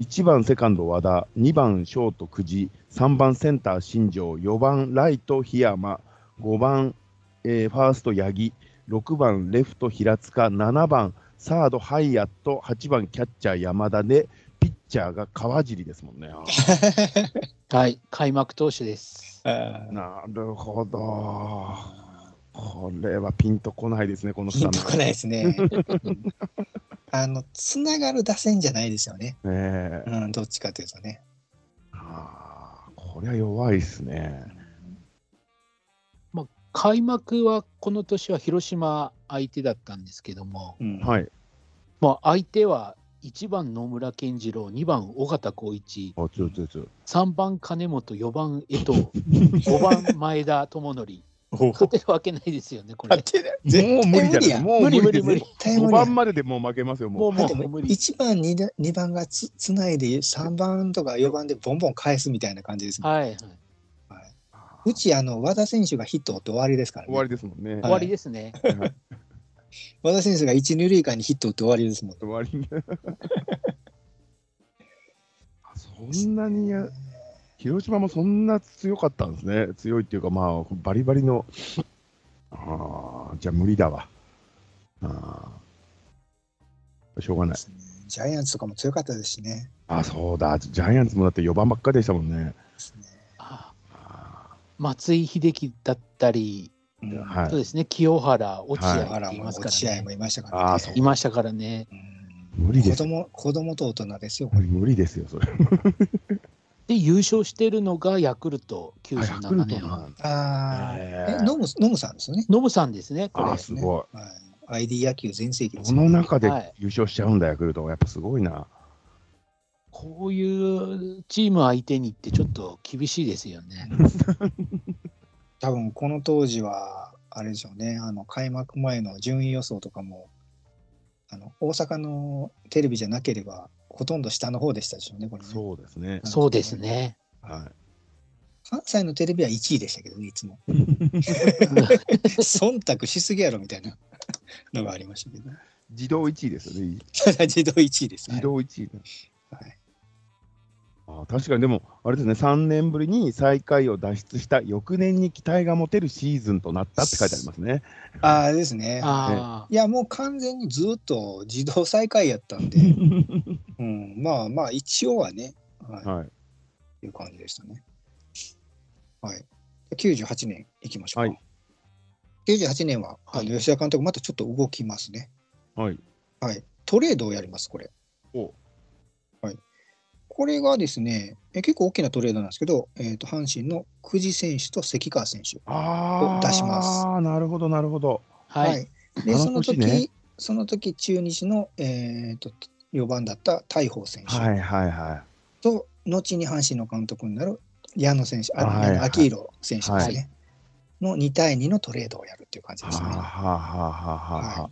[SPEAKER 3] 1番セカンド和田、2番ショート久慈、3番センター新庄、4番ライト檜山、5番、えーファースト八木、6番レフト平塚、7番サードハイアット、8番キャッチャー山田で、ピッチャーが川尻ですもんね。
[SPEAKER 2] はい、開幕投手です。
[SPEAKER 1] あー
[SPEAKER 3] なるほど。これはピンとこないですね、このス
[SPEAKER 1] ピン
[SPEAKER 3] タンド
[SPEAKER 1] とこないですね。うんあのつながる打線じゃないですよね。
[SPEAKER 3] ねえ
[SPEAKER 1] うん、どっちかというとね。
[SPEAKER 3] あーこれは弱いですね。
[SPEAKER 2] 開幕はこの年は広島相手だったんですけども、
[SPEAKER 1] うん
[SPEAKER 3] はい。
[SPEAKER 2] まあ、相手は1番野村健次郎、2番尾形浩一、
[SPEAKER 3] あ、ちょちょちょ。
[SPEAKER 2] 3番金本、4番江藤、5番前田智則。
[SPEAKER 1] お
[SPEAKER 2] 勝てるわけないですよね、こ
[SPEAKER 1] あ
[SPEAKER 2] れ。
[SPEAKER 1] てる
[SPEAKER 3] もう無理じゃない。もう
[SPEAKER 2] 無理無理
[SPEAKER 3] です
[SPEAKER 2] 無
[SPEAKER 3] ね
[SPEAKER 2] 理。
[SPEAKER 1] 絶対無
[SPEAKER 3] 5
[SPEAKER 1] 理や
[SPEAKER 3] 番まででもう負けますよ、も
[SPEAKER 2] も
[SPEAKER 3] う。
[SPEAKER 2] うも
[SPEAKER 1] だって
[SPEAKER 2] う無理。
[SPEAKER 1] 1番 2, 番がつつないで3番とか4番でボンボン返すみたいな感じですもん、
[SPEAKER 2] はい、はい。
[SPEAKER 1] うちあの和田選手がヒットを打って終わりですから、ね、
[SPEAKER 3] 終わりですもんね。
[SPEAKER 2] 終わりですね。
[SPEAKER 3] はい
[SPEAKER 1] 和田選手が一二塁間にヒット打って終わりですもん。
[SPEAKER 3] 終わり。 あそんなにや、広島もそんな強かったんですね。強いっていうか、まあ、バリバリの。ああ、じゃあ無理だわ。ああ。しょうがない。
[SPEAKER 1] ジャイアンツとかも強かったですしね。
[SPEAKER 3] あ、そうだ。ジャイアンツもだって4番ばっかりでしたもん
[SPEAKER 1] で
[SPEAKER 3] ね。
[SPEAKER 1] すね
[SPEAKER 2] あ
[SPEAKER 3] あ
[SPEAKER 2] 松井秀喜だったり、
[SPEAKER 1] うん
[SPEAKER 3] ーは
[SPEAKER 2] そう
[SPEAKER 3] い。
[SPEAKER 2] ですね、清原、落合
[SPEAKER 1] 清原
[SPEAKER 2] ってい
[SPEAKER 1] も
[SPEAKER 2] ますか
[SPEAKER 1] 落
[SPEAKER 2] ら、
[SPEAKER 1] 合
[SPEAKER 2] ね。
[SPEAKER 1] もいましたか
[SPEAKER 3] あ
[SPEAKER 1] ら
[SPEAKER 3] あ
[SPEAKER 1] ね
[SPEAKER 3] そ。
[SPEAKER 2] いましたからね。
[SPEAKER 1] うん
[SPEAKER 3] 無理で
[SPEAKER 1] 子
[SPEAKER 3] す。
[SPEAKER 1] 供子供と大人ですよ、これ。
[SPEAKER 3] 無理ですよ、それ。
[SPEAKER 2] で、優勝してるのがヤクルト97年は。
[SPEAKER 3] なんだ
[SPEAKER 1] ああ。
[SPEAKER 3] へ
[SPEAKER 1] え
[SPEAKER 3] ー
[SPEAKER 1] ノムノムさんですよね。
[SPEAKER 2] ノブさんですね、こ
[SPEAKER 3] あ
[SPEAKER 2] れ
[SPEAKER 3] ー。すごい。
[SPEAKER 1] はい、ID 野球全盛期です
[SPEAKER 3] こ
[SPEAKER 1] よ。
[SPEAKER 3] の中で
[SPEAKER 2] はい
[SPEAKER 3] 優勝しちゃうんだ、ヤクルトは。やっぱすごいな。
[SPEAKER 2] こういうチーム相手にってちょっと厳しいですよね。
[SPEAKER 1] 多分この当時はあれでしょうね。あの開幕前の順位予想とかもあの大阪のテレビじゃなければほとんど下の方でしたでしょうね。これね
[SPEAKER 3] そうですね。
[SPEAKER 2] そうで すね。
[SPEAKER 3] は
[SPEAKER 1] 関西のテレビは1位でしたけどね、い つも。忖度しすぎやろみたいなのがありましたけ ど、
[SPEAKER 3] い、自動1位ですよね。
[SPEAKER 1] それは自動1位です、ね
[SPEAKER 3] 自動1位、ね
[SPEAKER 1] はい
[SPEAKER 3] あー確かにでも、あれですね、3年ぶりに最下位を脱出した翌年に期待が持てるシーズンとなったって書いてありますね。
[SPEAKER 1] ああですね。
[SPEAKER 2] ああ、
[SPEAKER 1] いや、もう完全にずっと自動再開やったん で、うん、まあまあ、一応はね、はい、っ
[SPEAKER 3] はい、
[SPEAKER 1] ていう感じでしたね。はい。98年いきましょうか。
[SPEAKER 3] はい
[SPEAKER 1] 98年は、あの
[SPEAKER 2] はい
[SPEAKER 1] 吉田監督、またちょっと動きますね。
[SPEAKER 3] はい、
[SPEAKER 1] はい。トレードをやります、これ。
[SPEAKER 3] お
[SPEAKER 1] これがですね、え結構大きなトレードなんですけど、えー、と阪神の久慈選手と関川選手。
[SPEAKER 3] あ
[SPEAKER 1] 出します
[SPEAKER 3] あ、なるほど、なるほど。
[SPEAKER 2] はい、
[SPEAKER 1] で、
[SPEAKER 3] あの
[SPEAKER 1] その時、
[SPEAKER 3] 年ね
[SPEAKER 1] その時中日の、えー、と4番だった大鵬選手
[SPEAKER 3] はいはいは
[SPEAKER 1] と、後に阪神の監督になる矢野選手、あ
[SPEAKER 3] はいはい
[SPEAKER 1] 秋広選手ですね、の2対2のトレードをやるっていう感
[SPEAKER 3] い。
[SPEAKER 1] じ
[SPEAKER 3] は
[SPEAKER 1] です
[SPEAKER 3] あは
[SPEAKER 1] ね。
[SPEAKER 3] あはあはあは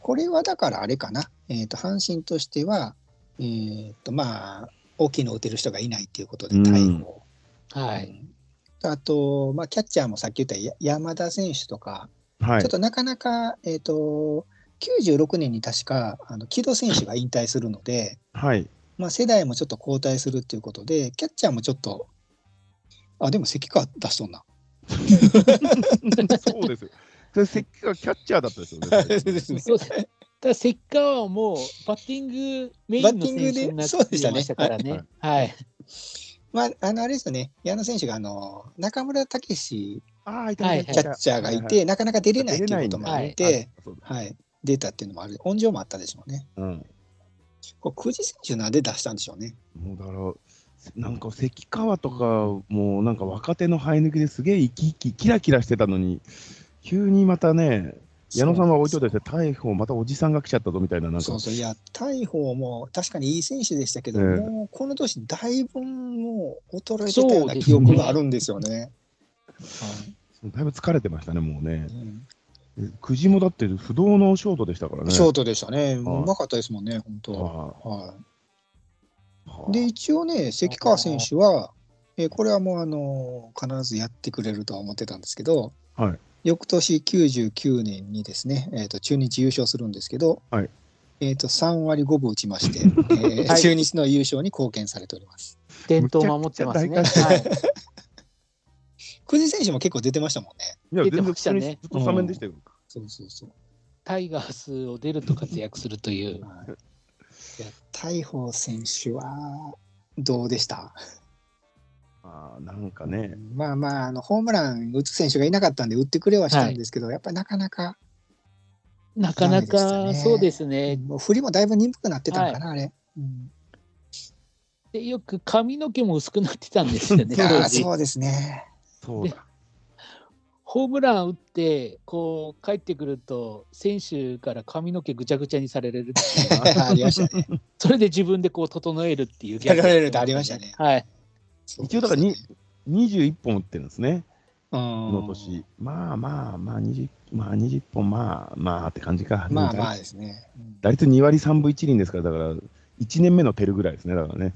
[SPEAKER 1] これはだからあれかな、えー、と阪神としては、えー、とまあ、大きいのを打てる人がいないということで、
[SPEAKER 3] うん
[SPEAKER 1] 大鵬。
[SPEAKER 2] はい、
[SPEAKER 1] あと、まあ、キャッチャーもさっき言ったや山田選手とか、
[SPEAKER 3] あ。はい
[SPEAKER 1] ちょっ。となかなか、えー、と96年に確かあの木戸選手が引退するので、
[SPEAKER 3] はい。
[SPEAKER 1] まあ、世代もちょっと交代するっていうことで、キャッチャーもちょっと、あでも関川出しとんな。
[SPEAKER 3] そうですよ。それ、せっかくキャッチャーだったですよ ね それ。
[SPEAKER 1] ですね
[SPEAKER 2] そうです。ただ、せっかはもうバッティングメインの選手になっ
[SPEAKER 1] バッ
[SPEAKER 2] て
[SPEAKER 1] ティングでそうでしたね
[SPEAKER 2] ましたからね。はい、
[SPEAKER 1] まあ、あのあれですよね、矢野選手があの中村武史
[SPEAKER 3] ああ、
[SPEAKER 2] はい
[SPEAKER 3] いね
[SPEAKER 2] はい
[SPEAKER 1] キャッチャーがいて、
[SPEAKER 3] はいはい
[SPEAKER 1] なかなか出れないっていうこともあっ
[SPEAKER 3] 出れない
[SPEAKER 1] て、
[SPEAKER 3] あそうだ
[SPEAKER 1] はい出たっていうのもある、温情もあったでしょうね。
[SPEAKER 3] うん。
[SPEAKER 1] これ、久慈選手、なんで出したんでしょうね。
[SPEAKER 3] もうだろう。なんか関川とかもうなんか若手の生え抜きですげえ生き生きキラキラしてたのに急にまたね矢野さんは置いといたりして大鵬またおじさんが来ちゃったぞみたいななんか
[SPEAKER 1] そうそう、いや、大鵬も確かにいい選手でしたけど、
[SPEAKER 3] ええ
[SPEAKER 1] もうこの年、だいぶもう衰えてたような記憶があるんですよね。
[SPEAKER 3] だいぶ疲れてましたねもうね
[SPEAKER 1] はいうん
[SPEAKER 3] 久慈もだって不動のショートでしたからね
[SPEAKER 1] ショートでしたね。うまかったですもんね、本当。
[SPEAKER 3] は
[SPEAKER 1] はいい、で、一応ね、関川選手は、えーこれはもう、あのー必ずやってくれるとは思ってたんですけど、
[SPEAKER 3] はい
[SPEAKER 1] 翌年99年にですね、えー、と中日優勝するんですけど、
[SPEAKER 3] はい
[SPEAKER 1] えー、と3割5分打ちま して、えー
[SPEAKER 2] はい
[SPEAKER 1] 中日の優勝に貢献されております。
[SPEAKER 2] 伝統を守ってますね。
[SPEAKER 3] む
[SPEAKER 2] はい、
[SPEAKER 1] 久慈選手も結構出てましたもんね。
[SPEAKER 3] いや
[SPEAKER 2] 出
[SPEAKER 3] 全
[SPEAKER 2] て
[SPEAKER 3] 然
[SPEAKER 2] ま
[SPEAKER 3] 普
[SPEAKER 2] した
[SPEAKER 3] 通
[SPEAKER 2] ね
[SPEAKER 3] にずっとスタメンでしたよ、
[SPEAKER 1] そうそうそう。
[SPEAKER 2] タイガースを出ると活躍するという。
[SPEAKER 1] はい、いや大鵬選手はどうでした
[SPEAKER 3] ああなんかね
[SPEAKER 1] まあまああの、ホームラン打つ選手がいなかったんで、打ってくれはしたんですけど、やっぱりなかなか、
[SPEAKER 2] なか
[SPEAKER 1] ダ
[SPEAKER 2] な
[SPEAKER 1] メ
[SPEAKER 2] か
[SPEAKER 1] でしたね
[SPEAKER 2] そうですね。
[SPEAKER 1] もう振りもだいぶ鈍くなってたのかな、あれ。うん、
[SPEAKER 2] でよく髪の毛も薄くなってたんですよね。
[SPEAKER 1] いや
[SPEAKER 2] 当
[SPEAKER 1] ー
[SPEAKER 2] 時
[SPEAKER 1] そうですね。
[SPEAKER 3] そうだ
[SPEAKER 2] ホームラン打ってこう帰ってくると選手から髪の毛ぐちゃぐちゃにされるっていうの は
[SPEAKER 1] ありま したね。
[SPEAKER 2] それで自分でこう整えるっていうギャグ
[SPEAKER 1] やられるってありましたね
[SPEAKER 2] はい
[SPEAKER 3] 一応だからに
[SPEAKER 1] そうですね
[SPEAKER 3] 21本打ってるんです
[SPEAKER 1] う
[SPEAKER 3] ねこ
[SPEAKER 1] ん
[SPEAKER 3] の年まあまあまあ20まあ20本まあまあって感じか
[SPEAKER 1] まあまあですね。うん
[SPEAKER 3] 打率2割3分1厘ですからだから1年目のテルぐらいですねだからね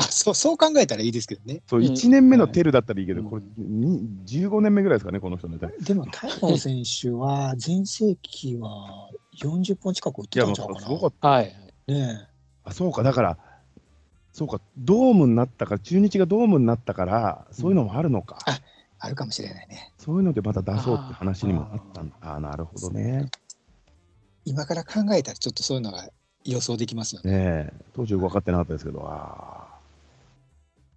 [SPEAKER 1] あそうそう考えたらいいですけどね。
[SPEAKER 3] そう
[SPEAKER 2] うん
[SPEAKER 3] 1年目のテルだったらいいけど、
[SPEAKER 1] うん
[SPEAKER 3] これに15年目ぐらいですかねこの人ね
[SPEAKER 1] でも、大鵬選手は、全盛期は40本近く打っ
[SPEAKER 3] い
[SPEAKER 1] て
[SPEAKER 3] や
[SPEAKER 1] た
[SPEAKER 3] も
[SPEAKER 1] ん
[SPEAKER 3] う
[SPEAKER 1] ち
[SPEAKER 3] す
[SPEAKER 1] ゃうかな。
[SPEAKER 3] ごかっ
[SPEAKER 2] はい
[SPEAKER 1] ね
[SPEAKER 3] たあそうかだからそうかドームになったから中日がドームになったからそういうのもあるのか、
[SPEAKER 1] あえあるかもしれないね。
[SPEAKER 3] そういうのでまた出そうって話にもなったんだああーなるほどね
[SPEAKER 1] 今から考えたら、ちょっとそういうのが予想できますよね。
[SPEAKER 3] ねえ当時よく分かってなかったですけどあ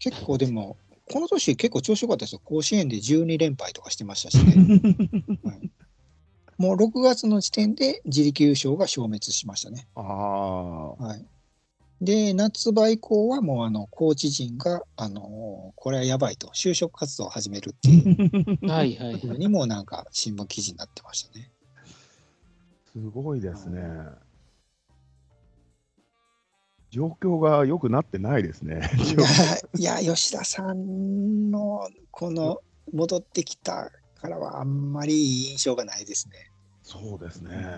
[SPEAKER 1] 結構でも、この年結構調子良かったですよ。甲子園で12連敗とかしてましたしね。はいもう6月の時点で自力優勝が消滅しましたね。
[SPEAKER 3] ーあ
[SPEAKER 1] はい、で、夏場以降はもうあのコーチ陣が、あのーこれはやばいと、就職活動を始めるっていう
[SPEAKER 2] はいはい
[SPEAKER 1] ふうにもなんか新聞記事になってましたね。
[SPEAKER 3] すごいですね。状況が良くなってないですね。
[SPEAKER 1] いや、いや吉田さんのこの戻ってきたからはあんまりいい印象がないですね。
[SPEAKER 3] そうですね。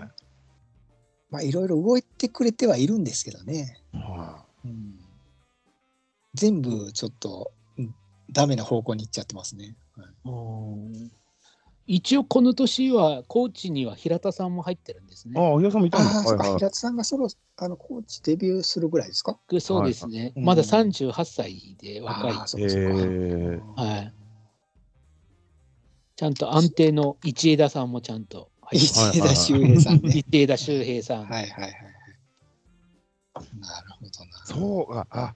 [SPEAKER 1] まあ、いろいろ動いてくれてはいるんですけどね、
[SPEAKER 3] は
[SPEAKER 1] うん、全部ちょっと、うんダメな方向に行っちゃってますね。はい
[SPEAKER 2] うん一応この年はコーチには平田さんも入ってるんです
[SPEAKER 3] あ
[SPEAKER 2] ね。
[SPEAKER 3] あ、平田さんもいたんだ。
[SPEAKER 1] ああ、そっ
[SPEAKER 3] はい
[SPEAKER 1] か、
[SPEAKER 3] はい。
[SPEAKER 1] 平田さんがそろ、あの、コーチデビューするぐらいですか
[SPEAKER 2] そうですね、
[SPEAKER 1] うん
[SPEAKER 2] まだ38歳で若い、
[SPEAKER 1] ああ、そ
[SPEAKER 3] え
[SPEAKER 1] っかそっか。
[SPEAKER 3] ー、
[SPEAKER 2] はいちゃんと安定の一枝さんもちゃんと入って
[SPEAKER 1] 一枝修平さん
[SPEAKER 2] ます、
[SPEAKER 1] ね。
[SPEAKER 2] 一枝修平さん、
[SPEAKER 1] はいはいはい。なるほどな。
[SPEAKER 3] そうか、あ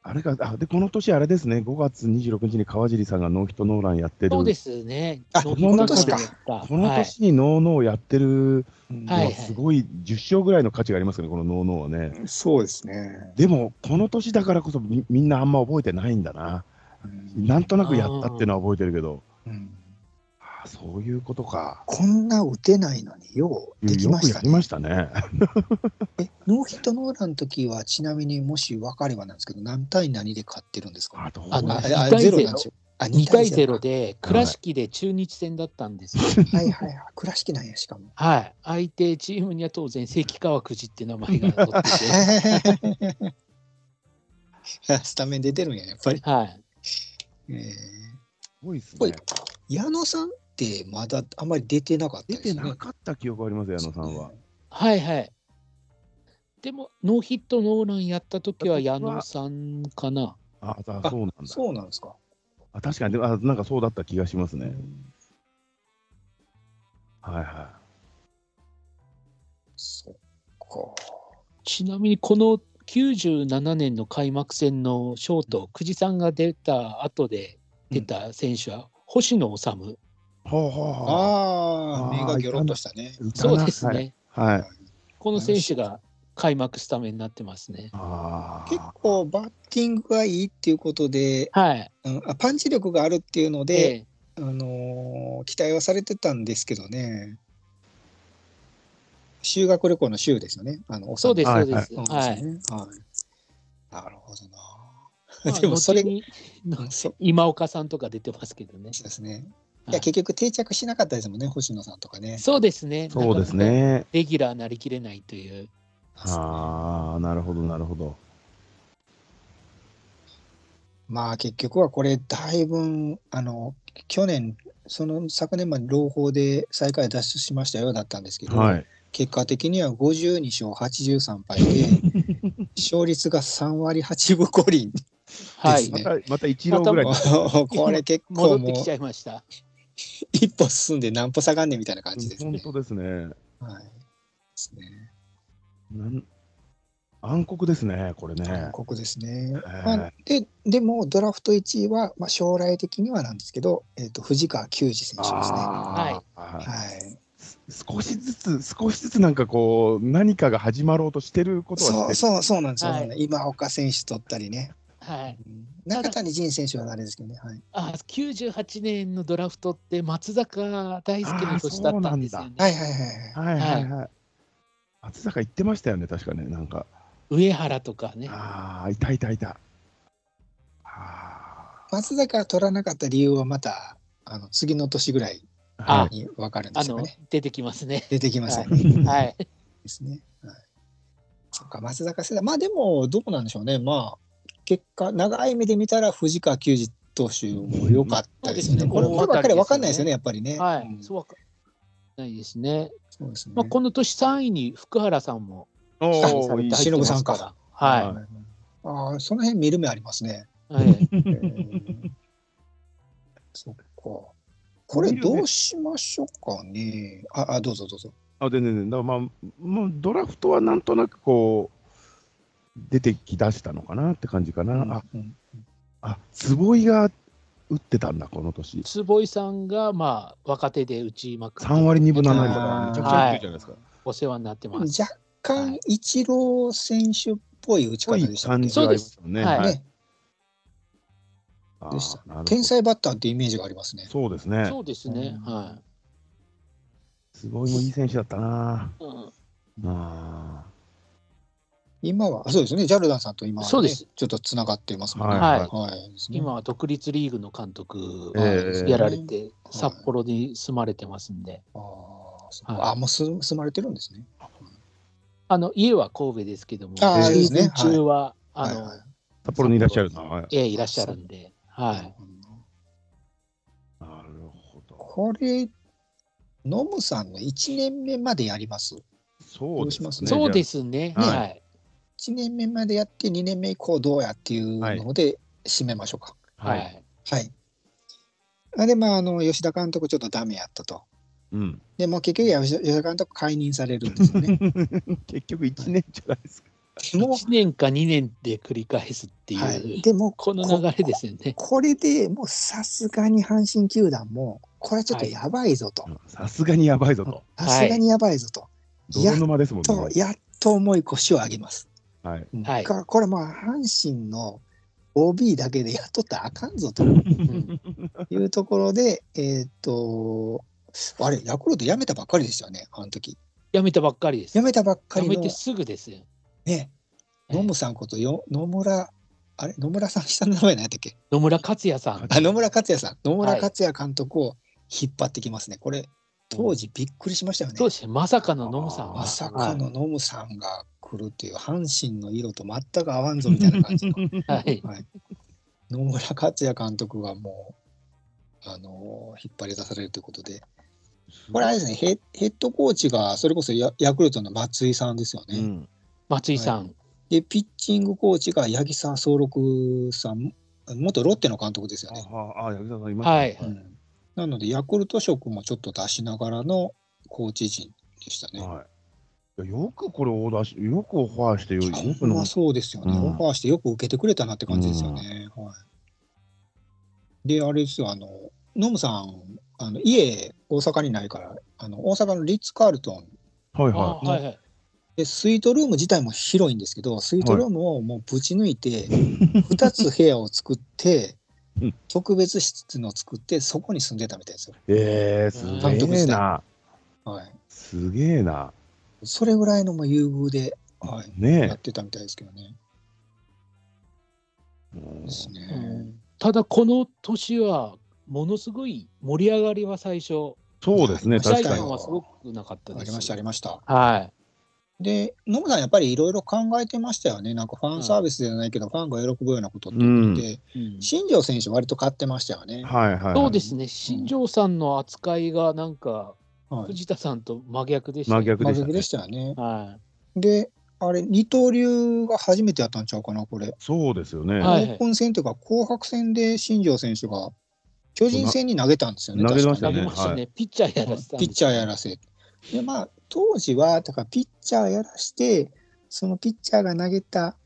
[SPEAKER 3] あれか、あで、この年、あれですね、5月26日に川尻さんがノーヒットノーランやってる、
[SPEAKER 2] そうですね。
[SPEAKER 1] あ
[SPEAKER 2] ノーヒ
[SPEAKER 3] この
[SPEAKER 2] ット
[SPEAKER 3] 年
[SPEAKER 2] ノーラ
[SPEAKER 3] か
[SPEAKER 2] ンやった
[SPEAKER 3] この
[SPEAKER 2] はい
[SPEAKER 3] 年にノーノーやってるの
[SPEAKER 2] はい
[SPEAKER 3] は、
[SPEAKER 2] はい
[SPEAKER 3] すごい10勝ぐらいの価値がありますよね、このノーノーはね。
[SPEAKER 1] そうですね。
[SPEAKER 3] でも、この年だからこそみ、みんなあんま覚えてないんだな。
[SPEAKER 1] うん
[SPEAKER 3] なんとなくやったっていうのは覚えてるけど、
[SPEAKER 1] うん
[SPEAKER 3] あそういうことか。
[SPEAKER 1] こんな打てないのにようでき
[SPEAKER 3] よ
[SPEAKER 1] ま
[SPEAKER 3] く
[SPEAKER 1] し
[SPEAKER 3] や
[SPEAKER 1] た
[SPEAKER 3] り
[SPEAKER 1] ね。
[SPEAKER 3] ましたね。
[SPEAKER 1] え、ノーヒットノーランの時は、ちなみにもし分かればなんですけど、何対何で勝ってるんですか
[SPEAKER 3] あ、どう
[SPEAKER 2] あ
[SPEAKER 1] あ
[SPEAKER 2] の
[SPEAKER 3] だ
[SPEAKER 1] あ
[SPEAKER 2] 2対
[SPEAKER 1] ゼロ
[SPEAKER 2] 0
[SPEAKER 1] なんですよ。あ、
[SPEAKER 2] 2対0
[SPEAKER 1] 0。
[SPEAKER 2] で倉敷で中日戦だったんですよ。
[SPEAKER 1] はいはいはい。倉敷なんや、しかも。
[SPEAKER 2] はい、相手チームには当然関川くじって名前が載ってて、
[SPEAKER 1] スタメンで出るんや、やっぱり。
[SPEAKER 2] はい、
[SPEAKER 1] えー
[SPEAKER 3] すごいです
[SPEAKER 1] ごい
[SPEAKER 3] ね。
[SPEAKER 1] 矢野さんってまだあんまり出てなかった
[SPEAKER 3] 出
[SPEAKER 1] で
[SPEAKER 3] て
[SPEAKER 1] すね。
[SPEAKER 3] なかった記憶ありますよ、矢野さんは。
[SPEAKER 2] はいはい。でもノーヒットノーランやった時は矢野さんかな。
[SPEAKER 3] ああ
[SPEAKER 1] あ
[SPEAKER 3] そうなんだ。
[SPEAKER 1] そうなんですか。
[SPEAKER 3] あ確かにでもあ、なんかそうだった気がしますね。はいは
[SPEAKER 1] そっか。
[SPEAKER 2] ちなみにこの97年の開幕戦のショート、久慈さんが出た後で出た選手は星野治。
[SPEAKER 3] い。ほうほうほう
[SPEAKER 1] あ
[SPEAKER 3] あ
[SPEAKER 1] あ、
[SPEAKER 3] ー
[SPEAKER 1] 目がギョロッとしたね。
[SPEAKER 3] いたな
[SPEAKER 2] そうですね。
[SPEAKER 3] はい。はい
[SPEAKER 2] この選手が開幕スタメンになってますね。
[SPEAKER 3] あー
[SPEAKER 1] 結構バッティングがいいっていうことで、
[SPEAKER 2] はい。
[SPEAKER 1] うんあパンチ力があるっていうの
[SPEAKER 2] え
[SPEAKER 1] で、
[SPEAKER 2] え
[SPEAKER 1] あのー期待はされてたんですけどね。修学旅行の修ですよね。あの
[SPEAKER 2] そうです、
[SPEAKER 3] は
[SPEAKER 2] そ
[SPEAKER 3] いう
[SPEAKER 2] で
[SPEAKER 1] そ
[SPEAKER 2] す。
[SPEAKER 1] う
[SPEAKER 2] は
[SPEAKER 1] です
[SPEAKER 2] い。
[SPEAKER 1] よねはい。なるほどな。
[SPEAKER 2] ま あ
[SPEAKER 1] でもそれ
[SPEAKER 2] 後に
[SPEAKER 1] うんそう
[SPEAKER 2] 今岡さんとか出てますけどね。
[SPEAKER 1] そうですね。い
[SPEAKER 2] は
[SPEAKER 1] や、
[SPEAKER 2] い
[SPEAKER 1] 結局定着しなかったですもんね、星野さんとかね。
[SPEAKER 2] そうですね。
[SPEAKER 3] そうです
[SPEAKER 2] なかなか
[SPEAKER 3] ね。
[SPEAKER 2] レギュラーなりきれないという。
[SPEAKER 3] ああ、なるほど、なるほど。
[SPEAKER 1] まあ結局はこれだいぶあの去年その昨年まで朗報で最下位脱出しましたよだったんですけど、
[SPEAKER 3] はい。
[SPEAKER 1] 結果的には52勝83敗 で勝率が3割8分5厘
[SPEAKER 2] は
[SPEAKER 1] です
[SPEAKER 2] い
[SPEAKER 1] ね。
[SPEAKER 3] また、また一郎ぐらい
[SPEAKER 2] ま。
[SPEAKER 1] これ結構
[SPEAKER 2] 戻って
[SPEAKER 1] も
[SPEAKER 2] き
[SPEAKER 1] う
[SPEAKER 2] ちゃいました。
[SPEAKER 1] 一歩進んで何歩下がんねんみたいな感じです
[SPEAKER 3] 本
[SPEAKER 1] ね。
[SPEAKER 3] 当ですね。
[SPEAKER 1] はい、ですね。
[SPEAKER 3] なん暗黒ですね、これね。
[SPEAKER 1] ここですね。
[SPEAKER 3] え
[SPEAKER 1] まあ、ででもドラフト1位は、まあ、将来的にはなんですけど、えっと藤川球児選手ですね。は
[SPEAKER 3] ああ、はいい。少しずつ、少しずつなんかこう、何かが始まろうとしてること
[SPEAKER 1] そ
[SPEAKER 3] は
[SPEAKER 1] う
[SPEAKER 3] してる。
[SPEAKER 1] そうそうなんですよ、
[SPEAKER 2] はい
[SPEAKER 1] 今岡選手取ったりね、
[SPEAKER 2] はい。
[SPEAKER 1] 中谷仁選手はあれですけどね、はい、
[SPEAKER 2] あ、98年のドラフトって松坂大輔の年だったんですよね。
[SPEAKER 1] はいはいはいはい
[SPEAKER 3] はいはいはい。松坂言ってましたよね、確かね、なんか。
[SPEAKER 2] 上原とかね。
[SPEAKER 3] ああ、いたいたいた。あ
[SPEAKER 1] 松坂が取らなかった理由はまたあの次の年ぐらい
[SPEAKER 3] ー
[SPEAKER 2] あ
[SPEAKER 3] はい
[SPEAKER 1] に分かるんで
[SPEAKER 2] あ
[SPEAKER 1] すよ
[SPEAKER 2] の
[SPEAKER 1] ね、
[SPEAKER 2] 出てきますね。
[SPEAKER 1] 出てきますよね、
[SPEAKER 2] はい。
[SPEAKER 1] ですね、はい、そっか松坂世代まあでもどうなんでしょうねまあ結果長い目で見たら藤川球児投手も良かったですよね、
[SPEAKER 2] うん
[SPEAKER 1] これこればっかり分かんないですよね
[SPEAKER 2] こ
[SPEAKER 1] やっぱりね、
[SPEAKER 2] は
[SPEAKER 1] うん
[SPEAKER 2] い。
[SPEAKER 1] そ
[SPEAKER 2] そうわかないですね。
[SPEAKER 1] うですね、
[SPEAKER 2] まあ、この年3位に福原さんも
[SPEAKER 3] お
[SPEAKER 2] 指名
[SPEAKER 3] ー
[SPEAKER 2] され
[SPEAKER 3] いい
[SPEAKER 2] て
[SPEAKER 3] っす
[SPEAKER 2] 入ってま
[SPEAKER 1] 忍
[SPEAKER 2] す
[SPEAKER 1] さ
[SPEAKER 2] か
[SPEAKER 3] から
[SPEAKER 2] ら。は
[SPEAKER 3] は
[SPEAKER 2] いい。
[SPEAKER 1] ああその辺見る目ありますね
[SPEAKER 2] はい
[SPEAKER 1] えーそっか。これどうしましょうかね。あ、あどうぞどうぞ。
[SPEAKER 3] あ、全然全然。だからまあ、もうドラフトはなんとなくこう、出てきだしたのかなって感じかな。あ、
[SPEAKER 1] うん
[SPEAKER 3] あ、坪井が打ってたんだ、この年。
[SPEAKER 2] 坪井さんが、まあ、若手で打ちまくって
[SPEAKER 3] 3割2分7厘だか
[SPEAKER 1] あ
[SPEAKER 3] ら、
[SPEAKER 1] ー
[SPEAKER 3] めちゃくちゃ打ってるじゃないですか。
[SPEAKER 2] お世話になってます。
[SPEAKER 1] 若干、イチロー選手っぽい打ち
[SPEAKER 3] こ
[SPEAKER 1] 方
[SPEAKER 3] うい
[SPEAKER 1] で
[SPEAKER 3] う
[SPEAKER 1] したっ
[SPEAKER 3] 感
[SPEAKER 1] け
[SPEAKER 3] じがあります
[SPEAKER 2] そ
[SPEAKER 3] よね。
[SPEAKER 2] うです
[SPEAKER 3] はい
[SPEAKER 1] ね、
[SPEAKER 3] あ
[SPEAKER 1] でした
[SPEAKER 3] ーなるほど
[SPEAKER 1] 天才バッターってイメージがありますね。
[SPEAKER 3] そうですね。
[SPEAKER 2] そうですね。
[SPEAKER 1] うん
[SPEAKER 2] は
[SPEAKER 3] 坪井もいい選手だったな。
[SPEAKER 2] い。うん
[SPEAKER 3] あ
[SPEAKER 1] 今は、あそうですね、ジャルダンさんと今はね、
[SPEAKER 2] そうです
[SPEAKER 1] ちょっとつながってますもんね。
[SPEAKER 3] はい
[SPEAKER 2] はい
[SPEAKER 1] はいですね
[SPEAKER 2] 今は独立リーグの監督
[SPEAKER 3] ええ
[SPEAKER 2] やられて、札幌に住まれてますんで、
[SPEAKER 1] あーそっ
[SPEAKER 2] はい
[SPEAKER 1] かあ、もう住住まれてるんですね。
[SPEAKER 2] あの家は神戸ですけども、シ
[SPEAKER 1] あ
[SPEAKER 3] ー
[SPEAKER 2] ー
[SPEAKER 1] ですね
[SPEAKER 2] ズン中は、あ
[SPEAKER 1] はいは
[SPEAKER 2] の
[SPEAKER 1] い、
[SPEAKER 3] ー札幌にいらっしゃるな。はい
[SPEAKER 2] ええいらっしゃるんで、は
[SPEAKER 1] ないる。ほどな
[SPEAKER 3] なるほど。
[SPEAKER 1] これ、ノムさんの1年目までやります。
[SPEAKER 3] そうですね。。
[SPEAKER 1] ね
[SPEAKER 2] そうですすね。
[SPEAKER 3] はい
[SPEAKER 2] はい。
[SPEAKER 1] 1年目までやって、2年目以降どうやっていうので、締めましょうか。
[SPEAKER 2] は
[SPEAKER 3] はい。
[SPEAKER 2] い。
[SPEAKER 1] はい。あで、まあ、あの、吉田監督ちょっとダメやったと。
[SPEAKER 3] うん。
[SPEAKER 1] でもう結局吉田、吉田監督解任されるんですよ ね。
[SPEAKER 3] 結局一年じゃないですか。
[SPEAKER 1] も
[SPEAKER 2] 1年か2年で繰り返すって
[SPEAKER 1] う、
[SPEAKER 2] いう、
[SPEAKER 1] はい、でも
[SPEAKER 2] この流れですよね。
[SPEAKER 1] これでもうさすがに阪神球団も、これちょっとやばいぞと。
[SPEAKER 3] さすがにやばいぞと。
[SPEAKER 1] さ
[SPEAKER 2] い
[SPEAKER 1] すがにやばいぞと。や
[SPEAKER 3] 泥
[SPEAKER 1] っ
[SPEAKER 3] 沼ですもん
[SPEAKER 1] と、
[SPEAKER 3] ね。
[SPEAKER 1] やっと重い腰を上げます。
[SPEAKER 3] はい。
[SPEAKER 2] はい
[SPEAKER 1] かこれもう阪神の OB だけでやっとったらあかんぞ と
[SPEAKER 2] うん
[SPEAKER 1] いうところで、えーっと、あれ、ヤクルト辞めたばっかりでしたよね、あの時。
[SPEAKER 2] やめたばっかりです。
[SPEAKER 1] 辞
[SPEAKER 2] や
[SPEAKER 1] めたばっかり
[SPEAKER 2] め
[SPEAKER 1] の
[SPEAKER 2] て、すぐですよ。
[SPEAKER 1] ね、
[SPEAKER 2] はい
[SPEAKER 1] 野村さんことよ野村、あれ野村さん、下の名前何やったっけ
[SPEAKER 2] 野村克也さん。
[SPEAKER 1] あ野村克也さん、野村克也監督を引っ張ってきますね。これ、当時びっくりしましたよね。
[SPEAKER 2] そうですね。まさかの野村さんは。
[SPEAKER 1] まさかの
[SPEAKER 2] は
[SPEAKER 1] ノムさんが来るっていう、阪神の色と全く合わんぞみたいな感じの
[SPEAKER 2] い。はい。
[SPEAKER 1] 野村克也監督がもう、あのー引っ張り出されるということで、これあれですね、ヘヘッドコーチがそれこそヤヤクルトの松井さんですよね。
[SPEAKER 3] うん。
[SPEAKER 2] 松井さん。
[SPEAKER 1] で、ピッチングコーチが八木沢総六さん、元ロッテの監督ですよ
[SPEAKER 3] あ
[SPEAKER 1] ね。
[SPEAKER 3] はあ、柳沢さんいましたね。
[SPEAKER 2] はい。
[SPEAKER 1] うんなので、ヤクルト色もちょっと出しながらのコーチ陣でしたね。
[SPEAKER 3] はい。いやよくこれオーダーし、よくオファーしてよ、よ
[SPEAKER 1] ほ
[SPEAKER 3] く
[SPEAKER 1] ん
[SPEAKER 3] の
[SPEAKER 1] ま。そうですよね。
[SPEAKER 3] うん
[SPEAKER 1] オファーしてよく受けてくれたなって感じですよね。はい、で、あれですよ、あの、ノムさん、あの家、大阪にないから、あの大阪のリッツ・カールトン
[SPEAKER 3] はい
[SPEAKER 2] あ
[SPEAKER 3] は
[SPEAKER 2] はいはい。
[SPEAKER 1] で、スイートルーム自体も広いんですけど、スイートルームをもうぶち抜いて、2つ部屋を作って
[SPEAKER 3] うん、
[SPEAKER 1] 特別室の作って、そこに住んでたみたいですよ。
[SPEAKER 3] い。ええ、す
[SPEAKER 2] 監
[SPEAKER 1] 督
[SPEAKER 3] げえ
[SPEAKER 1] 時
[SPEAKER 3] な
[SPEAKER 1] 代。はい、
[SPEAKER 3] すげえな。
[SPEAKER 1] それぐらいのもう優遇で、はい、やっ
[SPEAKER 3] ね
[SPEAKER 1] てたみたいですけどね。
[SPEAKER 3] え。もう
[SPEAKER 1] ですね。
[SPEAKER 2] うんただ、この年は、ものすごい盛り上がりは最初、
[SPEAKER 3] そうですね、
[SPEAKER 1] 確かに
[SPEAKER 3] 確
[SPEAKER 2] 期待
[SPEAKER 3] か
[SPEAKER 1] 最後
[SPEAKER 2] 感
[SPEAKER 3] に。
[SPEAKER 2] はすごくなかったです。
[SPEAKER 1] ありました、ありました。
[SPEAKER 2] はい。
[SPEAKER 1] で、野村さん、やっぱりいろいろ考えてましたよね。なんかファンサービスじゃないけど、ファンが喜ぶようなことって言って、
[SPEAKER 2] うん
[SPEAKER 1] 新庄選手、割と買ってましたよね。
[SPEAKER 3] はいはいはい。
[SPEAKER 2] そうですね、新庄さんの扱いがなんか、
[SPEAKER 1] はい、
[SPEAKER 2] 藤田さんと真逆でした、
[SPEAKER 3] 真逆
[SPEAKER 1] 真
[SPEAKER 3] でした
[SPEAKER 1] 逆
[SPEAKER 3] ね
[SPEAKER 1] で。したよね。
[SPEAKER 2] は
[SPEAKER 1] で、あれ、二刀流が初めてやったんちゃうかな、これ。
[SPEAKER 3] そうですよね。
[SPEAKER 2] はい
[SPEAKER 1] オープン戦というか、紅白戦で新庄選手が巨人戦に投げたんですよね。
[SPEAKER 3] 投げまし
[SPEAKER 2] い。
[SPEAKER 1] 確か
[SPEAKER 2] 投
[SPEAKER 3] た
[SPEAKER 2] げ
[SPEAKER 1] ね
[SPEAKER 2] ましたね、ピッチャーやらせたんです
[SPEAKER 1] ピッチャーやらせ。で、まあ、当時は、だからピッチャーやらして、そのピッチャーが投げた、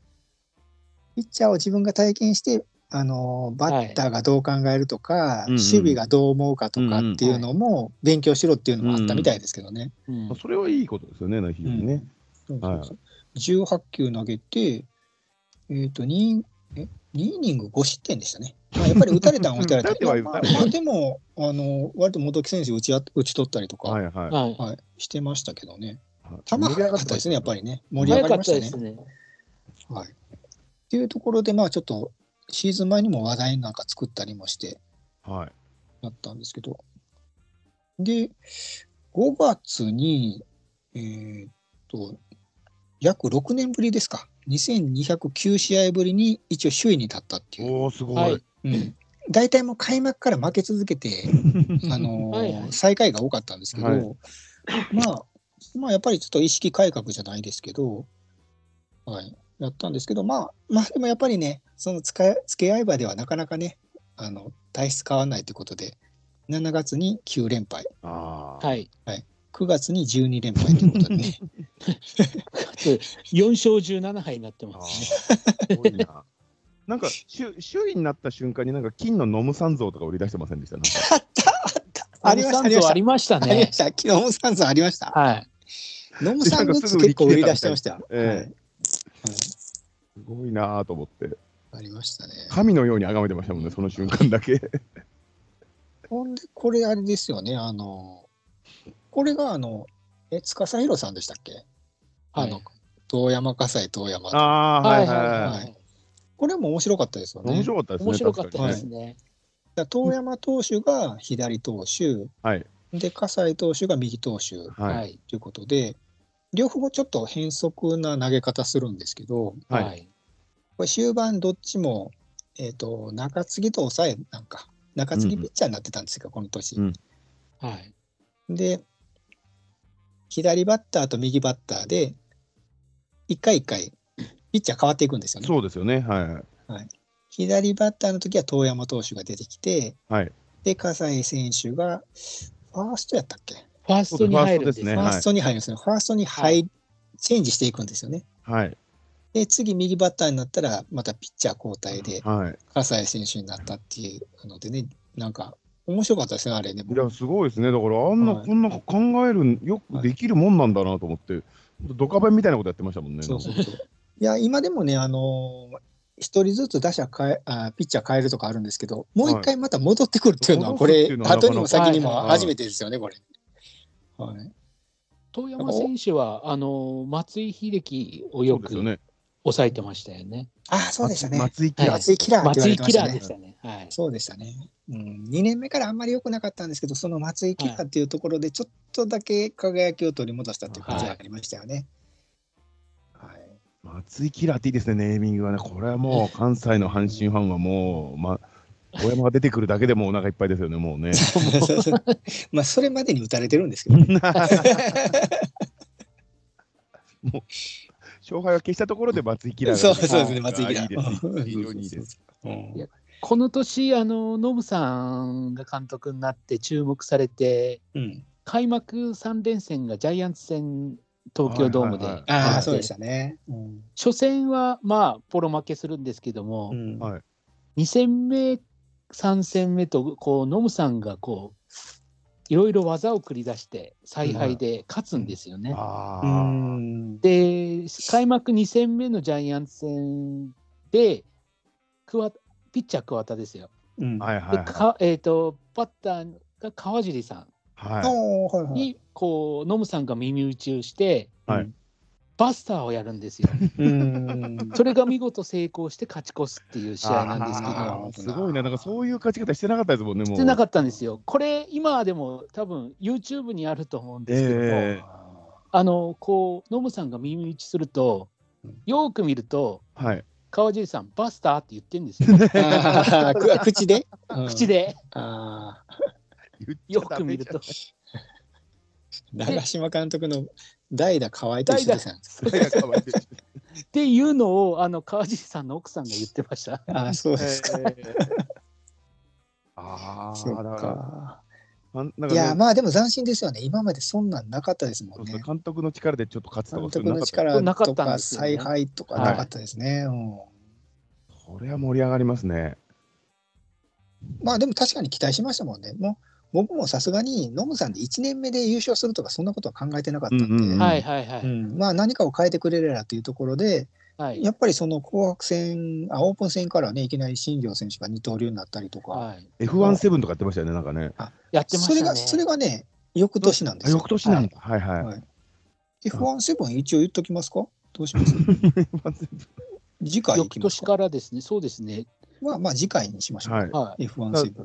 [SPEAKER 1] ピッチャーを自分が体験して、あのバッターがどう考えるとか、
[SPEAKER 3] うんうん
[SPEAKER 1] 守備がどう思うかとかっていうのも勉強しろっていうのもあったみたいですけどね。
[SPEAKER 2] うん
[SPEAKER 3] それはいいことですよね、非常にね。
[SPEAKER 1] そう
[SPEAKER 3] はい
[SPEAKER 1] そうそう18球投げて、えっ、と2、え2イニング5失点でしたね。まあ、やっぱり打たれたんは打たれ
[SPEAKER 3] 打
[SPEAKER 1] た。
[SPEAKER 3] たれてはいる
[SPEAKER 1] まあまあまあでも、あの割と元木選手打ちあ打ち取ったりとか、
[SPEAKER 3] はいは
[SPEAKER 2] はい
[SPEAKER 1] はい、してましたけどね。
[SPEAKER 3] い。
[SPEAKER 1] 球速かったですね、やっぱ
[SPEAKER 3] り。
[SPEAKER 1] りね。盛り上がりました
[SPEAKER 2] 早かった
[SPEAKER 1] ね。
[SPEAKER 2] ですね。
[SPEAKER 1] はい。っていうところで、まあちょっとシーズン前にも話題なんか作ったりもして
[SPEAKER 3] はい。
[SPEAKER 1] なったんですけど。で、5月に、えーっと、約6年ぶりですか。2209試合ぶりに一応首位に立ったっていう。
[SPEAKER 3] おお、すご
[SPEAKER 2] はいい。
[SPEAKER 1] うん大体もう開幕から負け続け て、あのー
[SPEAKER 2] はいはい
[SPEAKER 1] 最下位が多かったんですけど、
[SPEAKER 3] はい
[SPEAKER 1] まあ、まあやっぱりちょっと意識改革じゃないですけど、はい、やったんですけど、まあ、まあでもやっぱりね、その付か付け合い場ではなかなかね、あの体質変わらないということで、7月に9連敗、
[SPEAKER 3] ああ。
[SPEAKER 2] はい。
[SPEAKER 1] 9月に12連敗ということでね、
[SPEAKER 2] かつ4勝17敗になって
[SPEAKER 3] あ
[SPEAKER 2] ます。
[SPEAKER 3] ーすごいな。 なんか、しゅ周囲になった瞬間に、なんか金のノムサン像とか売り出してませんでした。なんか
[SPEAKER 1] ありました、ありま
[SPEAKER 2] あ
[SPEAKER 1] し
[SPEAKER 2] りました
[SPEAKER 1] た。ありま
[SPEAKER 2] ね
[SPEAKER 1] し。た、昨日ノムサンズありました。
[SPEAKER 2] はい。
[SPEAKER 1] ノムサングッズ結構売り出してましたよ。
[SPEAKER 3] ええ
[SPEAKER 1] はい
[SPEAKER 3] すごいなーと思って、
[SPEAKER 1] ありましたね。
[SPEAKER 3] 神のように崇めてましたもんね、その瞬間だけ。
[SPEAKER 1] ほんで、これあれですよね、あの、これがあの、え、司弘さんでしたっけ、
[SPEAKER 2] は
[SPEAKER 1] あの
[SPEAKER 2] い。、
[SPEAKER 1] 遠山火災、遠山。
[SPEAKER 3] ああ、はいはい
[SPEAKER 1] は
[SPEAKER 3] はい
[SPEAKER 1] い。これも面白かったですよね。
[SPEAKER 3] 面白かったですね。
[SPEAKER 2] 面白かったで
[SPEAKER 3] 確
[SPEAKER 2] す
[SPEAKER 3] にね
[SPEAKER 1] だ
[SPEAKER 2] ね。
[SPEAKER 1] から遠山投手が左投手、
[SPEAKER 3] はい
[SPEAKER 1] で、火災投手が右投手
[SPEAKER 2] は
[SPEAKER 3] はい。
[SPEAKER 2] い。
[SPEAKER 1] ということで、両方ちょっと変則な投げ方するんですけど、
[SPEAKER 3] は
[SPEAKER 2] はいい。
[SPEAKER 1] これ終盤どっちも、えっ、と、中継ぎと抑えなんか、中継ぎピッチャーになってたんですよ、この年。
[SPEAKER 3] うん
[SPEAKER 2] はい。
[SPEAKER 1] で、左バッターと右バッターで、一回一回、ピッチャー変わっていくんですよね。
[SPEAKER 3] そうですよね。は
[SPEAKER 1] 左バッターの時は遠山投手が出てきて、
[SPEAKER 3] はい
[SPEAKER 1] で、葛西選手が、ファーストやったっけ、
[SPEAKER 2] ファーストに入るんです
[SPEAKER 3] ファ
[SPEAKER 1] フ
[SPEAKER 2] ね。
[SPEAKER 1] ァーストに入るんですね。ファーストに入、
[SPEAKER 2] はい
[SPEAKER 1] チェンジしていくんですよね。
[SPEAKER 3] い。はい。
[SPEAKER 1] で、次、右バッターになったら、またピッチャー交代で、
[SPEAKER 3] はい。
[SPEAKER 1] 葛西選手になったっていうのでね、なんか、面白かったですね、あれね。
[SPEAKER 3] いや、すごいですね。だから、あんな、
[SPEAKER 1] はい
[SPEAKER 3] こんな考えるん、よくできるもんなんだなと思って、ドカベンみたいなことやってましたもんね。
[SPEAKER 1] そうそうそう。いや、今でもね、あのー一人ずつ打者変えあ、ピッチャー変えるとかあるんですけど、もう一回また戻ってくるっていうのは、
[SPEAKER 3] はい
[SPEAKER 1] これ、
[SPEAKER 3] 戻すっていうのはな
[SPEAKER 1] 後
[SPEAKER 3] かな
[SPEAKER 1] に
[SPEAKER 3] か
[SPEAKER 1] も先にも
[SPEAKER 2] はい
[SPEAKER 3] はい
[SPEAKER 1] 初めてですよね、これ。はい、
[SPEAKER 2] 遠山選手は、あの、松井秀喜を
[SPEAKER 3] そ
[SPEAKER 2] よ
[SPEAKER 3] うです
[SPEAKER 2] く
[SPEAKER 3] よね。
[SPEAKER 2] 抑えてましたよね。
[SPEAKER 1] ああ、そうでしたね。
[SPEAKER 3] 松井キ
[SPEAKER 2] はい
[SPEAKER 3] ラー。
[SPEAKER 1] 松井キラーって言わ
[SPEAKER 2] 松
[SPEAKER 1] れ
[SPEAKER 2] 井
[SPEAKER 1] てま
[SPEAKER 2] キ
[SPEAKER 1] した
[SPEAKER 2] ラーで
[SPEAKER 1] ね
[SPEAKER 2] し。たね。はい。
[SPEAKER 1] そうでしたね。うん、2年目からあんまり良くなかったんですけど、その松井キラーっていうところで、ちょっとだけ輝きを取り戻したっていう感じがありましたよ ね。はい、
[SPEAKER 3] 松井キラーっていいですね、ネーミングはね。これはもう、関西の阪神ファンはもう、ま、小山が出てくるだけでもうお腹いっぱいですよね、もうね。
[SPEAKER 1] まあ、それまでに打たれてるんですけどね、
[SPEAKER 3] 勝敗は消したところで松井キラーが
[SPEAKER 1] そうそうですね、松井キラ
[SPEAKER 3] あいいですね
[SPEAKER 1] ー。
[SPEAKER 3] 非常にい いです。
[SPEAKER 1] うん
[SPEAKER 2] いやこの年、あの、ノブさんが監督になって注目されて、
[SPEAKER 1] うん、
[SPEAKER 2] 開幕3連戦がジャイアンツ戦、東京ドームで
[SPEAKER 3] はいはい。
[SPEAKER 1] ああ、そうでしたね。うん
[SPEAKER 2] 初戦は、まあ、ポロ負けするんですけども、
[SPEAKER 1] うん
[SPEAKER 3] はい
[SPEAKER 2] 2戦目、3戦目と、こう、ノムさんが、こう、いろいろ技を繰り出して、采配で勝つんですよね。
[SPEAKER 3] あ
[SPEAKER 1] う
[SPEAKER 3] あ。
[SPEAKER 1] ん
[SPEAKER 2] で、開幕2戦目のジャイアンツ戦で、桑田ピッチャー桑田ですよ。
[SPEAKER 1] うん
[SPEAKER 3] はいはい
[SPEAKER 2] で、
[SPEAKER 3] はい。
[SPEAKER 2] かえっ、と、バッターが川尻さ
[SPEAKER 3] はい。
[SPEAKER 1] おーはい
[SPEAKER 2] ん
[SPEAKER 1] はい
[SPEAKER 2] に、こう、ノムさんが耳打ちをして、
[SPEAKER 3] はい
[SPEAKER 2] バスターをやるんですよ。
[SPEAKER 1] うん
[SPEAKER 2] それが見事成功して勝ち越すっていう試合なんですけど。
[SPEAKER 3] あーすごいな、なんかそういう勝ち方してなかったですもんね、もう。
[SPEAKER 2] してなかったんですよ。これ、今でも多分 YouTube にあると思うんですけども、
[SPEAKER 3] え
[SPEAKER 2] あの、こう、ノムさんが耳打ちすると、よく見ると、
[SPEAKER 3] えはい。
[SPEAKER 2] 川尻さん、バスターって言ってるんで すよ、
[SPEAKER 1] あーく口で
[SPEAKER 2] 口
[SPEAKER 1] で。
[SPEAKER 2] で。
[SPEAKER 1] ああ、
[SPEAKER 2] よく見ると。
[SPEAKER 1] 長嶋監督の代打河合と一緒ですね。
[SPEAKER 3] え
[SPEAKER 2] っていうのを、あの、川尻さんの奥さんが言ってました。
[SPEAKER 1] ああ、そうですか。
[SPEAKER 3] え あ
[SPEAKER 1] そ
[SPEAKER 3] あ、
[SPEAKER 1] う
[SPEAKER 3] だか、
[SPEAKER 1] から
[SPEAKER 3] なん
[SPEAKER 1] いや、
[SPEAKER 3] かね
[SPEAKER 1] まあでも斬新ですよね。今までそんなんなかったですも
[SPEAKER 3] そ
[SPEAKER 1] ん
[SPEAKER 3] うそう
[SPEAKER 1] ね。
[SPEAKER 3] 監督の力でちょっと勝つと
[SPEAKER 1] 監
[SPEAKER 3] か、そう
[SPEAKER 1] 督
[SPEAKER 3] いう
[SPEAKER 1] の
[SPEAKER 3] なか
[SPEAKER 1] 力
[SPEAKER 2] なか
[SPEAKER 3] った
[SPEAKER 1] と
[SPEAKER 2] ったん
[SPEAKER 1] か
[SPEAKER 2] ですよね
[SPEAKER 1] 采配とかなかったですね。うん
[SPEAKER 3] これは盛り上がりますね。
[SPEAKER 1] まあでも確かに期待しましたもんね。もう僕もさすがにノムさんで1年目で優勝するとかそんなことは考えてなかったんで、
[SPEAKER 3] うんうんうん
[SPEAKER 2] はいはいは
[SPEAKER 1] う
[SPEAKER 2] い。
[SPEAKER 1] んまあ何かを変えてくれればというところで、
[SPEAKER 2] はい。
[SPEAKER 1] やっぱりその紅白戦、あオープン戦からね、いきなり新庄選手が二刀流になったりとか、
[SPEAKER 2] はい、
[SPEAKER 3] F17 とかやってましたよね、なんかね。
[SPEAKER 2] やってま
[SPEAKER 1] それ
[SPEAKER 2] した
[SPEAKER 1] が
[SPEAKER 2] ね。
[SPEAKER 1] それがね、翌年なんで
[SPEAKER 3] あ
[SPEAKER 1] すよ
[SPEAKER 3] 翌。年なんだ。はいはい。
[SPEAKER 1] はい F17 一応言っときますかどうします次回行
[SPEAKER 2] 翌
[SPEAKER 1] きま
[SPEAKER 2] 年
[SPEAKER 1] すか
[SPEAKER 2] からですね、そうですね。
[SPEAKER 1] は、まあ次回にしましょう。
[SPEAKER 3] はい、
[SPEAKER 2] はい。
[SPEAKER 1] F17。
[SPEAKER 3] 雰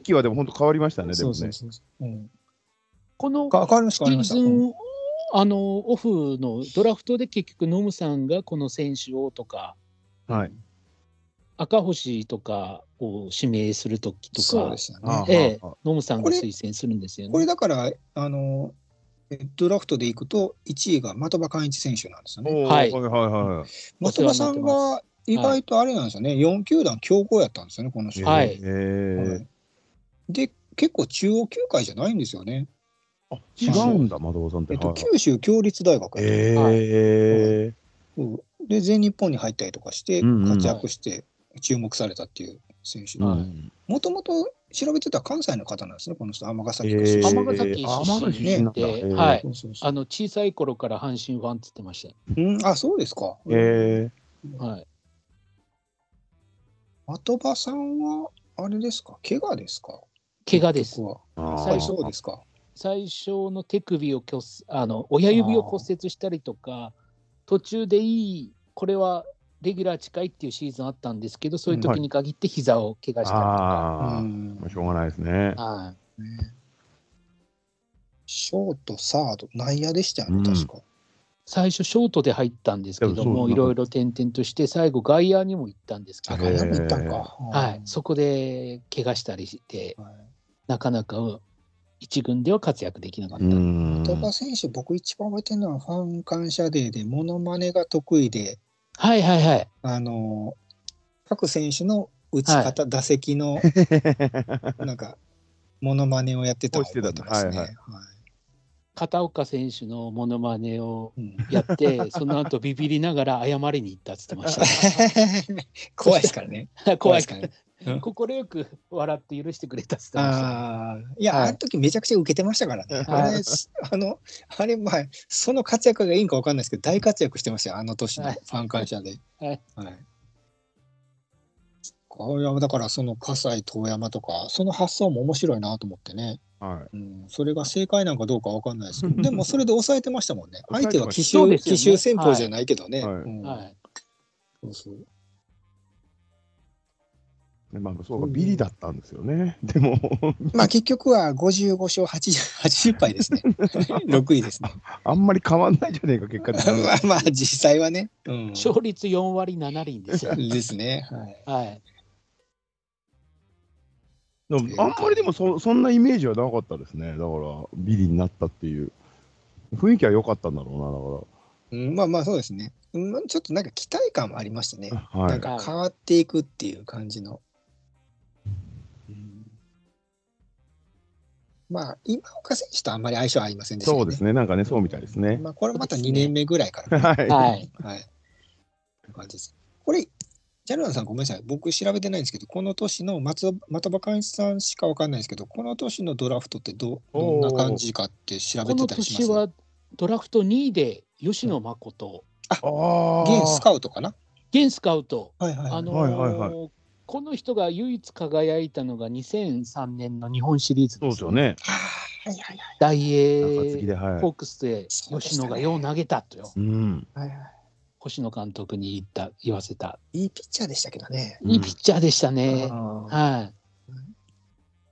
[SPEAKER 3] 囲気はでも本当変わりましたね、で
[SPEAKER 1] そ
[SPEAKER 3] も
[SPEAKER 1] うそ
[SPEAKER 3] ね
[SPEAKER 1] う。そうそう。うん、
[SPEAKER 2] この
[SPEAKER 1] か変わりました、変わ
[SPEAKER 2] シ
[SPEAKER 1] り
[SPEAKER 2] ー
[SPEAKER 1] ました
[SPEAKER 2] ズ。
[SPEAKER 1] うん
[SPEAKER 2] ン、あのオフのドラフトで結局、ノムさんがこの選手をとか、
[SPEAKER 3] はい。
[SPEAKER 2] 赤星とかを指名するときと
[SPEAKER 1] そう
[SPEAKER 2] か
[SPEAKER 1] で、したね。
[SPEAKER 3] ああ
[SPEAKER 2] ええ
[SPEAKER 3] ああ
[SPEAKER 2] ノムさんが推薦するんですよ
[SPEAKER 1] こ
[SPEAKER 2] ね
[SPEAKER 1] れ。だから、あの、えドラフトでいくと、1位が的場寛一選手なんですよね。
[SPEAKER 3] おーは
[SPEAKER 2] はいい
[SPEAKER 3] はいはい。
[SPEAKER 2] お
[SPEAKER 1] 的場
[SPEAKER 2] 世話にな
[SPEAKER 1] さ
[SPEAKER 2] って
[SPEAKER 1] ん
[SPEAKER 2] ま
[SPEAKER 1] が意外とあれなんですよね、4球団強豪やったんですよね、この人。
[SPEAKER 2] はい
[SPEAKER 3] えー
[SPEAKER 1] はいで、結構中央球界じゃないんですよね。
[SPEAKER 3] あ違うんだ、窓尾さんって。
[SPEAKER 1] えっと、
[SPEAKER 3] はいはい
[SPEAKER 1] 九州協立大学やった
[SPEAKER 3] え
[SPEAKER 1] うんで、全日本に入ったりとかして、
[SPEAKER 3] うんうん
[SPEAKER 1] 活躍して注目されたっていう選手
[SPEAKER 3] ー
[SPEAKER 1] で、
[SPEAKER 2] はい
[SPEAKER 1] もともと調べてた関西の方なんですね、この人、尼崎
[SPEAKER 3] えー
[SPEAKER 1] 出身。
[SPEAKER 2] 尼
[SPEAKER 1] 尼
[SPEAKER 2] 崎出身で、
[SPEAKER 3] 崎出身なんだ
[SPEAKER 2] はい
[SPEAKER 1] そうそうそう
[SPEAKER 2] あの小さい頃から阪神ファンって言ってまし
[SPEAKER 1] うんあ、そうですか。
[SPEAKER 3] えー
[SPEAKER 2] た。はい、
[SPEAKER 1] 的場さんは、あれですか、怪我ですか
[SPEAKER 2] 怪我です
[SPEAKER 1] 僕。は
[SPEAKER 3] あ
[SPEAKER 1] は
[SPEAKER 2] 最
[SPEAKER 1] い、
[SPEAKER 2] 初
[SPEAKER 1] そうですか。
[SPEAKER 2] 最初の手首を骨あの親指を骨折したりとか、途中でいい、これはレギュラー近いっていうシーズンあったんですけど、そういう時に限って膝を怪我したりとか。
[SPEAKER 3] あ
[SPEAKER 1] う
[SPEAKER 3] ー
[SPEAKER 1] ん
[SPEAKER 3] まあしょうがないですね。
[SPEAKER 2] はい
[SPEAKER 1] ショート、サード、内野でしたよ
[SPEAKER 3] うん
[SPEAKER 1] ね、確か。
[SPEAKER 2] 最初ショートで入ったんですけど
[SPEAKER 3] いやそう
[SPEAKER 2] もいろいろ転々として最後外野にも行ったんですけ
[SPEAKER 1] あ、
[SPEAKER 2] ど、
[SPEAKER 1] 内野も行ったんか。
[SPEAKER 2] はい、そこで怪我したりして
[SPEAKER 1] はい
[SPEAKER 2] なかなか一軍では活躍できなかった。
[SPEAKER 3] ん
[SPEAKER 1] 鳥羽選手、僕一番覚えてるのはファン感謝デーで、モノマネが得意で、
[SPEAKER 2] はいはいはい。
[SPEAKER 1] あの各選手の打ち方、打席 のなんか、モノマネをやってたのを覚えてますね。
[SPEAKER 3] は
[SPEAKER 1] はいい
[SPEAKER 2] 片岡選手のモノマネを
[SPEAKER 1] うん
[SPEAKER 2] や って、その後ビビりながら謝りに行ったっつってまし
[SPEAKER 1] 怖いですからね。
[SPEAKER 2] た。 怖いか
[SPEAKER 1] 怖いっ
[SPEAKER 2] ら。心よく笑って許してくれたっつってました。
[SPEAKER 1] ああ、いや、
[SPEAKER 2] はい
[SPEAKER 1] あの時めちゃくちゃ受けてましたからね。
[SPEAKER 2] はい
[SPEAKER 1] あれ、すあの、あれ、まあ、その活躍がいいんかわかんないですけど、大活躍してましたよ、あの年の
[SPEAKER 2] はい
[SPEAKER 1] ファン感謝で。
[SPEAKER 2] はい。
[SPEAKER 1] これはだから、その葛西、遠山とか、その発想も面白いなと思ってね。
[SPEAKER 3] はい。
[SPEAKER 1] うん、それが正解なんかどうかわかんないですけ ど、でもそれで抑えてましたもんね。
[SPEAKER 3] 抑え
[SPEAKER 1] 相
[SPEAKER 3] て
[SPEAKER 1] 手
[SPEAKER 3] ま
[SPEAKER 1] は奇
[SPEAKER 2] したそう
[SPEAKER 1] 襲、
[SPEAKER 2] ですよね
[SPEAKER 1] 奇襲戦法じゃないけどね。
[SPEAKER 3] はい
[SPEAKER 1] うん
[SPEAKER 2] はい。
[SPEAKER 1] そうそう
[SPEAKER 3] まあ、そうか、ビリだったんですよね。 でも、
[SPEAKER 1] まあ結局は55勝80 80敗です ね。6位ですね。
[SPEAKER 3] あんまり変わんないじゃねえか、結果的に
[SPEAKER 1] まあまあ実際はね。うん
[SPEAKER 2] 勝率4割7厘ですよ。
[SPEAKER 1] ですね。はい。
[SPEAKER 2] はい。
[SPEAKER 3] でもあんまりでもそ、そんなイメージはなかったですね。だから、ビリになったっていう。雰囲気は良かったんだろ
[SPEAKER 1] うん、まあまあそうですね。うんちょっとなんか期待感もありましたね
[SPEAKER 3] う。な、だから。
[SPEAKER 1] ないん。
[SPEAKER 3] は
[SPEAKER 1] か変わっていくっていう感じの。まあ今岡選手とあんまり相性合いませんでした
[SPEAKER 3] そ
[SPEAKER 1] よ
[SPEAKER 3] うですね、なんかね、そうみたいですね。
[SPEAKER 1] まあこれまた2年目ぐらいから、
[SPEAKER 3] はい。
[SPEAKER 2] はい。
[SPEAKER 1] はい。感じです。これ、ジャルナさんごめんなさい。僕調べてないんですけど、この年の松尾的場寛一さんしかわかんないですけど、この年のドラフトってどどんな感じかって調
[SPEAKER 2] こ
[SPEAKER 1] べて
[SPEAKER 2] の
[SPEAKER 1] たりします
[SPEAKER 2] 年はドラフト2位で吉野誠、
[SPEAKER 3] ああ
[SPEAKER 1] 現スカウトかな
[SPEAKER 2] 現スカウト、
[SPEAKER 1] はいはいはい。
[SPEAKER 2] あのー
[SPEAKER 3] はいはいは
[SPEAKER 2] この人が唯一輝いたのが2003年の日本シリーズ
[SPEAKER 3] そ
[SPEAKER 2] で
[SPEAKER 3] うですすよね。
[SPEAKER 1] あーはいはいはい
[SPEAKER 2] 大英
[SPEAKER 3] 中継ぎで、はい。
[SPEAKER 2] ホークスで吉野がよう投げたとよ、
[SPEAKER 3] うん。
[SPEAKER 1] はいはい。
[SPEAKER 2] 星野監督に言った言わせた、
[SPEAKER 1] いいピッチャーでしたけどね。
[SPEAKER 2] いいピッチャーでしたね。
[SPEAKER 1] あ
[SPEAKER 2] はい
[SPEAKER 1] うん。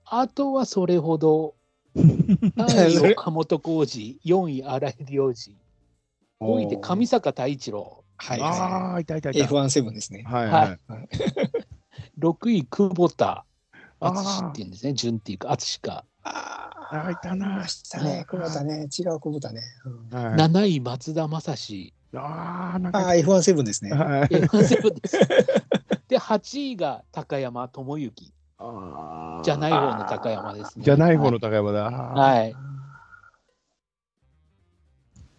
[SPEAKER 2] あとはそれほ ど、
[SPEAKER 1] そ
[SPEAKER 2] 3位
[SPEAKER 1] れ
[SPEAKER 2] 岡本浩二、4位荒井良二、5位で上坂太一郎、
[SPEAKER 1] はいは
[SPEAKER 3] ああ、いたいたい
[SPEAKER 1] い。
[SPEAKER 3] た。
[SPEAKER 1] F17 ですね。
[SPEAKER 3] はい
[SPEAKER 2] は
[SPEAKER 3] はいい。
[SPEAKER 2] 6位久保田
[SPEAKER 3] あー
[SPEAKER 2] 敦っていうんですね、順っていうか敦か、
[SPEAKER 1] あ
[SPEAKER 3] ああ、いた
[SPEAKER 1] あ、い
[SPEAKER 3] な
[SPEAKER 1] ま。したね。久保田ね。違う久保田ね。うん
[SPEAKER 3] はい、
[SPEAKER 2] 7位松田正史、
[SPEAKER 3] ああ、なん
[SPEAKER 1] あ
[SPEAKER 3] か。
[SPEAKER 1] あ、F17 ですね。
[SPEAKER 3] はい。
[SPEAKER 2] F7 ですで、8位が高山智之、
[SPEAKER 3] あー
[SPEAKER 2] じゃない方の高山ですね。
[SPEAKER 3] じゃない方の高山だ。。
[SPEAKER 2] はいい。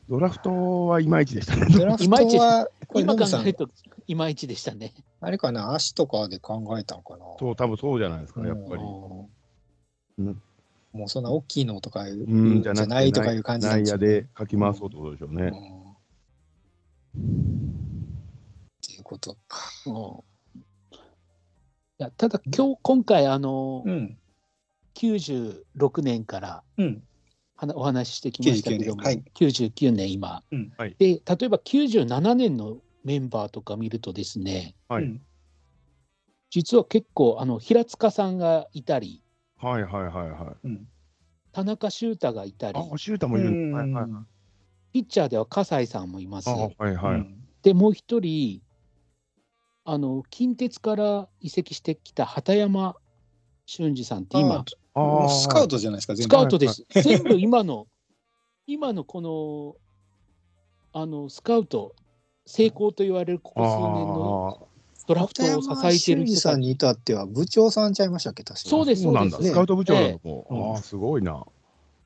[SPEAKER 3] ドラフトはいまいちでしたね。
[SPEAKER 1] ドラフトは、これ、
[SPEAKER 2] 今
[SPEAKER 1] ノ
[SPEAKER 2] 考
[SPEAKER 1] ムさ
[SPEAKER 2] える
[SPEAKER 1] ん、
[SPEAKER 2] と、いまいちでしたね。
[SPEAKER 1] あれかな、足とかで考えたんかな。
[SPEAKER 3] そう、多分そうじゃないですか、やっぱり。
[SPEAKER 2] お
[SPEAKER 1] もうそんな大きいのとかいう、
[SPEAKER 3] うん、
[SPEAKER 1] じ
[SPEAKER 3] じ
[SPEAKER 1] ゃ
[SPEAKER 3] ゃなくて
[SPEAKER 1] ないとかいう感じなん
[SPEAKER 3] 内
[SPEAKER 1] です
[SPEAKER 3] 野
[SPEAKER 1] よ
[SPEAKER 3] でかき回そうってことでしょう
[SPEAKER 1] うんっ
[SPEAKER 3] ね。
[SPEAKER 1] ていうことか。
[SPEAKER 2] ーおーいやただ今日今回あの、
[SPEAKER 1] うん。
[SPEAKER 2] 96年から
[SPEAKER 1] うん。
[SPEAKER 2] はなお話ししてきましたけど
[SPEAKER 1] 99
[SPEAKER 2] も、
[SPEAKER 1] 年
[SPEAKER 2] 99年今、
[SPEAKER 1] うん
[SPEAKER 3] はい
[SPEAKER 2] で例えば97年のメンバーとか見るとですね
[SPEAKER 3] はい
[SPEAKER 1] うん
[SPEAKER 2] 実は結構あの平塚さんがいたり
[SPEAKER 3] はいはいはいは
[SPEAKER 1] う
[SPEAKER 3] い。
[SPEAKER 1] ん。
[SPEAKER 2] 田中修太がいたり
[SPEAKER 3] あ、シュータもいる。
[SPEAKER 1] うん
[SPEAKER 3] はいはい。
[SPEAKER 2] ピッチャーでは葛西さんもいます
[SPEAKER 3] あ、はいは
[SPEAKER 1] う
[SPEAKER 3] い。
[SPEAKER 1] ん
[SPEAKER 2] でもう一人あの近鉄から移籍してきた畑山俊二さんって今
[SPEAKER 1] あもうスカウトじゃないですか、全
[SPEAKER 2] ス
[SPEAKER 1] 部
[SPEAKER 2] カウトです。全部今の、 今のこの、あの、スカウト、成功と言われるここ数年の
[SPEAKER 3] あ
[SPEAKER 2] ドラフトを支えてる
[SPEAKER 1] 片山俊二
[SPEAKER 2] 人
[SPEAKER 1] さ
[SPEAKER 2] た
[SPEAKER 1] ん
[SPEAKER 2] ち。
[SPEAKER 1] に至っては部長さんちゃいましたっけ、確か
[SPEAKER 2] そう
[SPEAKER 3] あ
[SPEAKER 2] で
[SPEAKER 3] ー。
[SPEAKER 2] す、
[SPEAKER 3] そう
[SPEAKER 2] そ
[SPEAKER 3] な
[SPEAKER 2] うんで
[SPEAKER 3] だ。
[SPEAKER 2] す。
[SPEAKER 3] スカウト部長なん
[SPEAKER 2] え
[SPEAKER 3] だ
[SPEAKER 2] え、
[SPEAKER 3] も
[SPEAKER 1] ええ
[SPEAKER 3] う。ああ、すごいな。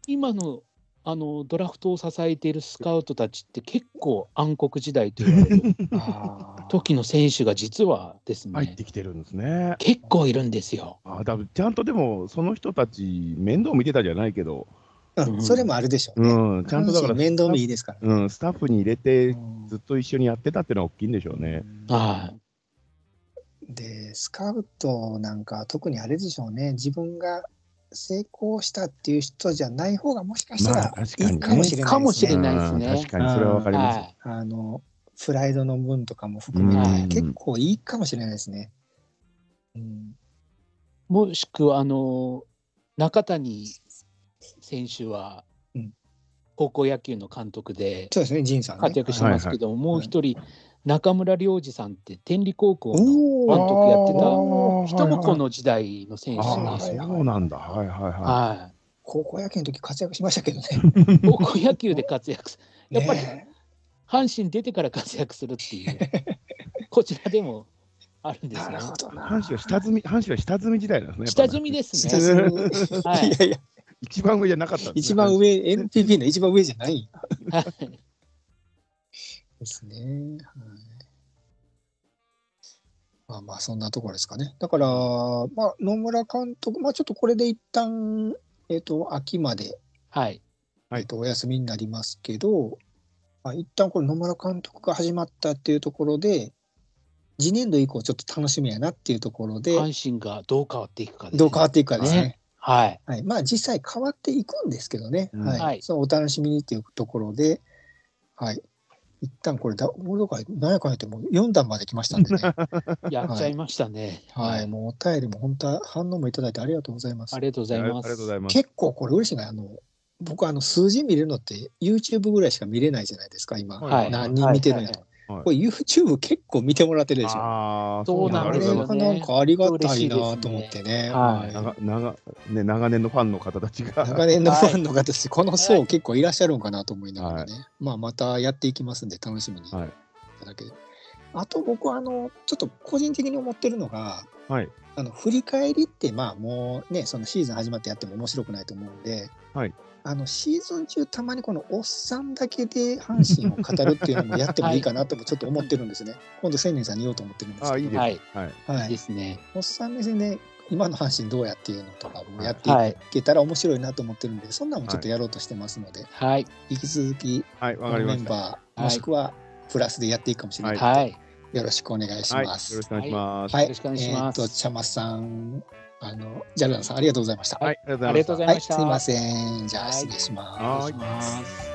[SPEAKER 2] 今の、あの、ドラフトを支えているスカウトたちって結構暗黒時代と言われ る
[SPEAKER 1] あー
[SPEAKER 2] 時の選手が実はです
[SPEAKER 3] 入
[SPEAKER 2] ね
[SPEAKER 3] っ、てきてるんですね。
[SPEAKER 2] 結構いるんですよ。
[SPEAKER 3] あーだぶちゃんとでも、その人たち、面倒見てたじゃないけど、
[SPEAKER 1] うんそれもあるでしょうね。
[SPEAKER 3] うん、ちゃんとだから、
[SPEAKER 1] 面倒見いいですから。
[SPEAKER 3] うん、スタッフに入れて、ず
[SPEAKER 1] っ
[SPEAKER 3] っと一緒にやってたっていうのは大きいんでしょうね。
[SPEAKER 2] はい。
[SPEAKER 1] で、スカウトなんか特にあれでしょうね、自分が成功したっていう人じゃない方がもしかした
[SPEAKER 3] まあ
[SPEAKER 1] ら
[SPEAKER 3] 確かに
[SPEAKER 1] い
[SPEAKER 3] ね
[SPEAKER 1] いかもしれないですね。
[SPEAKER 2] かもしれないですね
[SPEAKER 3] うん確かに、それはわかります。
[SPEAKER 2] は
[SPEAKER 1] あのプライドの分とかも含め
[SPEAKER 2] はい
[SPEAKER 1] て結構いいかもしれないですね。うん、
[SPEAKER 2] い、もしくは、あの、中谷選手は
[SPEAKER 1] うん、
[SPEAKER 2] 高校野球の監督で、
[SPEAKER 1] そうですね、仁さん、ね。
[SPEAKER 2] 活躍してますけども、もう一人、中村良二さんって天理高校の
[SPEAKER 1] お
[SPEAKER 2] 監
[SPEAKER 1] お、
[SPEAKER 2] 督やってた
[SPEAKER 3] あー
[SPEAKER 2] 人もこ
[SPEAKER 3] はいはい
[SPEAKER 2] の時代の選手
[SPEAKER 3] あ
[SPEAKER 2] で
[SPEAKER 3] あ
[SPEAKER 2] す。
[SPEAKER 3] そうなんだはいはいは
[SPEAKER 2] はい
[SPEAKER 1] 高校野球の時活躍しましたけどね。
[SPEAKER 2] 高校野球で活躍すやっぱり
[SPEAKER 1] ね
[SPEAKER 2] 阪神出てから活躍するって いうこちらでもあるん
[SPEAKER 1] え
[SPEAKER 2] です
[SPEAKER 1] な
[SPEAKER 2] ね
[SPEAKER 1] るほどな。
[SPEAKER 3] 阪神は下積み、阪神は下積み時代なんですね。
[SPEAKER 2] 下積
[SPEAKER 3] み。
[SPEAKER 2] みです
[SPEAKER 1] 下
[SPEAKER 2] ね
[SPEAKER 1] 積み
[SPEAKER 2] はい
[SPEAKER 1] いやいや、
[SPEAKER 3] 一番上じゃなかったんです
[SPEAKER 1] 一
[SPEAKER 3] ね、
[SPEAKER 1] 番上、NPB の一番上じゃないん
[SPEAKER 2] はい
[SPEAKER 1] ですね。はい、まあまあ、そんなところですかね。だから、まあ、野村監督、まあ、ちょっとこれで一旦、えっ、と、秋まで、
[SPEAKER 2] はい
[SPEAKER 3] はい
[SPEAKER 1] えっとお休みになりますけど、まあ、一旦これ野村監督が始まったっていうところで次年度以降ちょっと楽しみやなっていうところで
[SPEAKER 2] 阪神がどう変わっていくかですね
[SPEAKER 1] どう変わっていくかですね。
[SPEAKER 2] ねはい
[SPEAKER 1] はい、まあ実際変わっていくんですけどね、
[SPEAKER 3] うん
[SPEAKER 1] はい
[SPEAKER 2] はい
[SPEAKER 1] そのお楽しみにっていうところで、はい、一旦これだ、俺とか何やかんやってもう4段まで来ましたん でね、
[SPEAKER 2] やっちゃいましたね
[SPEAKER 1] はいもうお便りも本当は反応もいただいてありがとうございます
[SPEAKER 2] あ。りがとうございます
[SPEAKER 3] ありがとうございます。
[SPEAKER 1] 結構これ嬉しいな、あの僕あの数字見れるのって YouTube ぐらいしか見れないじゃないですか、今。
[SPEAKER 2] はい
[SPEAKER 1] 何人見てるんやと。これ YouTube 結構見てもらってるでしょ。
[SPEAKER 3] ああ、
[SPEAKER 2] そう
[SPEAKER 1] あ
[SPEAKER 2] なん
[SPEAKER 1] れ
[SPEAKER 2] ですよね
[SPEAKER 1] がなんかありがたいなと思ってね。
[SPEAKER 2] はい
[SPEAKER 1] はい
[SPEAKER 3] 長長ね、長年のファンの方たちが。
[SPEAKER 1] 長年のファンの方です、この層結構いらっしゃるんかなと思いながらね、まあまたやっていきますんで楽しみにいた
[SPEAKER 3] はい
[SPEAKER 1] だければあと僕はあのちょっと個人的に思ってるのが、
[SPEAKER 3] はい
[SPEAKER 1] あの振り返りってまあもうねそのシーズン始まってやっても面白くないと思うんで、
[SPEAKER 3] はい
[SPEAKER 1] あのシーズン中たまにこのおっさんだけで阪神を語るっていうのもやってもいいかなともちょっと思ってるんですね、今度千年さんに言おうと思ってるんですけど
[SPEAKER 3] ああ、いいです。
[SPEAKER 2] は
[SPEAKER 3] はいい。
[SPEAKER 1] はい
[SPEAKER 2] いいですね
[SPEAKER 1] おっさん目線で今の阪神どうやっていうのとかもやって
[SPEAKER 2] はいい
[SPEAKER 1] けたら面白いなと思ってるんで、そんなのもちょっとやろうとしてますので、
[SPEAKER 2] はい
[SPEAKER 1] 引き続き
[SPEAKER 3] はい、わ、
[SPEAKER 1] この
[SPEAKER 3] か
[SPEAKER 1] メ
[SPEAKER 3] り
[SPEAKER 1] ン
[SPEAKER 3] まし
[SPEAKER 1] バ
[SPEAKER 2] い
[SPEAKER 1] ーもしくはプラスでやっていくかもしれない、
[SPEAKER 3] は。
[SPEAKER 2] はい
[SPEAKER 1] よろしくお願いした
[SPEAKER 3] はい、よ
[SPEAKER 1] ま
[SPEAKER 3] ろ
[SPEAKER 1] す
[SPEAKER 3] し。くお願いします。
[SPEAKER 2] い
[SPEAKER 1] はい、
[SPEAKER 2] よろしくお願いします
[SPEAKER 1] えっ、と、ちゃまさん、あの、ジャルダンさん、ありがとうございました。
[SPEAKER 3] はい、
[SPEAKER 1] は
[SPEAKER 3] ありがとうござ
[SPEAKER 2] あり
[SPEAKER 3] いま
[SPEAKER 2] が
[SPEAKER 3] し
[SPEAKER 2] とうご。ざい
[SPEAKER 3] た
[SPEAKER 1] い、
[SPEAKER 2] まし
[SPEAKER 1] す
[SPEAKER 2] た
[SPEAKER 1] いません。じゃあ失礼します。
[SPEAKER 3] は
[SPEAKER 2] 失
[SPEAKER 3] い
[SPEAKER 2] 礼します